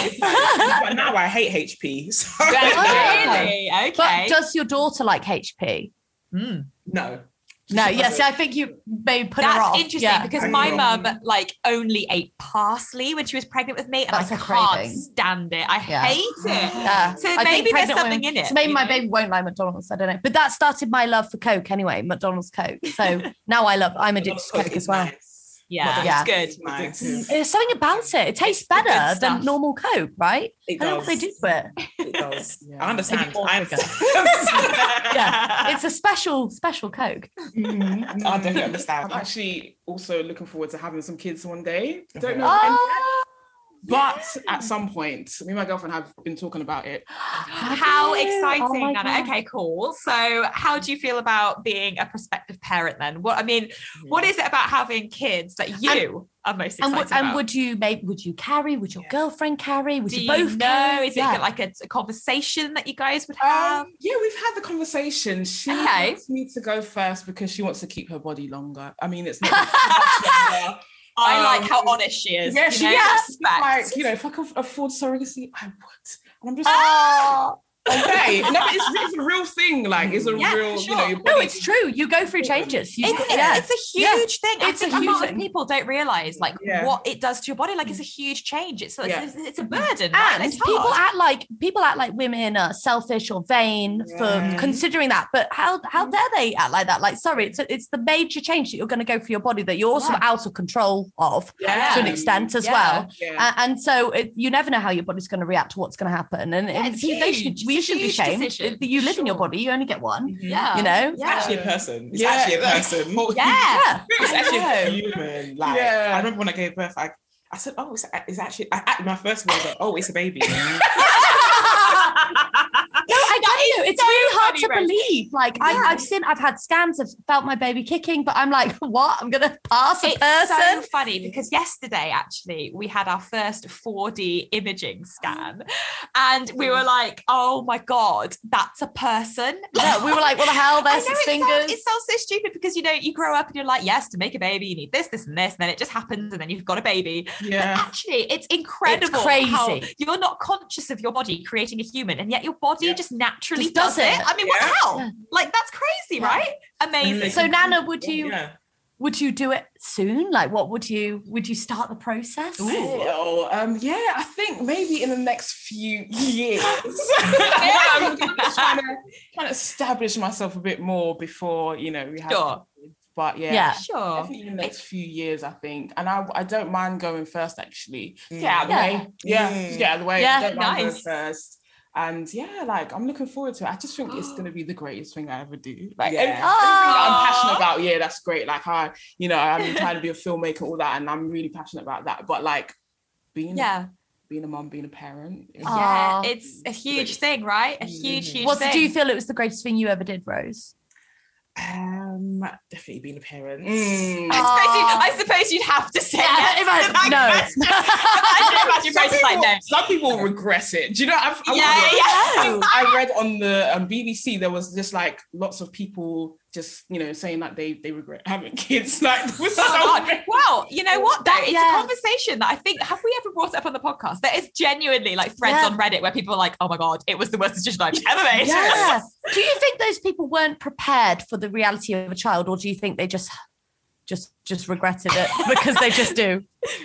S2: but now I hate HP. So [LAUGHS]
S4: Yeah.
S3: really? Okay.
S4: But does your daughter like HP?
S2: no.
S4: No, yeah. See, I think you maybe put
S3: That's
S4: her off.
S3: interesting
S4: Yeah.
S3: because
S2: Put
S3: my
S2: her
S3: mum like only ate parsley when she was pregnant with me, and
S4: That's
S3: I
S4: her
S3: can't
S4: craving.
S3: stand it. I
S4: Yeah.
S3: hate it.
S4: Yeah.
S3: So
S4: I think
S3: maybe there's
S4: pregnant
S3: something
S4: women-
S3: in it.
S4: So maybe
S3: you
S4: my
S3: know?
S4: baby won't like McDonald's. I don't know. But that started my love for Coke anyway, McDonald's Coke.
S3: [LAUGHS]
S4: So now I love, I'm addicted to Coke as well.
S3: Yeah,
S4: Yeah.
S3: it's good.
S2: Nice.
S4: There's something about it. It tastes
S3: the good
S4: better
S3: stuff.
S4: than normal Coke, right?
S2: It
S4: I don't know what they do
S2: does.
S4: to it.
S2: It
S4: [LAUGHS]
S2: does.
S1: Yeah.
S2: I understand.
S4: Maybe more
S2: I
S4: sugar.
S2: understand. [LAUGHS]
S3: [LAUGHS]
S4: Yeah. It's a special, special Coke.
S1: Mm-hmm.
S2: Mhm. I definitely understand.
S1: I'm actually also looking forward to having some kids one day. Don't know when,
S4: Oh,
S1: but at some point, me and my girlfriend have been talking about it.
S3: How exciting,
S4: Oh my
S3: Nana.
S4: God.
S3: Okay, cool. So, how do you feel about being a prospective parent then? What I mean, what is it about having kids that you are most excited
S4: And, would and
S3: about?
S4: would you make, would you carry? Would your girlfriend carry? Would
S3: do you
S4: you both
S3: know?
S4: carry?
S3: Is
S4: Yeah. Oh,
S3: it like a, a conversation that you guys would have?
S1: Um, yeah, we've had the conversation. She
S3: Okay.
S1: wants me to go first because she wants to keep her body longer. I mean, it's
S3: [LAUGHS]
S1: not
S4: [LAUGHS]
S1: much longer.
S3: I like
S1: um,
S3: how honest she is.
S1: Yeah,
S3: you
S1: she
S3: know,
S1: yes,
S3: respect.
S1: like
S3: [LAUGHS]
S1: you know, if I could afford surrogacy, I would. And I'm just
S3: Ah,
S4: Oh.
S1: like, okay. [LAUGHS] No, but it's, it's a real thing. Like, it's a
S3: Yeah, for
S1: real,
S3: sure.
S1: you know, your
S4: No,
S1: body
S4: it's true. You go through changes. You,
S3: It's, it's,
S4: yeah.
S3: it's a
S4: Yeah.
S3: huge thing.
S4: It's a
S3: I think a, lot
S4: huge
S3: of
S4: thing. Mm.
S3: people don't realize like
S1: Yeah.
S3: what it does to your body. Like it's a huge change. It's it's,
S1: Yeah.
S3: it's, it's a burden. right?
S4: and
S3: It's
S4: people
S3: hard.
S4: act like people act like women are selfish or vain
S1: Yeah.
S4: for considering that but how how dare they act like that like sorry it's it's the major change that you're going to go for your body that you're also
S3: Yeah.
S4: out of control of
S1: Yeah.
S4: to an extent as
S3: Yeah.
S4: well
S1: Yeah.
S4: A- and so it, you never know how your body's going to react to what's going to happen and
S3: Yeah,
S4: it's,
S3: it's
S4: they should,
S3: huge.
S4: we
S3: It's a
S4: shouldn't be
S3: huge
S4: shamed
S3: decision,
S4: you live in your
S3: sure.
S4: body you only get one
S3: yeah.
S4: you know
S2: It's actually a
S1: Yeah.
S2: person. It's
S1: Yeah.
S2: actually a person. [LAUGHS]
S3: Yeah.
S4: [LAUGHS] yeah
S2: It's actually a human. Like
S1: Yeah.
S2: I remember when I gave birth, I I said, oh, it's, it's actually I, I- my first word. was, Oh, it's a
S4: [LAUGHS]
S2: baby.
S4: No, I don't know. It's really hard to
S3: funny, Rose.
S4: believe. Like
S3: Yeah.
S4: I've, I've seen, I've had scans, I've felt my baby kicking, but I'm like, [LAUGHS] what? I'm gonna pass a
S3: It's so
S4: person.
S3: funny because yesterday, actually, we had our first 4D imaging scan, and we were like, "Oh my god, that's a person!"
S4: yeah, we were like, well, the hell?
S3: I
S4: There's
S3: know
S4: his
S3: it
S4: fingers.
S3: Sounds, it sounds so stupid because you know you grow up and you're like, "Yes, to make a baby, you need this, this, and this," and then it just happens, and then you've got a baby.
S1: Yeah.
S3: Actually, it's incredible.
S4: crazy.
S3: how you're not conscious of your body creating a human, and yet your body
S2: Yeah.
S3: just naturally
S4: Just
S3: does,
S4: does
S3: it.
S4: it.
S3: I mean, what
S2: Yeah.
S3: the hell?
S4: Yeah.
S3: Like that's crazy,
S4: Yeah.
S3: right? Amazing.
S4: so Nana, would you
S2: yeah.
S4: would you do it soon? Like, what would you would you start the process?
S1: Oh, um, yeah, I think maybe in the next few [LAUGHS] years.
S4: [LAUGHS]
S1: I'm just trying to, trying to establish myself a bit more before, you know, we have
S3: Sure.
S1: kids. But yeah,
S3: [LAUGHS]
S4: Yeah.
S3: Sure.
S1: definitely in the next few years, I think. And I, I don't mind going first, actually. Get out of the
S4: Yeah.
S1: way. Yeah, just get out of the way.
S4: Yeah,
S1: don't mind going
S3: nice.
S1: first. And yeah, like I'm looking forward to it. I just think it's gonna be the greatest thing I ever do. Like
S2: Yeah.
S1: every- everything that I'm passionate about, yeah, that's great. Like I, you know, I'm trying to be a filmmaker, all that, and I'm really passionate about that. But like being
S3: Yeah.
S1: being a mom, being a parent. is-
S4: Oh.
S3: Yeah,
S4: Aw.
S3: it's a huge thing, right? A huge, huge
S4: What
S3: thing.
S4: do you feel it was the greatest thing you ever did, Rose?
S2: Um, definitely being a parent.
S1: Mm.
S3: I suppose, you, I suppose you'd have to say
S4: [LAUGHS]
S3: yes. [LAUGHS]
S4: Imagine- no. [LAUGHS]
S3: I can imagine Rose is like, no.
S1: Some people regret it. Do you know? I've,
S4: Oh
S1: I
S3: Yeah, yeah.
S1: [LAUGHS] I read on the um, BBC there was just like lots of people just you know saying that they they regret having [LAUGHS] kids. Like it was so
S3: [LAUGHS] [LAUGHS] Oh,
S1: many-
S3: God. Well, you know what? That
S4: That-
S3: is
S4: yeah.
S3: a conversation that I think have we ever brought it up on the podcast? There is genuinely like threads
S4: Yeah.
S3: on Reddit where people are like, "Oh my god, it was the worst decision I've ever made."
S4: yeah. Do you think those people weren't prepared for the reality of a child, or do you think they just just just regretted
S3: [LAUGHS]
S4: it because they just do?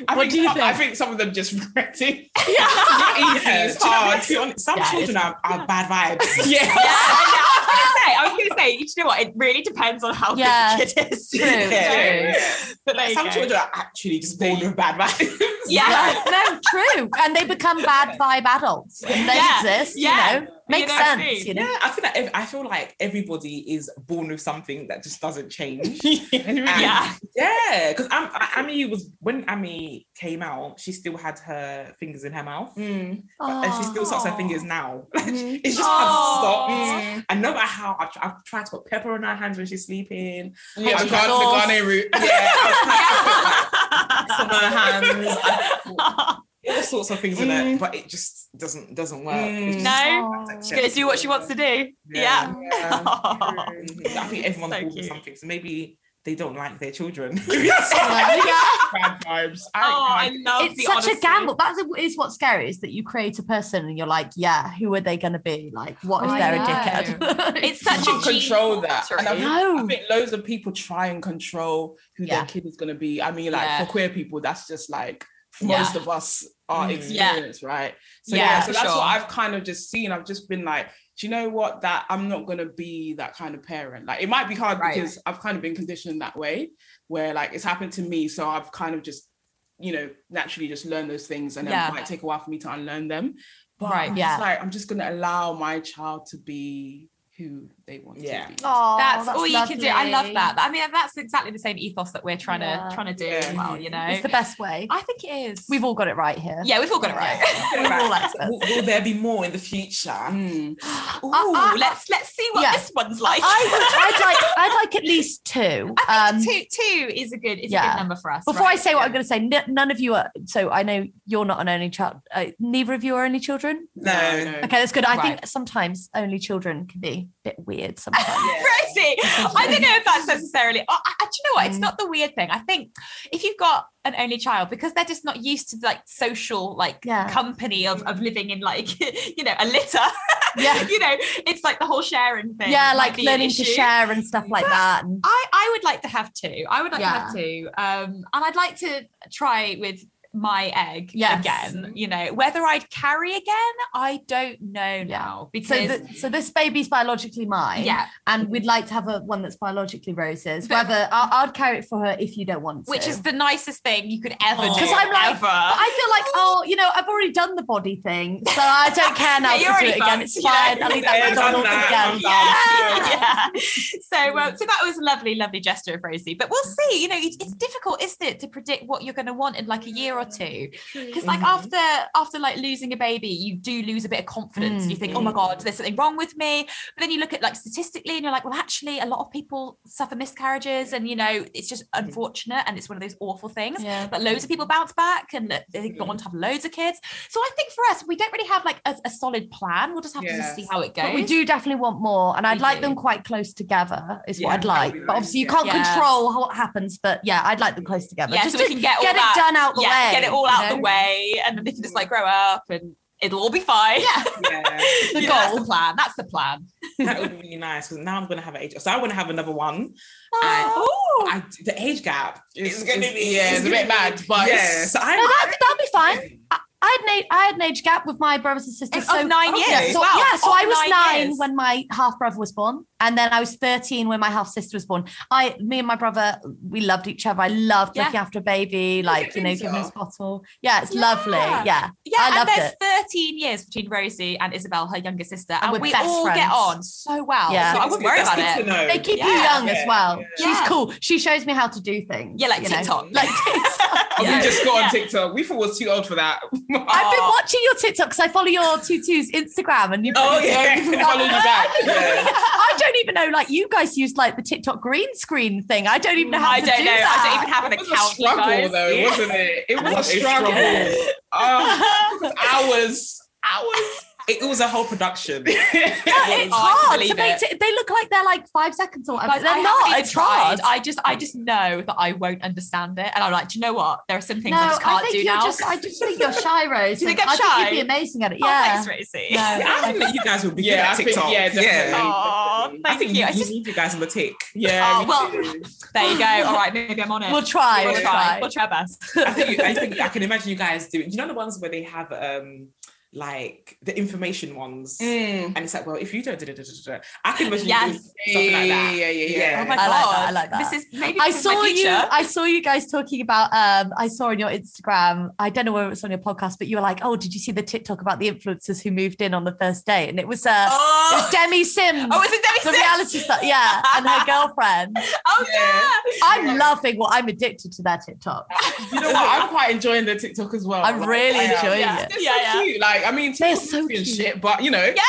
S1: I
S4: What
S1: think,
S4: do you
S1: some- I
S4: think?
S1: think some of them
S2: [LAUGHS]
S1: just regret it.
S2: Not easy.
S1: Yeah.
S2: It's hard. To be honest, some
S4: Yeah,
S2: children are, are bad
S4: [LAUGHS]
S2: vibes.
S1: Yeah.
S3: [LAUGHS] Yeah, I know. I was going to say, I was going to say, you know what? It really depends on how
S4: Yeah.
S3: big the kid is. [LAUGHS]
S4: True,
S2: Yeah.
S3: But there you
S2: Some
S3: go.
S2: children are actually just born with bad vibes. [LAUGHS]
S3: yeah.
S4: [LAUGHS] Yeah, no, true. And they become bad vibe adults. And they
S3: Yeah,
S4: exist,
S3: yeah.
S4: you know. Makes
S3: know what I
S4: sense,
S3: mean?
S4: you know.
S2: Yeah, I feel like ev- I feel like everybody is born with something that just doesn't change.
S1: yeah.
S3: [LAUGHS]
S4: [LAUGHS]
S3: Yeah.
S2: yeah, because Am- I- Amy was when Amy came out, she still had her fingers in her mouth,
S1: Mm.
S2: but- and she still sucks her
S3: Aw.
S2: fingers now. [LAUGHS]
S1: Mm.
S2: It's just
S3: Aw.
S2: hasn't stopped. And no matter how I've, tr- I've tried to put pepper on her hands when she's
S3: [LAUGHS]
S2: sleeping.
S1: Yeah,
S4: Hot
S1: the Ghana- the
S4: sauce.
S1: Ghanaian route. [LAUGHS]
S2: Yeah, I've tried to put, like,
S3: Yeah.
S2: on her hands. [LAUGHS] all sorts of things in it, but it just doesn't doesn't work. It's
S1: Mm.
S2: just-
S3: Mm. no,
S2: That's
S3: she's gonna do what she wants to do. Yeah.
S1: Yeah.
S2: Mhm. I think everyone's
S3: [LAUGHS] So
S2: born with
S3: cute.
S2: something, so maybe they don't like their
S3: [LAUGHS]
S2: children. [LAUGHS]
S1: [LAUGHS] Bad vibes. I,
S3: Oh,
S1: I-
S3: I love
S4: it's
S3: the
S4: such
S3: honesty.
S4: a
S3: [LAUGHS]
S4: gamble. That's is what's scary is that you create a person and you're like, yeah, who are they going to be? Like, what if
S3: I
S4: they're
S3: know.
S4: a
S3: [LAUGHS]
S4: dickhead?
S3: It's such
S1: can't
S3: a
S1: control that. And I
S3: lottery.
S1: think- I
S4: no.
S1: think loads of people try and control who
S4: Yeah.
S1: their kid is going to be. I mean, like
S3: Yeah.
S1: for queer people, that's just like
S3: Yeah.
S1: most of us are
S2: Mm.
S3: Yeah.
S1: experienced, right? So
S3: Yeah,
S1: yeah, so
S3: for
S1: that's
S3: sure.
S1: what I've kind of just seen. I've just been like, do you know what? That I'm not going to be that kind of parent. Like it might be hard
S3: Right.
S1: because I've kind of been conditioned that way, where like it's happened to me. So I've kind of just, you know, naturally just learned those things, and
S3: Yeah.
S1: it might take a while for me to unlearn them. But
S3: Right,
S1: I'm
S4: yeah.
S1: just like I'm just going to allow my child to be who they want
S2: Yeah.
S1: to be.
S4: Aw,
S3: That's, all you can do. I love
S4: lovely.
S3: that. I mean, that's exactly the same ethos that we're trying
S4: Yeah.
S3: to trying to do
S1: Yeah.
S3: as well. You know,
S4: It's the best way.
S3: I think it is.
S4: We've all got it right here.
S3: yeah, we've all got it right. [LAUGHS]
S4: We're all experts.
S2: will, will there be more in the
S5: Hmm.
S2: future?
S1: Mm.
S3: Ooh,
S4: I- I-
S3: Uh, let's let's see what
S4: Yeah.
S3: this one's like.
S4: I
S3: [LAUGHS]
S4: would, I'd like, I'd like at least two. Um,
S3: two two is a good is a
S4: yeah.
S3: good number for us.
S4: before I
S3: right?
S4: say what I'm going to say, n- none of you are. So I know you're not an only child. Uh, neither of you are only children.
S2: No. [LAUGHS]
S4: Okay, that's good. I
S3: Right.
S4: think sometimes only children can be a bit
S3: [LAUGHS]
S4: weird sometimes.
S3: Rosie, I don't know if that's necessarily. Oh, I, I- do you know what?
S4: Mm.
S3: It's not the weird thing. I think if you've got an only child, because they're just not used to like social like
S4: Yeah.
S3: company of, of living in like [LAUGHS] you know a litter. [LAUGHS]
S4: yeah.
S3: you know, it's like the whole sharing thing.
S4: Yeah,
S3: might
S4: like
S3: be an
S4: learning to
S3: issue.
S4: share and stuff
S3: [LAUGHS]
S4: like that. And
S3: I, I would like to have two. I would like to
S4: Yeah.
S3: have two. Um, and I'd like to try with my egg
S4: Yes.
S3: again. You know, whether I'd carry again, I don't know now
S4: so,
S3: because
S4: th- so this baby's biologically mine.
S3: yeah,
S4: and we'd like to have a one that's biologically Rose's. Whether I- I'd carry it for her if you don't want to,
S3: which is the nicest thing you could ever do.
S4: Oh. 'Cause I'm like-
S3: ever.
S4: But I feel like, oh, you know, I've already done the body thing, so I don't care now
S3: Yeah, you're
S4: to do
S3: already
S4: it again.
S3: fucked,
S4: It's
S3: you
S4: fine.
S3: know?
S4: I'll leave that
S2: Yeah, done
S4: McDonald's
S2: that,
S4: again.
S2: done
S3: [LAUGHS] yeah. So,
S4: Mm.
S3: um, so that was a lovely, lovely gesture of Rosie. But we'll see. You know, it, it's difficult, isn't it, to predict what you're going to want in like a year or two. Because like
S4: Mm-hmm.
S3: after after like losing a baby, you do lose a bit of confidence. You think, oh
S4: Mm.
S3: my god, there's something wrong with me. But then you look at like statistically, and you're like, well, actually, a lot of people suffer miscarriages, and you know, it's just
S4: Mm.
S3: unfortunate, and it's one of those awful things.
S4: Yeah.
S3: But loads of people
S4: Mm-hmm.
S3: bounce back, and that they go on to have loads of kids. So I think for us, we don't really have like a, a solid plan. We'll just have to just
S5: Yes.
S3: see how it goes.
S4: But we do definitely want more, and I'd
S3: We
S4: like
S3: do.
S4: them quite close together, is what
S5: Yeah,
S4: I'd
S5: that would
S4: like.
S5: be
S4: But
S5: nice,
S4: obviously, you
S5: yeah.
S4: can't
S3: Yeah.
S4: control how- what happens. But yeah, I'd like them close together.
S3: Yeah,
S4: Just
S3: so we
S4: to
S3: can get all
S4: get
S3: that.
S4: it done out the
S3: yeah,
S4: way.
S3: Get it all
S4: you
S3: out the
S4: know? Mm-hmm.
S3: way, and then they can just like grow up, and it'll all be fine. [LAUGHS] Yeah,
S5: yeah.
S3: the
S4: Yeah.
S3: That's the plan. That's the plan.
S5: [LAUGHS] that would be really nice because now I'm gonna have an age. So I'm gonna have another one.
S3: Oh,
S5: I, the age gap is gonna be
S1: yeah, it's a
S5: gonna
S1: bit
S5: be-
S1: [LAUGHS] mad, but
S5: Yeah,
S1: yes.
S5: so I'm
S4: No, that that'll be fine. I, I had an age, I had an age gap with my brothers and sisters.
S3: Of
S4: so
S3: nine
S4: Oh,
S3: years.
S4: Yeah, so,
S3: Wow.
S4: yeah, so
S3: Of
S4: I was
S3: nine
S4: nine
S3: years.
S4: when my half brother was born, and then I was thirteen when my half sister was born. I, me and my brother, we loved each other. I loved
S3: Yeah.
S4: looking after a baby, like you know,
S5: think
S4: giving
S5: so?
S4: his bottle. Yeah, it's
S3: Yeah.
S4: lovely. Yeah,
S3: yeah.
S4: I
S3: and
S4: loved
S3: there's 13 years between Rosie and Isabel, her younger sister, and,
S4: we're
S3: we
S4: best
S3: all
S4: friends.
S3: get on so well.
S4: Yeah.
S3: So I wouldn't worry
S5: That's
S3: about
S5: good
S3: it.
S5: to know.
S4: they keep you
S3: Yeah.
S4: young as well.
S3: Yeah.
S4: She's cool. She shows me how to do things.
S3: Yeah, like
S4: you know.
S3: TikTok.
S4: [LAUGHS] Like TikTok.
S1: Oh,
S3: [LAUGHS] Yeah. Oh.
S1: We just got
S3: Yeah.
S1: on TikTok. We thought we was too old for that. [LAUGHS]
S4: I've been
S3: Aw.
S4: watching your TikTok because I follow your tutus Instagram and you.
S1: oh yeah, [LAUGHS] people followed you back.
S3: [LAUGHS]
S1: Yeah.
S4: I don't even know. Like you guys used like the TikTok green screen thing. I don't even know how
S3: I
S4: to
S3: don't
S4: do
S3: know. I don't
S4: that.
S3: even have an
S1: It was a
S3: account. you
S1: struggle
S3: guys.
S1: though,
S3: Yeah.
S1: wasn't it? It was a struggle.
S4: [LAUGHS]
S1: Oh, it took us hours. Hours.
S5: It was a whole
S1: [LAUGHS]
S5: production.
S4: Yeah, it's
S3: Oh, I can
S4: hard
S3: believe
S4: to make.
S3: it.
S4: It. They look like they're like five seconds or whatever.
S3: Guys,
S4: they're
S3: I haven't
S4: not.
S3: even
S4: It's hard.
S3: tried. I just,
S4: Oh.
S3: I just know that I won't understand it, and I'm like, do you know what? There are some things
S4: no,
S3: I just can't
S4: think
S3: do
S4: you're
S3: now. [LAUGHS]
S4: just. I just think you're shy, Rose.
S3: Do you think
S4: and
S3: I'm
S4: I think
S3: shy?
S4: you'd be amazing at it.
S3: Oh,
S4: Yeah.
S3: thanks, Rosie.
S4: No.
S5: I think that you guys would be
S1: Yeah,
S5: yeah,
S1: I
S5: good at
S1: think-
S5: TikTok.
S1: yeah, definitely.
S3: Aw,
S1: Oh, I
S3: thank
S5: I think
S3: you.
S5: you,
S3: It's
S5: you
S3: just
S5: need you guys on the tick.
S1: Yeah.
S3: Oh,
S1: we
S3: well,
S1: did.
S3: there you go.
S4: [LAUGHS]
S3: All right, maybe I'm on it.
S4: We'll try.
S3: We'll
S1: Yeah.
S3: try. We'll try our
S4: [LAUGHS]
S3: best.
S5: I think, you, I think I can imagine you guys doing. You know the ones where they have um like the information ones,
S1: Mm.
S5: and it's like, well, if you don't, da, da, da, da, da. I can imagine
S3: Yes.
S5: you doing something like that.
S1: Yeah, yeah, yeah,
S5: Yeah.
S1: yeah.
S3: Oh my
S4: I like
S3: god!
S4: that, I like that.
S3: This is maybe
S4: I
S3: this is my
S4: saw you.
S3: future.
S4: I saw you guys talking about. Um, I saw on your Instagram. I don't know whether it's on your podcast, but you were like, "Oh, did you see the TikTok about the influencers who moved in on the first day?" And it was, uh, it was
S3: Oh,
S4: Demi Sims,
S3: oh, it's a
S4: the
S3: Demi Sims.
S4: reality star, yeah, and her girlfriend.
S3: Oh yeah.
S1: Yeah.
S4: I'm loving what I'm addicted to that TikTok.
S1: You know what? I'm quite enjoying the TikTok as well.
S4: I'm
S1: Like,
S4: really
S1: yeah.
S4: enjoying
S3: Yeah.
S4: it.
S1: They're so cute. Like, I mean,
S4: They're
S1: TikTok's
S4: so
S1: cute and
S4: cute.
S1: shit, but you know, yeah.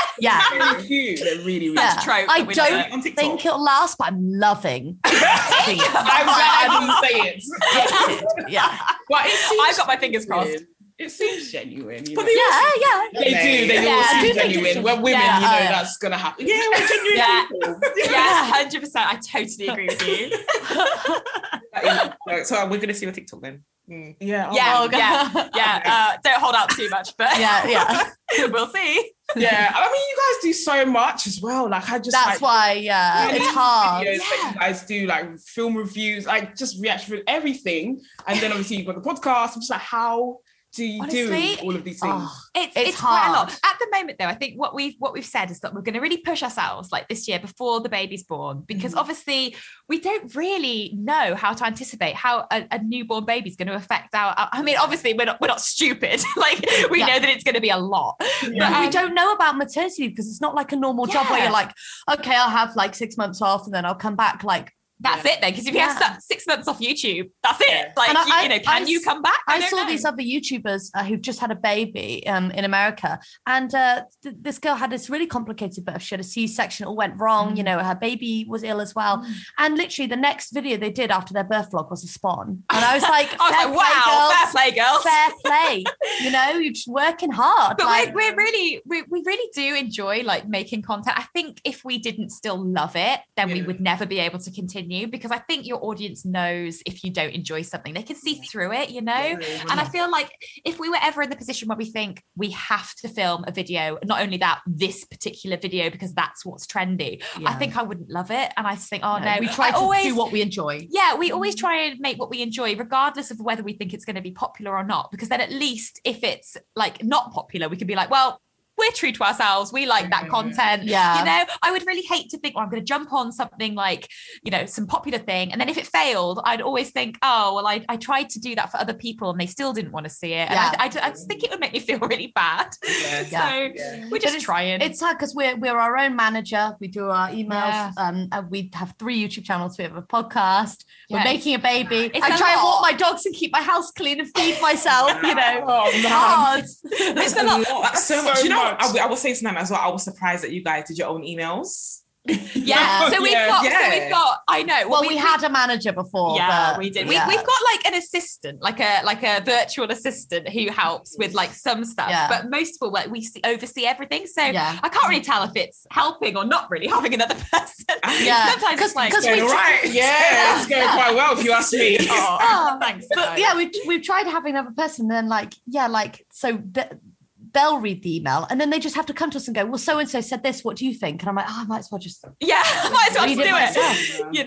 S1: [LAUGHS]
S4: Yeah,
S1: really cute. They're really, really.
S4: Yeah.
S3: That's a trope.
S4: I
S3: that we love
S4: don't-
S3: it.
S5: On
S4: I think
S5: TikTok.
S4: it'll last, but I'm loving. it. [LAUGHS]
S1: I'm glad I didn't say it.
S4: yeah,
S1: But it seems
S3: I've got my fingers
S1: genuine.
S3: crossed.
S1: It seems genuine. You know?
S4: yeah, yeah.
S1: They do. They
S3: Yeah,
S1: all
S3: I
S4: do
S1: seem genuine.
S4: think it's genuine.
S1: We're women,
S4: Yeah.
S1: you know,
S4: Uh,
S1: that's gonna happen.
S5: Yeah, we're genuine
S3: Yeah.
S5: people.
S4: [LAUGHS]
S3: Yeah, hundred percent. I totally agree with you.
S5: That is-
S2: [LAUGHS]
S5: so we're gonna see your TikTok then. Mm.
S1: [LAUGHS] yeah,
S3: Yeah,
S1: oh,
S4: Oh, God.
S3: yeah, yeah. Uh, don't hold out too much, but
S4: Yeah,
S3: [LAUGHS]
S4: yeah.
S3: we'll see.
S1: yeah. I mean, you guys do so much as well. Like, I just like,
S4: That's why. Yeah,
S1: Yeah,
S4: it's
S1: these
S4: hard.
S1: videos that you guys do, like film reviews, like just reaction, everything, and then obviously you've got the podcast. I'm just like, how do you
S3: Honestly,
S1: do all of these things?
S4: Oh,
S3: It's,
S4: It's
S3: it's, quite a
S4: hard.
S3: lot. At the moment, though, I think what we've what we've said is that we're going to really push ourselves like this year before the baby's born, because
S4: Mm-hmm.
S3: obviously we don't really know how to anticipate how a, a newborn baby's going to affect our. our- I mean, obviously we're not we're not stupid. [LAUGHS] like we
S4: Yeah.
S3: know that it's going to be a lot.
S4: but
S3: Yeah.
S4: we don't know about maternity leave because it's not like a normal job where
S3: Yeah.
S4: you're like, okay, I'll have like six months off and then I'll come back. Like,
S3: That's it then, because if you have
S4: Yeah.
S3: su- six months off YouTube, that's it.
S5: Yeah.
S3: Like
S4: And I-
S3: you, you know,
S4: I-
S3: can
S4: I
S3: you
S4: s-
S3: come back?
S4: I,
S3: don't
S4: saw
S3: know.
S4: these other YouTubers uh, who've just had a baby um, in America, and uh, th- this girl had this really complicated birth. She had a C-section, it all went wrong.
S3: Mm.
S4: You know, her baby was ill as well, and literally the next video they did after their birth vlog was a
S3: [LAUGHS]
S4: spawn, and I was like,
S3: I was
S4: fair
S3: like,
S4: play,
S3: wow,
S4: girls.
S3: fair play, girls.
S4: fair play. You know, you're just working hard.
S3: but
S4: like,
S3: we're, we're really we, we really do enjoy like making content i think if we didn't still love it then we
S5: Yeah.
S3: would never be able to continue because i think your audience knows if you don't enjoy something they can see through it you know and I feel like if we were ever in the position where we think we have to film a video, not only that, this particular video, because that's what's trendy, I
S4: Yeah.
S3: think I wouldn't love it. And I just think, oh no,
S4: we try
S3: I
S4: to do what we enjoy.
S3: yeah, we always try and make what we enjoy, regardless of whether we think it's going to be popular or not. Because then, at least if it's like not popular, we can be like, well, we're true to ourselves. We like that content.
S4: Yeah.
S3: You know, I would really hate to think, oh, I'm going to jump on something like, you know, some popular thing. And then if it failed, I'd always think, oh, well, I, I tried to do that for other people and they still didn't want to see it. And
S4: Yeah.
S3: I, I, I just think it would make me feel [LAUGHS] really bad.
S2: Yes.
S4: Yeah.
S3: So
S2: Yeah.
S3: we're just
S4: it's-
S3: trying.
S4: It's hard because we're we're our own manager. We do our emails.
S3: Yeah.
S4: Um, and we have three YouTube channels. We have a podcast.
S3: Yeah,
S4: We're making a baby.
S3: it's
S4: I
S3: a
S4: try and
S3: lot.
S4: walk my dogs and keep my house clean and feed myself.
S3: [LAUGHS]
S4: You know,
S1: Oh,
S4: hard.
S2: It's a lot. That's so,
S1: So
S2: much. You know,
S1: much.
S2: I, I was saying to them as well. I was surprised that you guys did your own emails.
S3: yeah. So we've
S1: Yeah,
S3: got, so
S2: yeah.
S3: we've got, I know.
S4: Well, we, had a manager before.
S3: yeah,
S4: but-
S3: we did.
S4: yeah.
S3: We, we've got like an assistant, like a like a virtual assistant who helps with like some stuff,
S4: Yeah.
S3: but most of all, like we see, oversee everything. So [LAUGHS]
S4: yeah.
S3: I can't really tell if it's helping or not really [LAUGHS] helping another person.
S4: Yeah.
S3: Sometimes it's like,
S4: Because we
S1: Going all right. Yeah, it's going quite well if you ask me.
S3: [LAUGHS] oh,
S4: Oh,
S3: thanks.
S4: but
S3: guys.
S4: yeah, we've we've tried having another person. Then like yeah, like so th- they'll read the email and then they just have to come to us and go, well, so and so said this. What do you think? And I'm like, oh, I might as well just
S3: yeah, [LAUGHS] might as well
S4: read
S3: just do
S4: it
S3: it.
S4: myself.
S3: You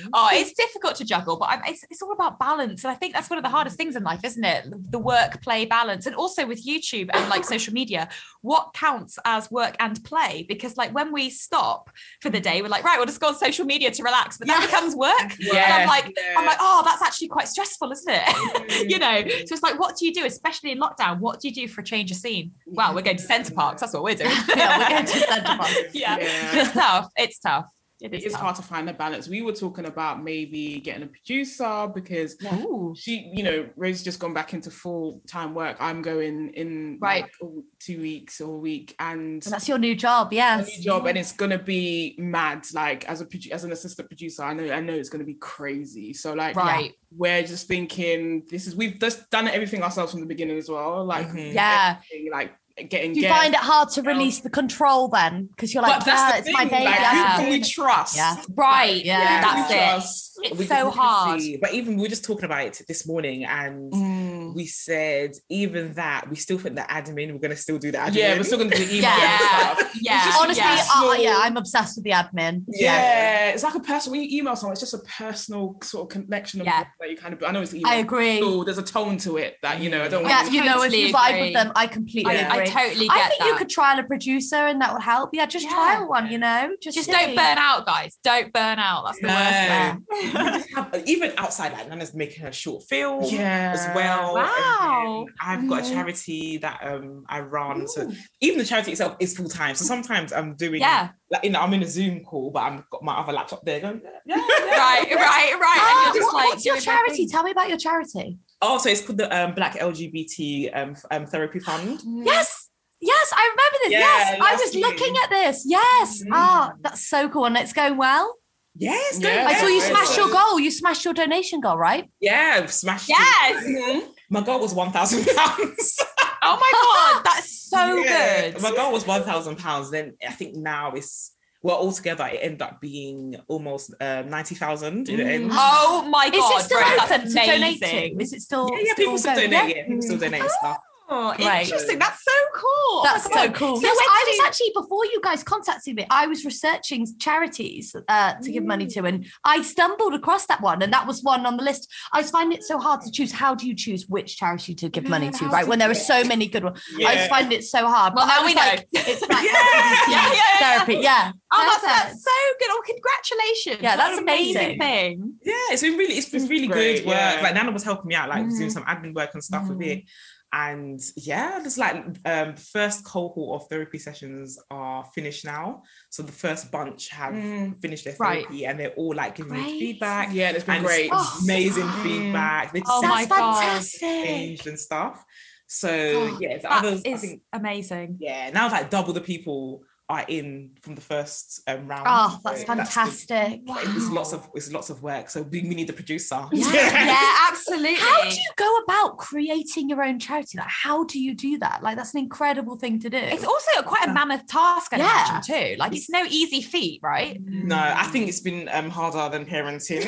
S3: know, oh, it's difficult to juggle, but I'm, it's, it's all about balance. And I think that's one of the hardest things in life, isn't it? The work play balance. And also with YouTube and like social media, what counts as work and play? Because like when we stop for the day, we're like, right, we'll just go on social media to relax, but that becomes work. And I'm like, I'm like, oh, that's actually quite stressful, isn't
S4: Mm-hmm.
S3: it? [LAUGHS] you know, so it's like, what do you do, especially in lockdown? What do you do for a change of scene? Well, we're going to centre parks. That's what we're doing.
S4: yeah, we're
S3: [LAUGHS]
S4: going to centre park.
S3: yeah.
S1: Yeah.
S3: it's tough. It's tough. It
S1: It is hard to find a balance. We were talking about maybe getting a producer because
S3: Ooh.
S1: she, you know, Rose's just gone back into full time work. I'm going in
S3: Right.
S1: like, oh, two weeks or a week and
S4: And that's your new job,
S1: a
S4: yes.
S1: new job, and it's gonna be mad. Like as a produ- as an assistant producer, I know I know it's gonna be crazy. So like,
S3: Right.
S1: we're just thinking this is we've just done everything ourselves from the beginning as well. Like
S2: Mhm.
S3: Yeah.
S1: everything, like getting
S4: Do you
S1: guests.
S4: find it hard to release the control then? Because you're like,
S1: but that's
S4: ah,
S1: the
S4: it's
S1: thing.
S4: my baby.
S1: like,
S4: I'm
S1: who can
S4: doing
S1: we
S4: it."
S1: trust?
S4: Yeah.
S3: Right.
S4: Yeah.
S1: Who can we
S3: That's it.
S1: trust?
S3: It's
S2: We-
S3: so
S2: we can
S3: hard.
S2: see. But even we were just talking about it this morning, and
S1: Mm.
S2: we said even that we still think the admin. We're gonna still do the admin.
S1: Yeah, we're still gonna do email [LAUGHS] and
S3: Yeah.
S1: stuff.
S3: Yeah.
S1: just-
S4: Honestly,
S3: yeah.
S1: Yes.
S4: I- I- yeah, I'm obsessed with the admin.
S1: yeah.
S2: Yeah.
S1: it's like a personal. When you email someone, it's just a personal sort of connection. Of
S3: Yeah.
S1: that you kind of. I know it's email.
S4: I agree.
S1: Oh, there's a tone to it that you know. I don't.
S4: Yeah,
S1: want
S4: you know, if
S3: totally
S4: you vibe
S3: agree.
S4: with them, I completely
S2: Yeah.
S3: I, I
S4: agree.
S3: totally get
S4: I think
S3: that.
S4: you could trial a producer and that will help. Yeah, just
S3: Yeah.
S4: trial one, you know? Just,
S3: just
S4: see.
S3: don't burn out, guys. Don't burn out. That's the
S2: Yeah.
S3: worst thing.
S2: [LAUGHS] even outside that, Nana's making her short film.
S1: yeah,
S2: as well. And
S3: Wow.
S2: then I've got a charity that um I run. So even the charity itself is full time. So sometimes I'm doing
S3: yeah.
S2: like you know, I'm in a Zoom call, but I've got my other laptop there going, yeah.
S4: [LAUGHS]
S3: Right. Right. Right.
S4: Ah,
S3: and you're just
S4: [GASPS] what-
S3: like,
S4: what's your
S3: doing my
S4: charity?
S3: thing.
S4: Tell me about your charity.
S2: Oh, so it's called the um Black LGBT um, f- um therapy fund.
S3: Mm.
S4: Yes. Yes, I remember this.
S2: Yeah,
S4: yes, I
S2: last
S4: was
S2: year.
S4: looking at this. Yes.
S3: Mm-hmm.
S2: Mhm.
S4: Ah, that's so cool. And it's going well.
S2: Yes,
S1: Yeah.
S4: I saw you
S1: very
S4: smash
S1: well.
S4: your goal. You smashed your donation goal, right?
S2: Yeah, smashed. it. Mm-hmm.
S3: Yes.
S2: My goal was one thousand pounds. [LAUGHS]
S3: Oh my
S4: [LAUGHS]
S3: god, that's so good.
S2: My goal was one thousand pounds. Then I think now it's well altogether it ended up being almost uh, ninety thousand in the end.
S3: Oh my
S4: Is
S3: god,
S4: it still
S3: bro, that's
S4: open to donate
S3: amazing.
S4: to? Is it still?
S2: Yeah, yeah, people
S4: still
S2: still
S4: going?
S2: donate.
S4: Yeah.
S2: Yeah, people still donate stuff.
S3: Oh,
S4: Right.
S3: interesting. That's so cool.
S4: That's
S3: oh my
S4: so
S3: God.
S4: cool.
S3: So
S4: yes,
S3: when
S4: I
S3: did
S4: was
S3: you-
S4: actually before you guys contacted me, I was researching charities uh, to give money to, and I stumbled across that one, and that was one on the list. I find it so hard to choose. How do you choose which charity to give money to? Right, when there are so many good ones, I just find it so hard.
S3: Well,
S4: but I
S3: now
S4: was
S3: we know.
S4: like, it's black
S2: [LAUGHS]
S3: Yeah, yeah, yeah.
S4: therapy. Yeah,
S3: Oh, that's,
S4: That's
S3: that's so good. Oh, congratulations.
S4: Yeah, that's
S3: an amazing
S4: amazing.
S3: thing.
S2: Yeah, it's been really, it's been
S1: It's
S2: really
S1: great,
S2: good work.
S1: yeah.
S2: Like Nana was helping me out, like
S3: Mhm.
S2: doing some admin work and stuff with
S3: Mhm.
S2: it. And yeah, there's like um first cohort of therapy sessions are finished now. So the first bunch have
S1: Mm.
S2: finished their
S3: Right.
S2: therapy and they're all like giving
S3: Great.
S2: me feedback.
S1: yeah, it's been
S2: And
S1: great.
S2: it's
S4: Oh,
S2: amazing
S1: Mm.
S2: feedback. They
S3: Oh
S2: sent
S3: my
S4: that's
S2: me
S3: God.
S4: fantastic.
S2: changed and stuff. So
S3: Oh,
S2: yeah, the
S3: That
S2: others I
S3: is
S2: think
S3: amazing.
S2: yeah, now like double the people are in from the first um, round.
S4: Oh,
S2: So
S4: that's
S2: good.
S4: fantastic.
S2: But it was lots of it's lots of work. So we, we need the producer. [LAUGHS]
S3: Yeah, yeah, absolutely.
S4: How do you go about creating your own charity? Like, how do you do that? Like, that's an incredible thing to do.
S3: It's also quite a mammoth task, I
S4: Yeah.
S3: imagine, too. Like, it's no easy feat,
S1: [LAUGHS]
S3: right?
S2: No, I think it's been um, harder than parenting.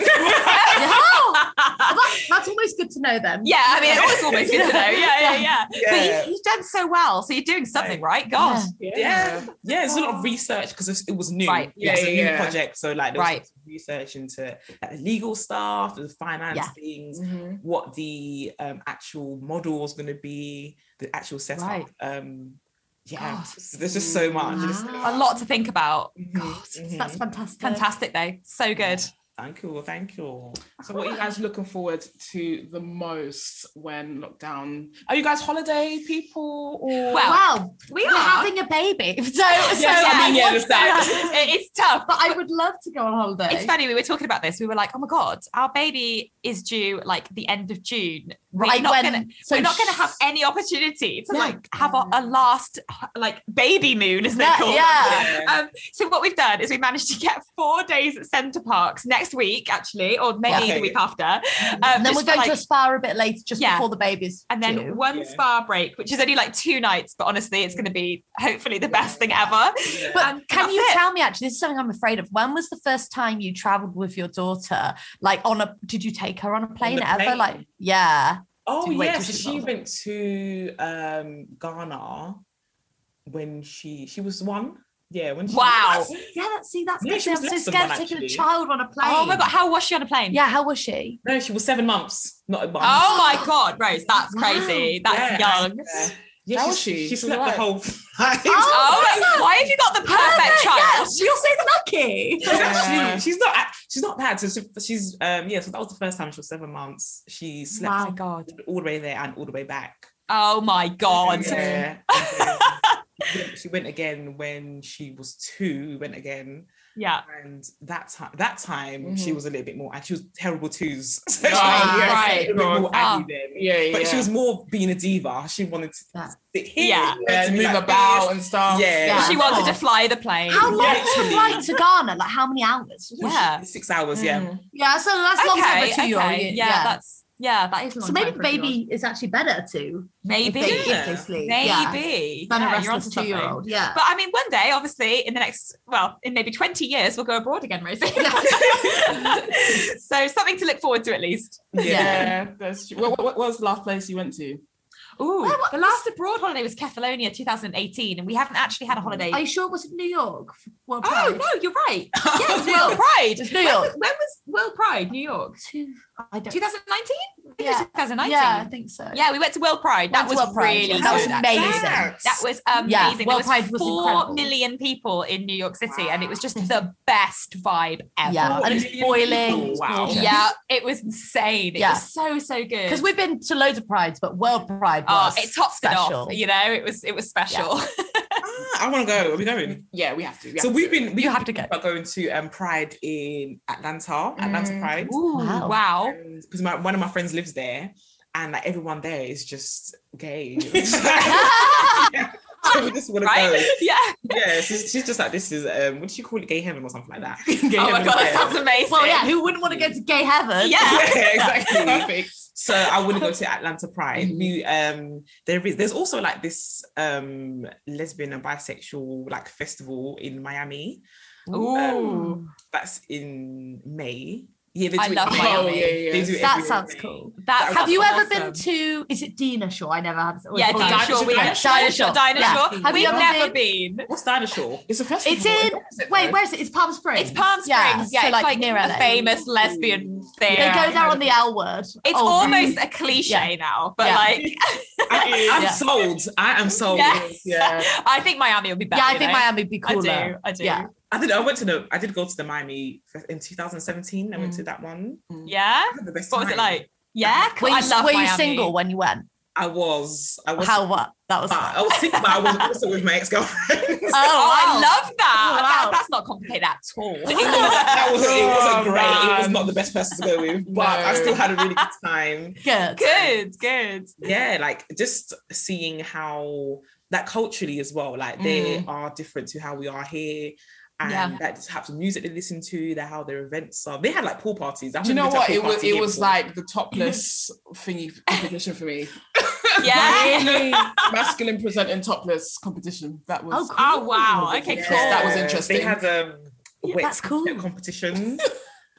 S4: Oh, well, that- that's always good to know then.
S3: [LAUGHS] Yeah, I mean, it always almost good to know. Yeah, yeah, yeah.
S2: Yeah.
S3: But you, you've done so well. So you're doing something, right? God.
S2: yeah, yeah, it's a lot of research because it was new.
S3: Right.
S2: Yeah,
S1: Yeah,
S2: it's a
S1: yeah,
S2: new
S1: yeah.
S2: project. So like, there was
S3: Right.
S2: lots of research into like, legal stuff, the finance
S4: Yeah.
S2: things,
S1: Mhm.
S2: what the um, actual model was going to be, the actual setup.
S3: Right.
S2: Um, yeah, just- there's just so much. I just-
S3: A lot to think about.
S4: God, that's Mm-hmm. fantastic.
S3: Fantastic though. So good.
S2: Thank you, thank you.
S1: So, what are you guys looking forward to the most when lockdown? Are you guys holiday people or?
S3: Well,
S7: Well,
S3: we
S7: we're
S3: are.
S7: having a
S4: [LAUGHS]
S7: baby. So, so
S3: I
S7: I
S3: mean,
S7: want
S3: [LAUGHS] it's,
S7: to-
S3: it's tough.
S7: but I would love to go on holiday.
S3: It's funny, we were talking about this. We were like, oh my God, our baby is due like the end of June.
S4: Right
S3: We're not
S4: when-
S3: gonna,
S4: so
S3: we're not gonna
S4: sh-
S3: have any opportunity to
S7: No.
S3: like have a, a last like baby moon, as they
S4: [LAUGHS] Yeah,
S3: call it.
S4: yeah.
S2: Ah.
S3: Um, so what we've done is we managed to get four days at Centre Parks next week, actually, or maybe
S2: Okay.
S3: the week after. Um,
S4: And then
S3: just
S4: we're
S3: for,
S4: going to a
S3: like-
S4: spa a bit later, just
S3: Yeah.
S4: before the babies.
S3: and then one
S2: Yeah.
S3: spa break, which is only like two nights, but honestly, it's going to be hopefully the best thing ever.
S4: But
S3: Um,
S4: can
S3: that's
S4: you
S3: it.
S4: tell me actually? This is something I'm afraid of. When was the first time you travelled with your daughter? Like on a? Did you take her on a plane
S2: the
S4: ever?
S2: plane?
S4: Like yeah.
S2: Oh
S4: Did wait
S2: yeah,
S4: till
S2: so
S4: she
S2: she
S4: was
S2: went to um Ghana when she she was one. Yeah, when she
S3: Wow.
S2: Was,
S7: Yeah, that's, see, that's
S2: Yeah,
S7: good.
S2: she
S7: I'm
S2: was
S7: so
S2: less than
S7: scared
S2: one,
S7: of taking a
S2: actually.
S7: child on a plane.
S3: Oh my god, how was she on a plane?
S7: Yeah, how was she?
S2: no, she was seven months, not a month.
S3: Oh my god, Rose, that's
S7: Wow.
S3: crazy. That's
S2: Yeah.
S4: Oh,
S3: young.
S2: Yeah. Yeah,
S1: How
S2: she,
S1: was she?
S2: she?
S1: She was
S2: slept
S1: alright.
S2: the whole [LAUGHS] flight.
S3: Oh, why have you got the perfect child?
S7: You're so lucky.
S2: She's actually, she's not act- she's not bad. So she- she's um yeah. So that was the first time she was seven months. She slept
S7: Wow.
S3: god.
S2: all the way there and all the way back.
S3: Oh my god.
S2: Yeah. [LAUGHS] And then she went again when she was two. We went again,
S3: Yeah.
S2: and that time that time she
S4: Mm-hmm.
S1: Mhm.
S2: was a little bit more. And she was terrible twos. [LAUGHS] So she
S3: Ah,
S2: was
S3: right.
S2: a little bit more
S3: Ah.
S2: aggy then.
S1: Oh. yeah, yeah.
S2: But she was more being a diva. She wanted to
S7: Yeah.
S2: sit here.
S3: Yeah.
S2: and
S1: yeah,
S2: to
S1: to
S2: be
S1: move
S2: like
S1: about
S2: this.
S1: and stuff.
S2: Yeah.
S7: Yeah. Oh.
S3: She wanted to fly the plane.
S7: How long is the
S2: Literally.
S7: flight to Ghana? Like how many hours?
S3: Yeah.
S2: Six hours. Yeah.
S1: Mm-hmm.
S7: Yeah, so that's long time
S3: Okay,
S7: for a two-year-old.
S3: okay. Yeah, that's yeah, that is a long
S7: so maybe
S3: time for a two-year-old.
S7: baby is actually better too.
S3: maybe
S7: if they,
S2: Yeah.
S7: if they sleep. yeah,
S3: maybe
S7: Than
S3: Yeah,
S7: a
S3: you're onto
S7: restless
S3: something.
S7: two-year-old. Yeah.
S3: But I mean, one day, obviously, in the next, well, in maybe 20 years, we'll go abroad again,
S7: [LAUGHS]
S3: Rosie. [LAUGHS] so something to look forward to at least.
S4: Mm-hmm.
S1: Yeah, that's true. What, what, what was the last place you went to?
S3: Ooh,
S7: Well, what-
S3: the last abroad holiday was Kefalonia 2018, and we haven't actually had a holiday.
S7: Are you sure it was in New York? World
S3: oh,
S7: Pride?
S3: no, you're
S7: [LAUGHS]
S3: right. Yeah, it was World
S4: It's
S3: Pride.
S4: New York.
S3: When was World Pride, New York?
S7: Two- I don't.
S3: 2019? I think it was
S7: Yeah.
S3: 2019.
S7: yeah, I
S3: Yeah.
S7: think so.
S3: we went to World Pride. That
S4: Went
S3: was
S4: to World Pride.
S3: really
S4: That was
S3: good,
S4: amazing.
S2: Yeah.
S3: That was amazing.
S4: Yeah,
S3: there
S4: World
S3: was
S4: Pride was
S3: four
S7: incredible.
S3: million people in New York City, and it was just the best vibe ever.
S4: Yeah, and it's boiling.
S2: Oh, wow.
S4: It's
S3: Yeah, it was insane. It
S4: Yeah.
S3: was so so good.
S4: Because we've been to loads of prides, but World Pride
S3: oh,
S4: was
S3: it topped it
S4: special.
S3: off. You know, it was it was special.
S2: Ah, I want to go. Are we going?
S1: Yeah, we have to. we
S2: so
S1: have to.
S2: we've
S1: [LAUGHS]
S2: been we
S4: You have to go.
S2: about going to um Pride in Atlanta, Atlanta
S1: Mm.
S2: Pride,
S3: [LAUGHS] Ooh,
S4: Wow.
S3: wow.
S2: because my one of my friends lives there, and like everyone there is just
S1: [LAUGHS]
S2: gay. [LAUGHS] so we just want to
S3: Right? [LAUGHS] Yeah.
S2: go. Yeah, she's, she's just like this is um what do you call it, gay heaven or something like
S3: [LAUGHS]
S2: that. [LAUGHS]
S1: Gay
S3: Oh my
S1: heaven
S3: god, that
S1: there.
S3: sounds amazing.
S4: [LAUGHS]
S3: [LAUGHS]
S4: well, yeah, who wouldn't want to go to gay heaven?
S3: Yeah.
S2: yeah,
S1: [LAUGHS]
S2: exactly.
S1: Perfect.
S2: So I want to go to Atlanta Pride.
S3: Mm-hmm.
S2: We um there is there's also like this um lesbian and bisexual like festival in Miami
S3: Ooh.
S2: that's in May. Yeah, they do
S3: I
S2: it in
S3: love
S1: Oh,
S3: Miami.
S1: yeah, yeah.
S2: They do it
S4: That
S2: every
S4: sounds
S2: year.
S4: cool.
S3: That
S2: Have
S3: sounds
S4: Have you ever
S3: awesome.
S4: been to?
S7: Is it Dina Shaw? I never have.
S3: Yeah,
S7: oh,
S3: Dina
S2: Dinosaur
S3: Shaw. We
S2: Diner.
S3: went to Dinosaur.
S4: Yeah.
S3: Dinosaur.
S4: Have you
S3: We've
S4: ever
S3: never been.
S2: What's
S3: [LAUGHS]
S2: Dinosaur?
S1: It's a festival.
S7: It's in.
S1: Where is it,
S7: Wait,
S1: though?
S7: where is it? It's Palm Springs.
S3: It's Palm Springs.
S4: Yeah,
S3: Yeah,
S4: so,
S3: it's
S4: like,
S3: like,
S4: near
S3: a
S4: LA.
S3: famous lesbian thing.
S4: They go there on the L word.
S3: It's
S4: Oh,
S3: almost a cliche
S4: Yeah.
S3: now, but
S4: Yeah.
S3: like,
S2: I, I'm
S4: Yeah.
S2: sold. I am sold.
S3: yeah.
S1: Yeah. [LAUGHS]
S3: I think Miami will be better.
S4: yeah, I
S3: you
S4: think
S3: know?
S4: Miami would be cooler.
S3: I do. I do.
S4: Yeah.
S3: Yeah.
S2: I did. I went to the. I did go to the Miami fe- in 2017. I went to that one. I had the best
S3: Mm. What was it
S2: time.
S3: like? Yeah.
S4: Were
S3: Cool.
S4: you,
S3: I love
S4: were you
S3: Miami. Oh,
S4: single when you went?
S2: I was. I was.
S4: How what? That
S3: Uh,
S4: was.
S2: But I was sick, Oh, but I [LAUGHS] was also with my ex girlfriend.
S4: Oh,
S3: Oh, I
S4: wow.
S3: love that.
S4: Oh,
S3: That-
S4: wow.
S3: That's not complicated at all.
S2: [LAUGHS] that was, it wasn't
S1: Oh,
S2: great. It was
S1: man.
S2: not the best person to go [LAUGHS] with, but I
S1: No.
S2: still had a really good time.
S4: Good.
S3: good,
S4: [LAUGHS]
S3: good.
S2: Yeah, like just seeing how that culturally as well, like they are different to how we are here. And
S3: Yeah.
S2: that just types of music they listen to, the how their events are. They had like pool parties. I've
S1: Do you know what?
S2: never been to a
S1: It
S2: pool
S1: was
S2: party
S1: it
S2: here
S1: was
S2: before.
S1: like the topless thingy competition for me.
S3: Yeah.
S1: Masculine presenting topless competition. That was
S7: Oh,
S3: [LAUGHS] Oh wow. Okay,
S1: Yeah.
S3: cool.
S1: That was
S2: Yeah,
S1: interesting.
S2: They had um
S4: Yeah,
S2: wet
S4: that's cool.
S2: t-shirt competition.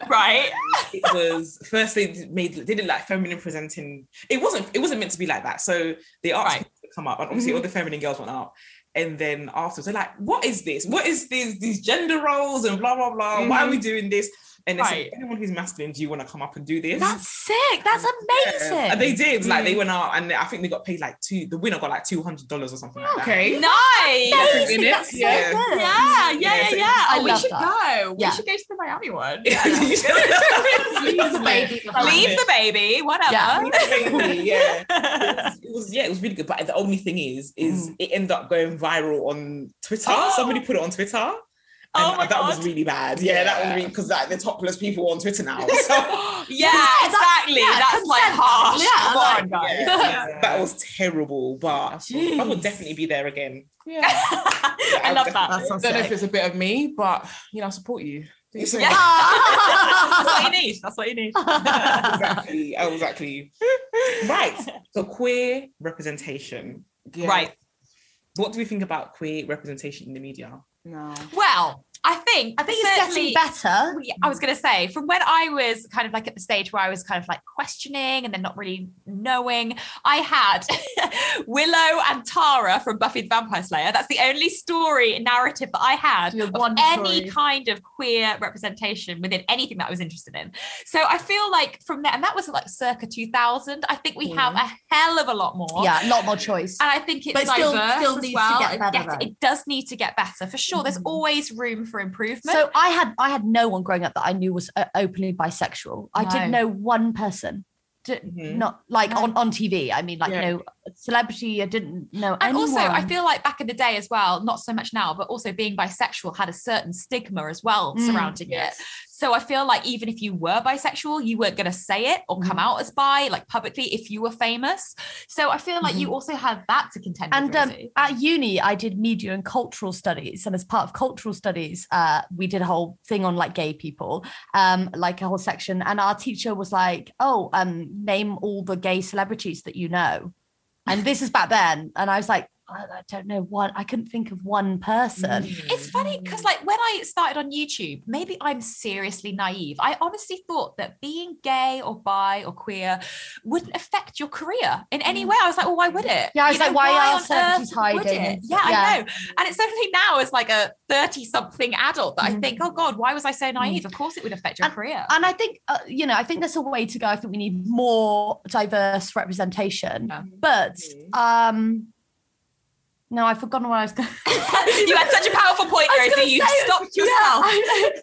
S3: Right.
S2: it was first they did- made they did like feminine presenting. It wasn't it wasn't meant to be like that. So they asked
S3: Right.
S2: people to come up, and obviously all the feminine girls went up. And then afterwards, they're like, "What is this? What is these these gender roles and blah blah blah? Why are we doing this?" And they
S1: Right.
S2: said, anyone who's masculine, do you want to come up and do this?
S4: That's sick. That's amazing.
S2: and they did. Like they went out, and I think they got paid like two. The winner got like two hundred dollars or something. Like [LAUGHS] that.
S1: Okay.
S3: Nice.
S2: Every minute.
S4: That's so
S2: Yeah.
S4: good.
S3: Yeah, yeah, yeah,
S2: Yeah, so-
S3: yeah.
S4: I
S3: Oh, we
S4: love
S3: should
S4: that.
S3: go.
S4: Yeah.
S3: We should go to the Miami
S4: [LAUGHS]
S3: one.
S7: Leave the baby behind.
S3: Leave the baby, whatever.
S4: Yeah.
S2: yeah. It was yeah, it was really good. But the only thing is, is it ended up going viral on Twitter.
S3: Oh.
S2: Somebody put it on Twitter. And
S3: [LAUGHS] Oh my
S2: that was really bad. Yeah, that was really because like the topless people on Twitter now. So
S3: [GASPS] Yeah,
S4: Yeah,
S3: exactly.
S4: yeah,
S3: That's like
S4: consent.
S3: harsh.
S4: Yeah,
S3: Come
S4: like-
S3: on, guys.
S2: yeah, that was terrible. But I would definitely be there again.
S1: [LAUGHS] Yeah.
S3: [LAUGHS]
S4: [LAUGHS]
S3: I love that.
S7: That's so
S1: I don't know if
S7: sick.
S1: it's a bit of me, but you know, I support you.
S2: Yeah.
S3: That's what you need. That's what you need.
S2: exactly. Oh, exactly. right. So queer representation.
S1: Yeah.
S3: Right.
S2: What do we think about queer representation in the media?
S1: No.
S3: Well, I think
S4: I think it's getting better.
S3: Yeah, I was going to say, from when I was kind of like at the stage where I was kind of like questioning and then not really knowing, I had [LAUGHS] Willow and Tara from Buffy the Vampire Slayer. That's the only story narrative that I had
S7: Your
S3: of
S7: one
S3: any
S7: story.
S3: kind of queer representation within anything that I was interested in. So I feel like from there, and that was like circa 2000, I think we have a hell of a lot more.
S4: Yeah, a lot more choice.
S3: And I think it's
S4: But still-
S3: diverse
S4: still
S3: as
S4: needs to
S3: well.
S4: get
S3: It
S4: better,
S3: gets-
S4: though. Mm-hmm.
S3: it does need to get better for sure. There's always room for improvement.
S4: So I had I had no one growing up that I knew was uh, openly bisexual. I did
S3: No.
S4: know one person. D-
S2: Mhm.
S4: Not like
S3: No.
S4: on, on TV. I mean, like
S1: Yeah.
S4: no celebrity. I didn't know.
S3: And also, I
S4: anyone.
S3: feel like back in the day as well, not so much now, but also being bisexual had a certain stigma as well
S4: Mm,
S3: surrounding it. So I feel like even if you were bisexual, you weren't going to say it or
S4: Mm-hmm.
S3: come out as bi, like publicly, if you were famous. So I feel like you also had that to contend
S4: Mm-hmm. And
S3: with.
S4: um,
S3: Rosie.
S4: at uni, I did media and cultural studies, and as part of cultural studies, uh, we did a whole thing on like gay people, um, like a whole section. And our teacher was like, "Oh, um, name all the gay celebrities that you know," and this is back then. And I was like, "I, I don't know one. I couldn't think of one person."
S2: Mm. Mm-hmm.
S3: It's funny because, like, when I started on YouTube, maybe I'm seriously naive. I honestly thought that being gay or bi or queer wouldn't affect your career in any way. Mm. I was like, well, why would it?
S4: Yeah, I was
S3: You know,
S4: like, why are
S3: on earth
S4: celebrities
S3: would
S4: hiding
S3: it?
S4: and
S3: Yeah,
S4: stuff? Yeah.
S3: I know. And it's only now, as like a 30 something adult, that I think, oh God, why was I so naive? Of course it would affect your career.
S4: And I think, uh, you know, I think there's a way to go. I think we need more diverse representation.
S3: Yeah.
S4: But um, no, I've forgotten what I was going to
S3: [LAUGHS] you had such a powerful point,
S4: I
S3: Rosie.
S4: was gonna
S3: You
S4: say-
S3: stopped yourself.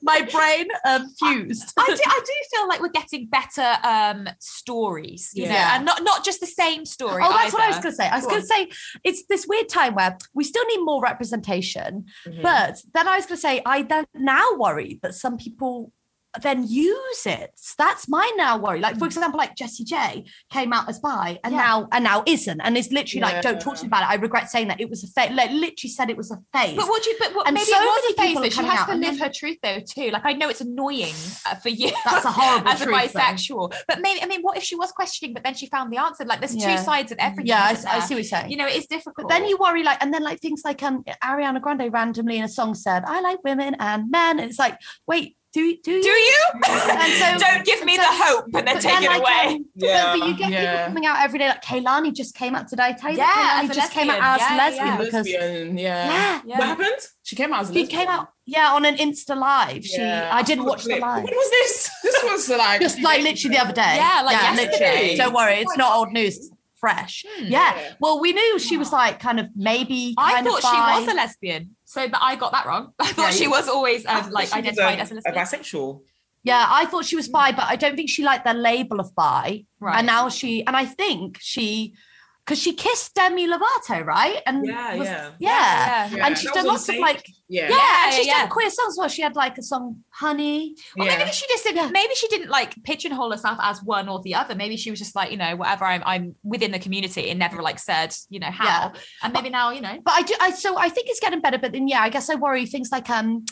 S3: [LAUGHS]
S4: My brain um, fused.
S3: I [LAUGHS] do, I do feel like we're getting better um stories, you know,
S4: Yeah.
S3: and not not just the same story.
S4: Oh, that's what I was
S3: either.
S4: going to say. I was
S3: Go
S4: going to say it's this weird time where we still need more representation,
S2: Mm-hmm.
S3: Hmm.
S4: but [LAUGHS] then I was going to say I then now worry that some people then use it. That's my now worry. Like for example, like Jessie J came out as bi and
S3: Hmm. Yeah.
S4: now and now isn't, and it's literally like don't talk to me about it. I regret saying that it was a phase. Like literally said it was a phase.
S3: But what do you? But what,
S4: And
S3: maybe
S4: so
S3: it was
S4: many
S3: a phase
S4: people are
S3: that she
S4: coming
S3: has
S4: out
S3: to
S4: and
S3: live
S4: then-
S3: her truth though too. Like I know it's annoying uh, for you.
S4: That's a
S3: [LAUGHS]
S4: horrible
S3: as a
S4: truth, though.
S3: bisexual, but maybe I mean, what if she was questioning, but then she found the answer? Like there's
S4: Yeah.
S3: two sides of everything.
S4: yeah, I,
S3: isn't
S4: I
S3: there?
S4: see what you're saying.
S3: You know, it's difficult.
S4: But then you worry, like, and then like things like um Ariana Grande randomly in a song said, "I like women and men," and it's like, wait, do do you?
S3: do you?
S4: [LAUGHS] And
S3: [LAUGHS]
S4: so-
S3: Don't give me
S4: so-
S3: the hope, and then
S4: But
S3: take
S4: then,
S3: it
S4: like,
S3: away.
S4: um, but- but, you get
S1: Yeah.
S4: people coming out every day, like Kaylani just came out today. Tell you
S3: Yeah,
S4: that
S3: as
S4: Kaylani
S3: a
S4: just came out as
S3: lesbian. Yeah,
S4: lesbian
S3: yeah.
S4: because
S1: Lesbian, yeah.
S3: [LAUGHS]
S4: yeah,
S1: What happened? She came out as a
S4: she
S1: lesbian.
S4: came out yeah on an Insta live. She
S1: Yeah,
S4: I
S1: I
S4: did
S1: saw the
S4: watch the
S1: clip.
S4: live.
S1: When was this? This was like
S4: Just like literally the other day.
S3: Yeah, like yesterday.
S4: literally. Don't worry, it's not old news. It's fresh. Yeah. Well, we knew she was like kind of maybe.
S3: Hmm. I
S4: kind of
S3: thought she was
S4: bi.
S3: a lesbian, so that I got that wrong. [LAUGHS] I thought she was always um, like
S2: She was,
S3: identified
S2: um,
S3: as a lesbian.
S2: bisexual.
S4: Yeah, I thought she was bi, but I don't think she liked the label of bi.
S3: Right.
S4: And now she, and I think she, because she kissed Demi Lovato, right? And
S2: Yeah,
S4: was-
S2: yeah.
S4: yeah.
S3: yeah.
S1: Yeah,
S4: And she's
S2: that
S4: done
S2: was on
S4: lots of
S2: stage.
S4: like,
S1: yeah.
S4: yeah,
S3: Yeah,
S4: and she's
S3: yeah,
S4: done queer songs. as Well, she had like a song, Honey.
S3: Or
S2: Yeah.
S3: maybe she just didn't. Maybe she didn't like pigeonhole herself as one or the other. Maybe she was just like, you know, whatever. I'm, I'm within the community and never like said, you know, how. And maybe now, you know,
S4: But I do, I so I think it's getting better. But then, yeah, I guess I worry things like, um,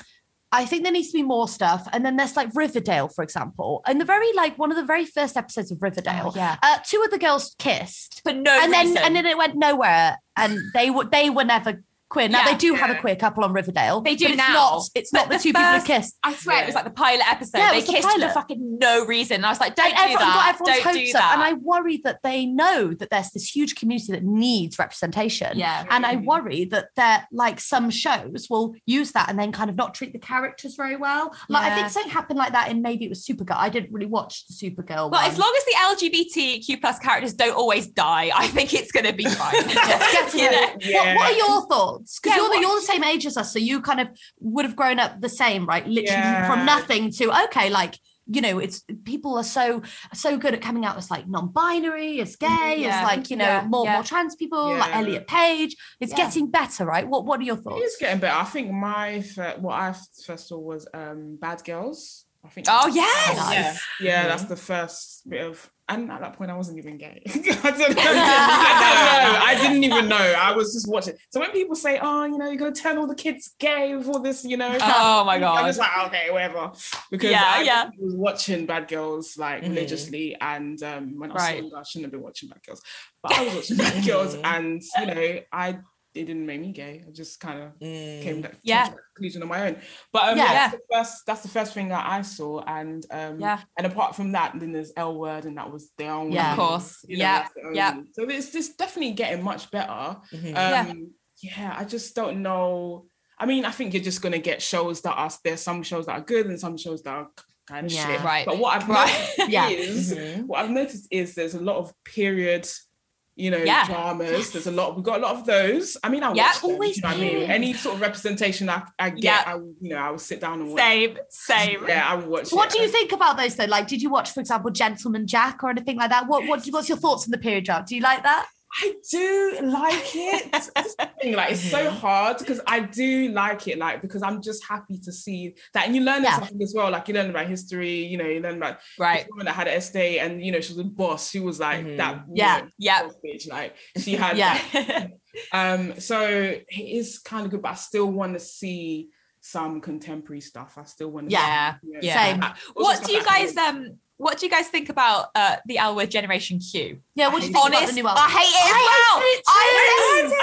S4: I think there needs to be more stuff. And then there's like Riverdale, for example, and the very like one of the very first episodes of Riverdale,
S3: Oh, yeah.
S4: uh, two of the girls kissed.
S3: for no
S4: and then
S3: reason.
S4: and then it went nowhere and they were they were never queer. Now
S3: Yeah.
S4: they do have a queer couple on Riverdale.
S3: They do
S4: but it's
S3: now.
S4: Not, it's not
S3: But
S4: the
S3: the
S4: two people
S3: first-
S4: who kiss.
S3: I swear it was like the pilot episode.
S4: Yeah, it
S3: they
S4: was the
S3: kissed for
S4: pilot.
S3: fucking no reason. And I was like, don't
S4: And everyone
S3: do that.
S4: got everyone's
S3: don't
S4: hopes
S3: do
S4: up.
S3: that.
S4: And I worry that they know that there's this huge community that needs representation.
S3: yeah. Mm.
S4: And I worry that they're like some shows will use that and then kind of not treat the characters very well. Like I
S3: Yeah.
S4: think something happened like that in maybe it was Supergirl. I didn't really watch the Supergirl.
S3: Well,
S4: one.
S3: as long as the LGBTQ plus characters don't always die, I think it's going to be fine.
S4: Just [LAUGHS]
S3: [LAUGHS]
S4: get
S3: You know?
S4: away. What, what are your thoughts? Because
S3: Yeah,
S4: you're, the,
S3: what-
S4: you're the same age as us, so you kind of would have grown up the same, right? Literally
S1: Yeah.
S4: from nothing to okay, like you know, it's people are so so good at coming out as like non-binary, as gay,
S3: Yeah.
S4: as like you know
S3: Yeah.
S4: more
S3: Yeah.
S4: more trans people, like
S1: Yeah.
S4: Elliot Page. It's
S3: Yeah.
S4: getting better, right? What What are your
S1: It
S4: thoughts?
S1: is getting better. I think my fir- what I first saw was um Bad Girls. I think.
S3: Oh, yes.
S4: Nice.
S2: Yeah.
S1: Yeah, that's the first bit of. And at that point, I wasn't even gay. [LAUGHS] I don't know. I don't know. I didn't even know. I was just watching. So when people say, "Oh, you know, you're gonna turn all the kids gay with all this," you know,
S3: Oh
S1: [LAUGHS]
S3: my
S1: I'm
S3: god.
S1: just like, okay, whatever. Because
S3: Yeah,
S1: I
S3: yeah. Mm.
S1: was watching Bad Girls like
S2: Mhm.
S1: religiously, and um, when I was
S3: Right.
S1: younger, I shouldn't have been watching Bad Girls, but I was watching Bad
S3: [LAUGHS]
S1: Girls, and you know, I it didn't make me gay. I just kind of came to,
S3: Mm. Yeah.
S1: came to that conclusion on my own. But um,
S4: Yeah.
S1: yeah, That's, the first, that's the first thing that I saw, and um,
S3: Yeah.
S1: and apart from that, then there's L Word, and that was their own.
S4: Yeah.
S3: Of course.
S1: you know,
S3: yeah.
S1: that's their own.
S3: yeah.
S1: So it's just definitely getting much better.
S3: Yeah.
S1: Um, yeah, I just don't know. I mean, I think you're just gonna get shows that are there's some shows that are good and some shows that are kind of
S4: Yeah.
S1: shit.
S3: Right.
S1: But what I've
S3: Right. [LAUGHS]
S1: noticed
S4: Yeah.
S1: is what I've noticed is there's a lot of period, you know,
S3: Yeah.
S1: dramas. There's a lot. We've got a lot of those. I mean, I watch
S3: Yeah.
S1: them,
S4: Always
S1: you know what I mean?
S4: period.
S1: Any sort of representation I, I get,
S3: Yeah.
S1: I will- you know, I will sit down and watch.
S3: Same. Same.
S1: Yeah, I will watch.
S4: What
S1: it.
S4: do you think about those though? Like, did you watch, for example, Gentleman Jack or anything like that? What, what What's your thoughts on the period drama? Do you like that?
S1: I do like it. That's
S3: [LAUGHS]
S1: the thing, like it's so
S3: Mm-hmm.
S1: hard because I do like it, like because I'm just happy to see that, and you learn
S4: Yeah.
S1: something as well. Like you learn about history, you know, you learn about
S3: Right. Mm-hmm.
S1: this woman that had an estate, and you know she was a boss. She was like
S2: Mhm.
S1: that.
S4: Yeah.
S1: woman,
S3: Yeah. [LAUGHS]
S1: boss [LAUGHS] bitch, like she had.
S4: Yeah.
S1: Um. So it is kind of good, but I still want to see some contemporary stuff. I still want to.
S3: Yeah.
S1: See, you know,
S3: Yeah.
S4: Same.
S1: that- also
S3: What
S1: stuff
S3: do you
S1: that I
S3: guys um? What do you guys think about uh the L word Generation Q?
S4: Yeah. What do you think about the
S3: Honest,
S4: new
S3: I
S4: album?
S3: hate it as well.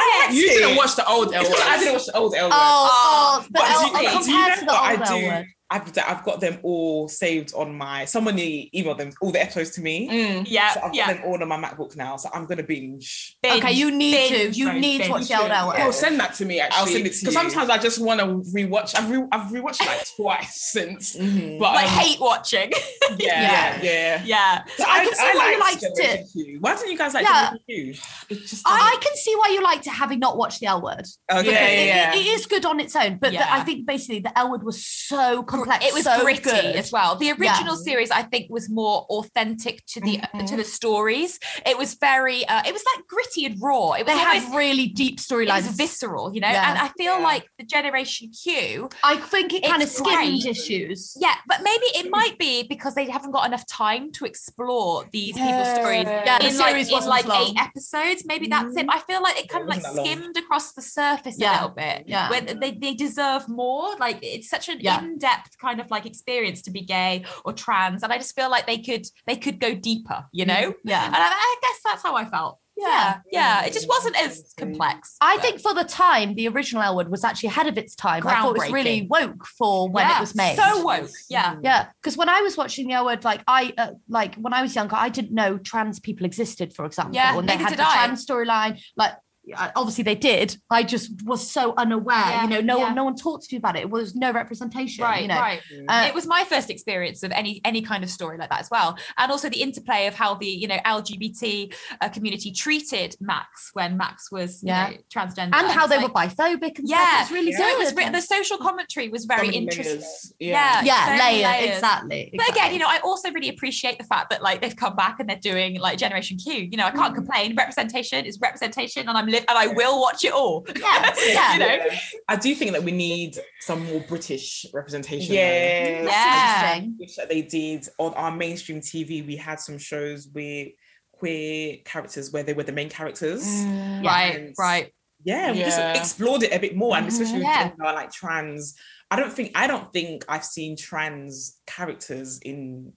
S3: I hate it.
S1: You didn't watch the old L. Word. I didn't watch the old L. Word.
S4: Oh, oh, but
S2: But
S4: I'll,
S2: do you-
S4: I'll
S2: do you know
S4: compare to the
S2: what I
S4: old L
S2: do?
S4: word.
S2: I've, I've got them all saved on my. Somebody emailed them all the episodes to me.
S1: Mm.
S2: So
S3: Yeah.
S2: I've
S3: Yeah.
S2: got them all on my MacBook now. So I'm gonna binge.
S4: Okay, you need to. You
S1: Sorry,
S4: need to
S1: thank
S4: watch the old
S1: you.
S4: L word.
S1: Oh, send that to me. Actually,
S2: I'll send it to
S1: Because
S2: you.
S1: sometimes I just want to rewatch. I've re- I've rewatched it, like [LAUGHS] twice since.
S2: Mhm.
S1: But
S3: like
S1: um,
S3: hate
S4: [LAUGHS]
S3: watching.
S1: yeah, yeah, yeah.
S3: yeah.
S2: So
S4: I can see why you liked it.
S2: Generation Q. Why didn't you guys like
S4: Yeah.
S2: Generation Q? It's just
S4: I can see why you liked it, having not watched the L word.
S2: okay.
S1: Yeah,
S4: It- it-
S1: yeah.
S4: it is good on its own, but the-
S3: Yeah.
S4: I think basically the L word was so complex.
S3: It was
S4: so
S3: gritty
S4: good.
S3: as well. The original
S2: Yeah.
S3: series, I think, was more authentic to the
S4: Mm-hmm.
S3: to the stories. It was very, uh, it was like gritty and raw. It was
S4: They
S3: almost,
S4: had really
S3: it
S4: deep
S3: was
S4: storylines.
S3: visceral, you know.
S4: Yeah.
S3: And I feel
S1: Yeah.
S3: like the Generation Q,
S4: I think it kind of
S3: It's
S4: skimmed
S3: great.
S4: issues.
S3: yeah, but maybe it might be because they haven't got enough time to explore these people's stories.
S4: Yeah, the
S3: in like,
S4: series
S3: in
S4: wasn't
S3: like
S4: as long. Mm.
S3: eight episodes, maybe that's it. I feel like it kind of like
S2: wasn't that long.
S3: skimmed across the surface a
S4: Yeah.
S3: little bit.
S4: Yeah.
S3: When they, they deserve more. Like it's such an
S4: Yeah.
S3: in-depth kind of like experience to be gay or trans. And I just feel like they could they could go deeper, you know? And
S4: Yeah.
S3: I, I guess that's how I felt. Yeah.
S4: Mm. Yeah.
S3: yeah. It just wasn't as complex.
S4: I
S3: but-
S4: think for the time, the original L word was actually ahead of its time. I thought it was really woke for when
S3: Yeah.
S4: it was made.
S3: So woke. Yeah.
S4: Yeah, because when I was watching the L word, like I uh, like when I was younger, I didn't know trans people existed, for example.
S3: Yeah,
S4: and they
S3: neither
S4: had
S3: did
S4: the
S3: I.
S4: trans storyline. Like uh, obviously they did. I just was so unaware.
S3: Yeah,
S4: you know, no
S3: yeah.
S4: one, no one talked to me about it. It was no representation.
S3: Right,
S4: You know,
S3: right.
S4: Uh,
S3: it was my first experience of any any kind of story like that as well, and also the interplay of how the you know LGBT uh, community treated Max when Max was you
S4: Yeah.
S3: know, transgender,
S4: and how
S3: It's
S4: they
S3: like-
S4: were biphobic. And
S3: Yeah,
S4: stuff. it was really
S3: So
S4: good.
S3: it was re- the social commentary was
S1: So
S3: very
S1: many
S3: interesting.
S1: layers.
S3: Yeah. so
S4: yeah,
S3: many
S4: layer
S3: layers.
S4: exactly.
S3: But again, you know, I also really appreciate the fact that like they've come back and they're doing like Generation Q. You know, I
S4: Mm.
S3: can't complain. Representation is representation, and I'm li- and I will watch it all.
S4: yeah,
S3: [LAUGHS]
S4: yeah.
S3: you know,
S2: [LAUGHS] Yeah. I do think that we need some more British representation.
S1: Yes.
S2: though.
S3: yeah.
S4: Interesting.
S2: Wish that they did on our mainstream TV. We had some shows with queer characters where they were the main characters.
S1: Mm.
S3: Right, right.
S2: Yeah, we
S1: Yeah.
S2: just explored it a bit more, and especially with
S3: Yeah.
S2: gender, like trans. I don't think I don't think I've seen trans characters in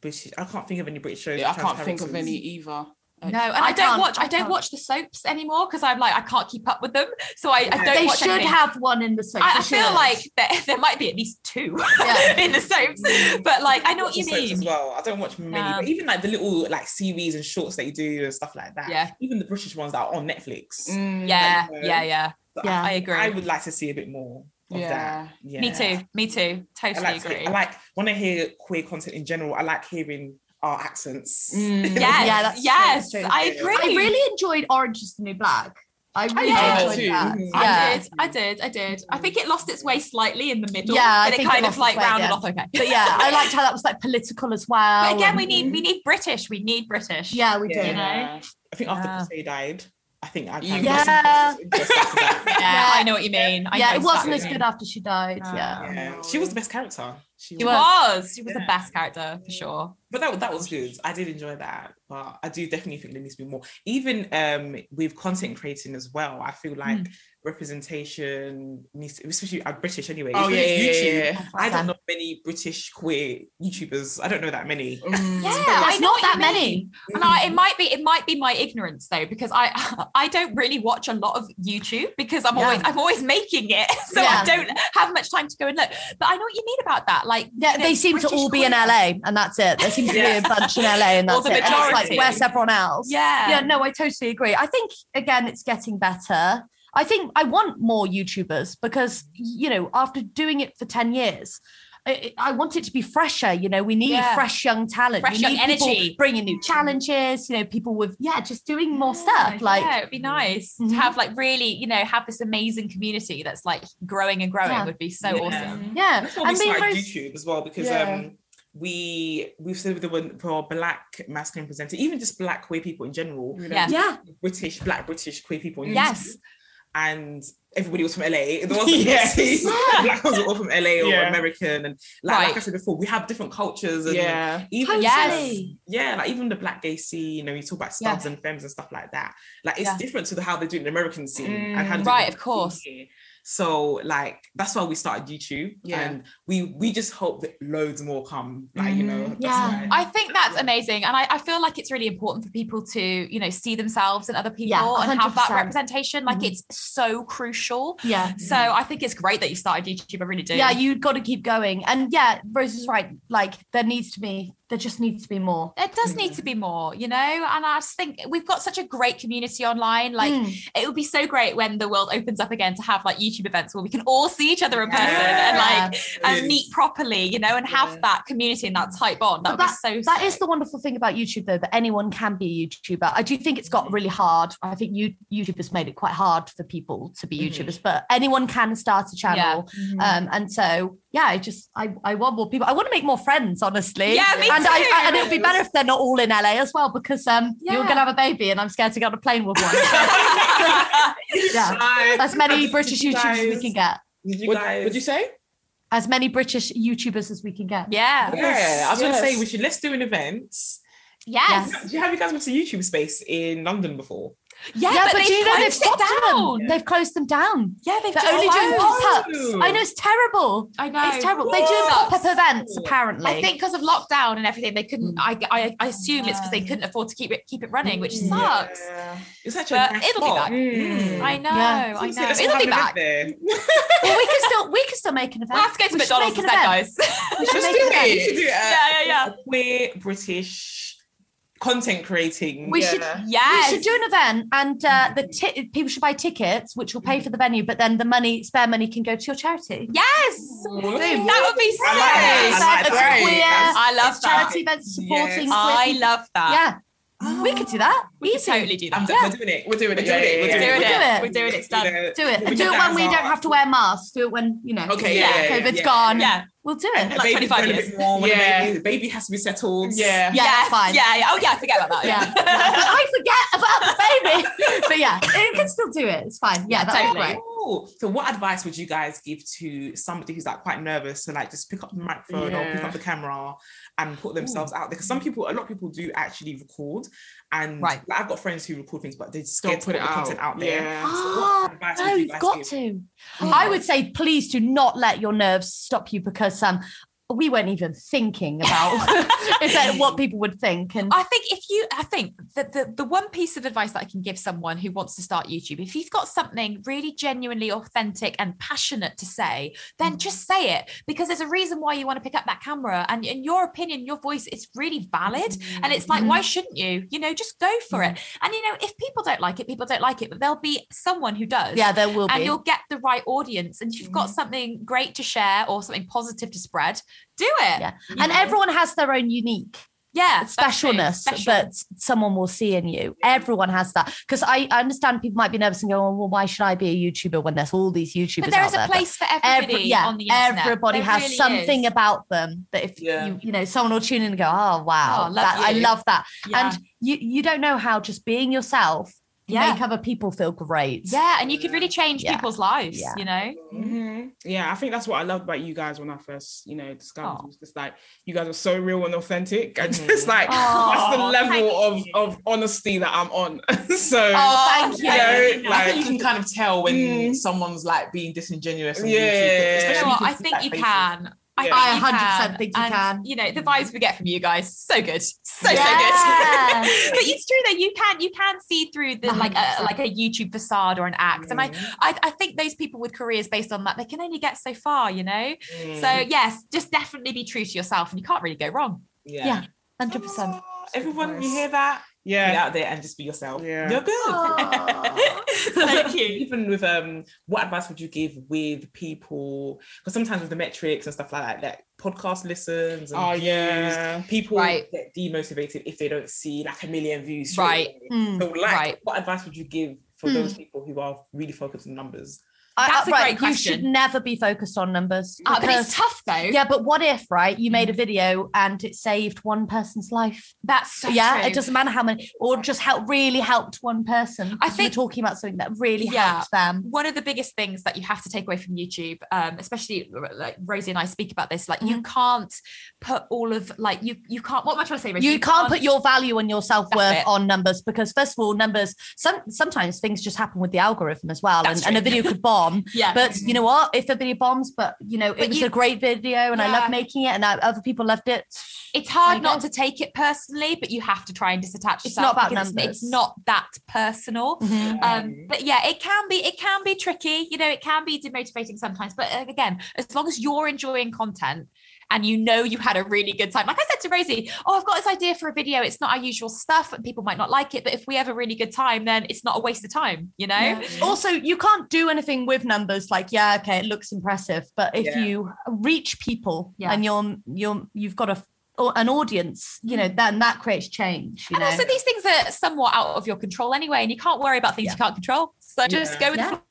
S2: British. I can't think of any British shows.
S1: Yeah, I
S2: with trans
S1: can't think of
S2: characters.
S1: any either. Uh,
S3: No, and I, don't
S7: can't-
S3: watch. I, don't
S7: can't.
S3: watch the soaps anymore because I'm like I can't keep up with them. So I, I don't.
S7: They
S3: watch
S7: should
S3: anything.
S7: have one in the soap.
S3: I,
S7: they
S3: I feel
S7: should.
S3: like there, there might be at least two [LAUGHS]
S7: Yeah.
S3: in the soaps, but like I know what you
S2: Soaps as
S3: mean.
S2: well. I don't watch many,
S3: Um,
S2: but even like the little like series and shorts they do and stuff like that.
S3: Yeah.
S2: Even the British ones that are on Netflix.
S1: Mm,
S3: Yeah,
S2: Like, uh,
S3: yeah, yeah.
S2: But
S4: Yeah.
S2: I,
S3: I agree.
S2: I would like to see a bit more of
S1: Yeah.
S2: that. Yeah.
S3: Me too. Me too.
S2: I
S3: Totally
S2: like, to-
S3: agree.
S2: I like when I hear queer content in general. I like hearing our accents. [LAUGHS]
S1: Mm.
S3: yes,
S7: Yeah, that's true,
S3: yes,
S7: true.
S3: I agree.
S7: I really enjoyed Orange is the New Black. I really
S3: yeah,
S7: enjoyed
S1: too.
S7: that.
S2: Mhm.
S4: I
S3: I
S4: Yeah.
S3: did. I did. I did. I think it lost its way slightly in the middle.
S4: Yeah, I
S3: and it
S4: think it
S3: kind
S4: lost
S3: of
S4: its
S3: like
S4: way
S3: rounded
S4: again.
S3: off. Okay.
S4: But yeah, I liked how that was like political as well.
S3: But again,
S4: and-
S3: we need we need British. We need British.
S7: Yeah, we
S2: Yeah.
S7: did.
S3: You know?
S2: I think after
S3: Yeah.
S2: Pussy died, I think I kind of
S4: Yeah.
S2: lost interest after
S3: Yeah,
S1: [LAUGHS]
S2: that.
S3: I know what you mean. I
S4: yeah,
S3: know
S4: it wasn't
S3: exactly.
S4: as good after she died.
S3: No.
S4: yeah.
S2: Uh, Yeah. She was the best character. She
S3: She
S2: was.
S3: was. She was the
S2: Yeah.
S3: best character
S4: Mm.
S3: for sure.
S2: But that, that was good. I did enjoy that. But I do definitely think there needs to be more. Even um, with content creating as well, I feel like representation needs to, especially uh, British anyway.
S1: Oh,
S2: Even
S1: yeah,
S2: if
S1: yeah, yeah,
S2: YouTube,
S1: yeah.
S2: I don't know many British queer YouTubers. I don't know that many.
S1: Mm.
S3: Yeah,
S4: There's
S3: I know
S4: not
S3: what you
S4: that many.
S3: mean. And I,
S4: Mm.
S3: it might be it might be my ignorance though because I [LAUGHS] I don't really watch a lot of YouTube because I'm
S4: Yeah.
S3: always I'm always making it [LAUGHS] so I
S4: Yeah.
S3: don't have much time to go and look. But I know what you mean about that. Like
S4: Yeah,
S3: you know,
S4: they seem to
S3: British
S4: all be in
S3: queer-
S4: LA, and that's it. There seems to
S2: Yeah.
S4: be a bunch in LA, and
S3: Or
S4: that's
S3: the
S4: it. And it's like,
S3: majority.
S4: where's everyone else?
S3: Yeah.
S4: yeah, no, I totally agree. I think again, it's getting better. I think I want more YouTubers because you know, after doing it for ten years, I, I want it to be fresher. You know, we need
S3: Yeah.
S4: fresh young talent,
S3: Fresh
S4: we
S3: young
S4: need
S3: energy.
S4: people bringing new challenges. You know, people with yeah, just doing more
S3: Yeah,
S4: stuff. Like
S3: yeah, it'd be nice to
S4: Mhm.
S3: have like really, you know, have this amazing community that's like growing and growing
S4: Yeah. Mm-hmm.
S3: would be so
S2: Yeah.
S3: awesome.
S4: yeah,
S2: That's why we
S4: being
S2: started
S4: very-
S2: YouTube as well because
S1: Yeah.
S2: um, we we've said the one for black masculine presenter, even just black queer people in general,
S3: Yeah.
S4: yeah,
S2: British black British queer people. In
S3: Yes.
S2: and everybody was from LA. The
S3: [LAUGHS]
S2: ones from
S1: Yes.
S2: overseas, black ones were all from LA or
S1: Yeah.
S2: American, and like, like I
S3: Right.
S2: said before, we have different cultures and
S1: Yeah.
S2: even
S3: Yes.
S2: yeah, like even the black gay scene. You know, you talk about
S3: Yeah.
S2: stubs and femmes and stuff like that. Like it's
S3: Yeah. Mm.
S2: different to the, how they do it in the American scene and how they do it
S3: Right,
S2: in
S3: of course.
S2: here. So like that's why we started YouTube,
S1: Yeah.
S2: and we we just hope that loads more come. Like you know, that's
S7: Yeah.
S2: why.
S3: Mm. I think that's amazing. And I, I feel like it's really important for people to, you know, see themselves in other people
S7: Yeah,
S3: and have that
S7: 100%.
S3: representation. Like
S4: Mhm.
S3: it's so crucial.
S4: yeah.
S3: So I think it's great that you started YouTube. I really do.
S4: Yeah, you've got to keep going. And yeah, Rose is right. Like, there needs to be, there just needs to be more.
S3: there does need to be more, you know, and I just think we've got such a great community online. Like,
S4: Mm.
S3: it would be so great when the world opens up again to have like YouTube events where we can all see each other in person and
S4: Yeah.
S3: like and meet properly, you know, and have that community and that tight bond. That
S4: But
S3: would be so.
S4: That is
S3: sick.
S4: the wonderful thing about YouTube, though, that anyone can be a YouTuber. I do think it's got
S3: Mm-hmm.
S4: really hard. I think you, YouTube has made it quite hard for people to be
S3: Mm-hmm.
S4: YouTubers, but anyone can start a channel.
S2: Mm.
S3: uh,
S4: Um, and so, yeah, I just, I, I want more people. I want to make more friends, honestly.
S3: Yeah, me
S4: and I, I- and
S3: too.
S4: it'd be better if they're not all in LA as well, because um, you're
S3: Yeah.
S4: gonna have a baby, and I'm scared to get on a plane with one.
S3: [LAUGHS]
S4: yeah, as many British YouTubers as we can get.
S2: Did you
S1: Would,
S2: guys?
S1: would you say?
S4: As many British YouTubers as we can get.
S3: yeah.
S2: yeah, I
S1: Yes.
S2: was gonna say we should let's do an event.
S3: Yes.
S2: Do you have you guys been to YouTube Space in London before?
S3: Yeah, but, they
S4: do you know they've
S3: closed it
S4: stopped
S3: down.
S4: them? They've closed them down.
S3: Yeah, they've
S4: They're only doing
S3: closed.
S4: pop ups. I know it's terrible.
S3: I know.
S4: It's terrible. They do
S3: What?
S4: pop up events, apparently.
S3: I think because of lockdown and everything, they couldn't. I, I, I assume it's because they couldn't afford to keep it keep it running, which sucks.
S1: Yeah.
S2: It's actually
S4: Uh,
S3: But
S2: a nice
S3: it'll be
S2: spot. Mm.
S3: back.
S4: mm,
S2: Hmm.
S3: I know.
S4: Yeah.
S3: I
S2: So
S3: know.
S2: let's
S3: It'll
S2: have
S3: be
S2: an event
S3: back.
S2: there.
S4: Well, we can still we can still make an event.
S3: We'll have to go to
S4: We should
S3: McDonald's
S4: make an
S3: instead,
S4: event.
S3: guys. [LAUGHS]
S4: We should
S2: Let's
S4: make an
S2: do it.
S4: event.
S2: We should do it.
S3: yeah, yeah, yeah.
S2: Queer British content creating.
S4: We
S1: Yeah.
S4: should
S3: Yes.
S4: we should do an event, and uh, the ti- people should buy tickets, which will pay for the venue, but then the money spare money can go to your charity.
S3: Mm. Yes.
S2: Boom.
S3: That would be sick.
S2: I like that. I
S3: I,
S2: like
S4: It's
S2: that.
S4: queer,
S2: That's-
S3: love that.
S4: charity events supporting.
S3: I
S4: queer people.
S3: love that.
S4: Yeah, we could
S3: [GASPS]
S4: do that.
S3: We could totally do
S2: I'm
S3: that.
S2: done. We're doing it. We're doing it.
S1: Yeah, yeah,
S2: We're
S1: yeah,
S2: doing
S3: We're
S2: it.
S3: doing
S4: do
S3: it.
S4: it.
S3: We're doing it. It's done.
S4: Do it.
S2: When
S4: do
S2: you
S4: it when
S2: guys
S4: we
S2: are-
S4: don't have to wear masks. Do it when you know.
S2: Okay,
S3: Yeah.
S2: yeah, yeah,
S4: COVID's
S2: yeah.
S4: gone.
S3: Yeah.
S4: We'll do
S2: And
S4: it.
S3: Like
S2: baby's
S3: 25
S2: grown a
S3: years.
S2: bit more when the
S1: Yeah.
S2: baby- The baby has to be settled.
S1: Yeah.
S4: Yeah,
S3: Yes.
S4: that's fine.
S3: Yeah, yeah. Oh, yeah. I forget about that.
S4: [LAUGHS] Yeah. But I forget about the baby. [LAUGHS] But yeah, it can still do it. It's fine. Yeah, that's
S3: Totally.
S4: great.
S2: Cool. So, what advice would you guys give to somebody who's like quite nervous to like just pick up the microphone or pick
S1: Yeah.
S2: up the camera and put themselves out there? Because some people, a lot of people do actually record, and
S3: Right.
S2: like, I've got friends who record things, but they just
S1: Don't
S2: get
S1: put it
S2: the
S1: out.
S2: content out there.
S1: Yeah.
S2: So
S4: Oh,
S2: what advice would
S4: no,
S2: you
S4: you've
S2: guys
S4: got
S2: give?
S4: to. I would say, please do not let your nerves stop you because um, we weren't even thinking about [LAUGHS] is that what people would think. And
S3: [LAUGHS] I think if you, I think that the, the one piece of advice that I can give someone who wants to start YouTube, if you've got something really genuinely authentic and passionate to say,
S4: Mm.
S3: then just say it because there's a reason why you want to pick up that camera. And in your opinion, your voice is really valid. And it's like, why
S4: Mm.
S3: shouldn't you? You know, just go for it. And, you know, if people don't like it, people don't like it, but there'll be someone who does.
S4: yeah, there will
S3: And
S4: be. Mm.
S3: you'll get the right audience. And if you've got something great to share or something positive to spread, do it.
S4: Yeah. And
S1: Mm-hmm.
S4: everyone has their own unique
S3: Yeah, that's true.
S4: specialness
S3: Special.
S4: that someone will see in you. Everyone has that. Because I, I understand people might be nervous and go, oh, well, why should I be a YouTuber when there's all these YouTubers
S3: but there
S4: out
S3: is
S4: there?
S3: a
S4: But
S3: place for everybody
S4: every- yeah,
S3: on the internet.
S4: everybody
S3: There
S4: has
S3: really
S4: something
S3: is.
S4: about them that if
S2: Yeah.
S4: you, you know, someone will tune in and go, oh, wow,
S3: Oh, love
S4: that, I
S3: you."
S4: love that.
S3: Yeah.
S4: And you, you don't know how just being yourself can
S3: Yeah.
S4: make other people feel great.
S3: yeah, and you could really change
S4: Yeah.
S3: people's lives,
S4: Yeah.
S3: you know?
S1: hmm Yeah, I think that's what I loved about you guys when I first, you know, discovered.
S3: Aw.
S1: you. It's just like you guys are so real and authentic, [LAUGHS] and
S2: Mhm.
S1: just like that's the
S3: Aw,
S1: level of
S5: thank you.
S1: of honesty that I'm on. [LAUGHS] so
S3: Oh,
S1: you know,
S2: I
S1: like
S2: think you can kind of tell when
S1: Mm.
S2: someone's like being disingenuous. on
S1: Yeah.
S2: YouTube,
S1: You
S3: You know
S2: especially
S3: what?
S2: if
S3: I
S2: see
S3: think
S2: that
S3: you
S2: faces.
S3: can. I,
S1: Yeah.
S7: I
S3: think you
S7: 100%
S3: can.
S7: think you
S3: And,
S7: can.
S3: You know, the vibes we get from you guys, so good. So, so
S4: Yeah. [LAUGHS]
S3: good. [LAUGHS] but it's true that you can you can see through the like a
S4: 100%.
S3: like a YouTube facade or an act. And I,
S4: Mm.
S3: I I think those people with careers based on that, they can only get so far, you know?
S2: Mm.
S3: So yes, just definitely be true to yourself and you can't really go wrong.
S2: yeah.
S4: yeah. 100%.
S2: Ah, Everyone, you hear that? Be
S3: [LAUGHS]
S1: yeah, Oh,
S2: out there and just be yourself.
S1: Yeah.
S2: You're good. [LAUGHS]
S3: Thank you.
S2: Even with um, what advice would you give with people? Because sometimes with the metrics and stuff like that, like podcast listens. And
S1: oh
S2: views,
S1: yeah.
S2: People
S3: Right.
S2: get demotivated if they don't see like a million views. straight
S3: Right. Hmm.
S2: away.
S4: Mm.
S2: So, like,
S3: Right. Hmm.
S2: what advice would you give for
S4: Mm.
S2: those people who are really focused on numbers?
S4: I-
S3: That's
S4: I-
S3: a
S4: right,
S3: great
S4: You should
S3: question.
S4: never be focused on numbers.
S3: Ah, but
S4: because-
S3: it's tough though.
S4: yeah, but what if, right? You
S3: Hmm.
S4: made a video and it saved one person's life.
S3: That's so
S4: yeah,
S3: true.
S4: it doesn't matter how many, or just help really helped one person.
S3: I
S4: I think
S3: think-
S4: we're talking about something that really
S3: Yeah.
S4: helped them.
S3: one of the biggest things that you have to take away from YouTube, um, especially r- like Rosie and I speak about this, like you
S4: Mm-hmm.
S3: can't put all of like you you can't what am I trying to say, Rosie?
S4: You can't put your value and your self worth
S3: it.
S4: on numbers because, first of all, numbers. Some sometimes things just happen with the algorithm as well, and,
S3: That's
S4: and a
S3: true.
S4: video could
S3: [LAUGHS]
S4: bomb.
S3: yeah.
S4: But you know what? If a video bombs, but you know it
S3: But
S4: was
S3: you-
S4: a great video, and I
S3: Yeah.
S4: love making it, and I, other people loved it.
S3: it's
S4: I
S3: hard not to take it personally, but you have to try and disattach yourself.
S4: It's not about
S3: because it's- It's,
S4: numbers.
S3: not that personal.
S4: Mhm.
S3: Um, but yeah, it can be it can be tricky. You know, it can be demotivating sometimes. But uh, again, as long as you're enjoying content and you know you had a really good time, like I said to Rosie, oh, I've got this idea for a video. It's not our usual stuff, and people might not like it. But if we have a really good time, then it's not a waste of time. You know,
S4: Also, you can't do anything with numbers. Like, yeah, okay, it looks impressive, but if
S2: Yeah.
S4: you reach people
S3: Yeah.
S4: and you're you're you've got a or an audience, you know, then that creates change. You
S3: and
S4: know,
S3: also these things are somewhat out of your control anyway, and you can't worry about things
S4: Yeah.
S3: you can't control. So just
S2: Yeah.
S3: go with
S4: Yeah.
S3: the flow.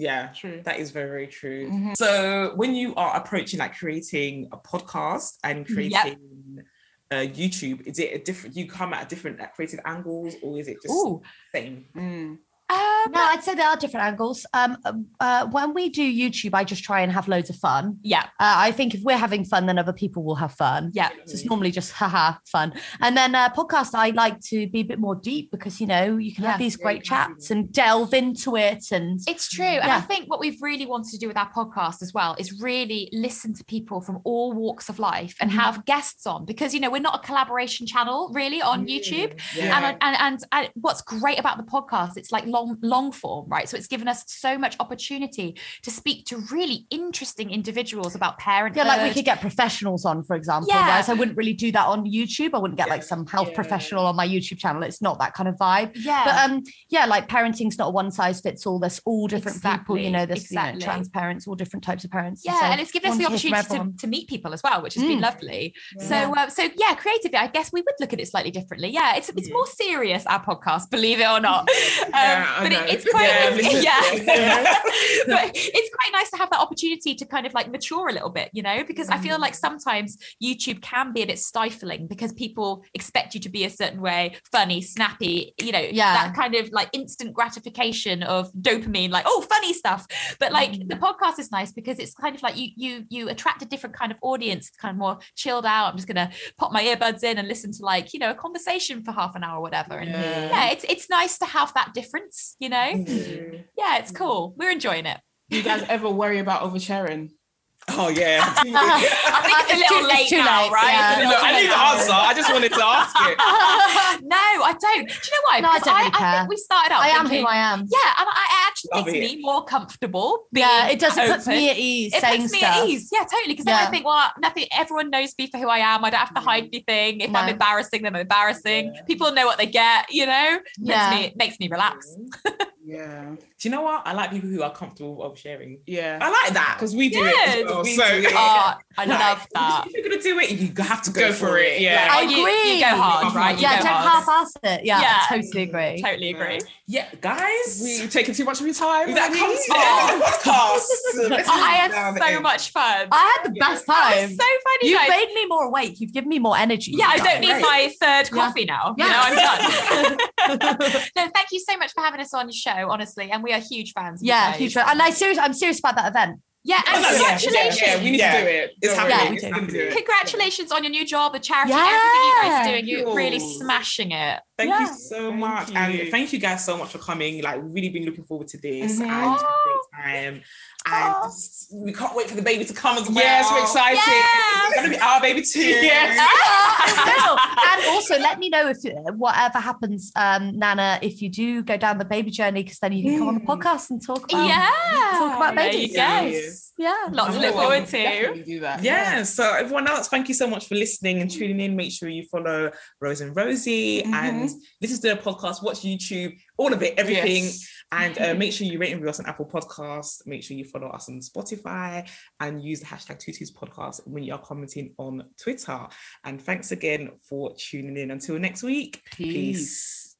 S2: Yeah,
S1: True.
S2: That is very, very true.
S3: Mm-hmm.
S1: Mm-hmm,
S2: So when you are approaching like creating a podcast and creating uh, YouTube, is it a different? You come at different like, creative angles, or is it just
S3: Ooh.
S2: the same?
S1: Mm.
S3: Um,
S4: no, I'd say there are different angles. Um, uh, when we do YouTube, I just try and have loads of fun.
S3: yeah,
S4: Uh, I think if we're having fun, then other people will have fun.
S3: yeah.
S4: So it's normally just haha fun. And then uh, podcast, I like to be a bit more deep because you know you can have
S3: Yeah.
S4: these great chats and delve into it and
S3: It's true. And I
S4: Yeah.
S3: think what we've really wanted to do with our podcast as well is really listen to people from all walks of life and
S4: Mhm.
S3: have guests on because, you know, we're not a collaboration channel really on YouTube.
S2: Yeah.
S3: And, and, and and what's great about the podcast, it's like long long form, right? So it's given us so much opportunity to speak to really interesting individuals about parenthood.
S4: Yeah, like we could get professionals on, for example.
S3: Yeah.
S4: Whereas I wouldn't really do that on YouTube. I wouldn't get like some health
S1: Yeah.
S4: professional on my YouTube channel. It's not that kind of vibe.
S3: yeah.
S4: But um, yeah, like parenting's not a one size fits all. There's all different people,
S3: Exactly,
S4: you know, there's
S3: exactly.
S4: you know, trans parents, all different types of parents.
S3: yeah,
S4: so
S3: and it's given us
S4: one
S3: the
S4: to hear from
S3: opportunity to,
S4: everyone.
S3: to meet people as well, which has
S4: Mm.
S3: been lovely.
S4: Yeah.
S3: So, uh, so yeah, creatively, I guess we would look at it slightly differently. Yeah, it's it's
S1: Mm.
S2: Mhm.
S3: more serious our podcast, believe it or
S1: [LAUGHS]
S3: not. Um,
S1: Yeah, I
S3: but
S1: know.
S3: it, it's quite
S1: Yeah,
S3: it's-
S1: listen.
S3: [LAUGHS] yeah, [LAUGHS] but it's quite nice to have that opportunity to kind of like mature a little bit, you know, because I feel like sometimes YouTube can be a bit stifling because people expect you to be a certain way, funny, snappy, you know,
S4: Yeah.
S3: that kind of like instant gratification of dopamine, like oh, funny stuff. But like the podcast is nice because it's kind of like you you you attract a different kind of audience, kind of more chilled out. I'm just gonna pop my earbuds in and listen to like you know a conversation for half an hour or whatever. And yeah, it's it's nice to have that difference, you know.
S2: Mm.
S3: Yeah, it's cool. We're enjoying it.
S1: Do you guys ever worry about oversharing?
S2: [LAUGHS] Oh yeah. [LAUGHS]
S4: [LAUGHS]
S3: I think it's, a
S4: too-
S3: little
S4: it's
S3: late
S4: too
S3: now,
S4: late,
S3: right?
S4: yeah.
S3: It's a little
S2: Look, I
S3: too
S2: need
S3: late
S2: the
S3: now.
S2: answer. I just wanted to ask it.
S3: [LAUGHS] no, I don't. Do you know why?
S7: No, I
S3: Because
S7: don't really care.
S3: think we started out.
S7: I am
S3: thinking-
S7: who I am.
S3: Yeah, and I it actually
S2: Love
S3: makes
S2: it.
S3: me more comfortable. Being
S4: Yeah, it does. It
S3: open.
S4: puts me at ease
S3: It
S4: saying
S3: puts me
S4: stuff.
S3: at ease. Yeah, totally. Because then I
S4: Yeah.
S3: think, well, nothing. Everyone knows me for who I am. I don't have to hide anything. If I'm
S4: No.
S3: embarrassing, then I'm embarrassing. People know what they get. You know,
S7: Yeah.
S3: makes me makes me relax.
S1: Yeah.
S2: Do you know what? I like people who are comfortable of sharing.
S1: Yeah.
S2: I like that because we do it.
S3: Yes.
S2: as well,
S1: Me
S2: Ah. so uh,
S1: too.
S2: yeah.
S3: Oh, I
S2: Like, [LAUGHS]
S3: love that.
S2: If you're gonna do it, you have to go,
S1: Go for it. Yeah.
S4: I
S3: Oh, you-
S4: agree.
S3: You, go hard, right? You
S4: yeah,
S3: go
S4: don't
S3: hard.
S4: half-ass it. Yeah,
S3: Yeah.
S4: I totally agree.
S2: [LAUGHS]
S3: Totally agree.
S2: Yeah, guys.
S1: We taking too much of your time.
S2: that
S1: already? [LAUGHS]
S2: comes from the podcast. Let's
S3: Oh, I
S2: move down
S3: had
S2: the
S3: so
S2: end.
S3: much fun.
S4: I had the best
S3: That was
S4: time.
S3: so funny,
S4: You've
S3: guys.
S4: made me more awake. You've given me more energy.
S3: Yeah, I don't
S2: Right.
S3: need my third coffee now.
S7: Yeah.
S3: You know,
S4: [LAUGHS]
S3: I'm done. no, thank you so much for having us on your show, honestly. And we are huge fans. of you
S4: Yeah,
S3: guys.
S4: huge. And I serious, I'm serious about that event.
S3: Oh, Yeah, and
S2: no, yeah, yeah,
S3: congratulations.
S1: Yeah, we need
S2: Yeah.
S1: to do it.
S2: It's
S1: Don't worry.
S2: happening.
S4: we
S2: it's
S4: do.
S2: happening.
S3: Congratulations on your new job, a charity,
S4: Yeah.
S3: everything you guys are doing. You're
S2: Cool.
S3: really smashing it.
S2: Thank
S4: Yeah.
S2: you so
S1: Thank
S2: much.
S1: you.
S2: And thank you guys so much for coming. Like, we've really been looking forward to this
S1: Mhm.
S2: and it's been a great time. And just- we can't wait for the baby to come as well.
S1: Yes, we're excited.
S2: It's
S3: [LAUGHS]
S2: gonna be our baby too.
S1: Yes.
S4: and also, let me know if uh, whatever happens, um, Nana, if you do go down the baby journey, because then you can come on the podcast and talk about
S3: yeah.
S4: talk about
S3: There
S4: babies.
S3: you
S1: Yeah,
S3: go.
S1: yeah.
S4: yeah.
S3: Lots to look
S2: Cool.
S3: forward to.
S5: Definitely do that.
S2: Yeah, so everyone else, thank you so much for listening and tuning in. Make sure you follow Rose and Rosie and listen to the podcast, watch YouTube, all of it, everything.
S5: Yes.
S2: And uh, make sure you rate and review us on Apple Podcasts. Make sure you follow us on Spotify and use the hashtag Tutus Podcast when you are commenting on Twitter. And thanks again for tuning in. Until next week,
S5: Peace.
S2: peace.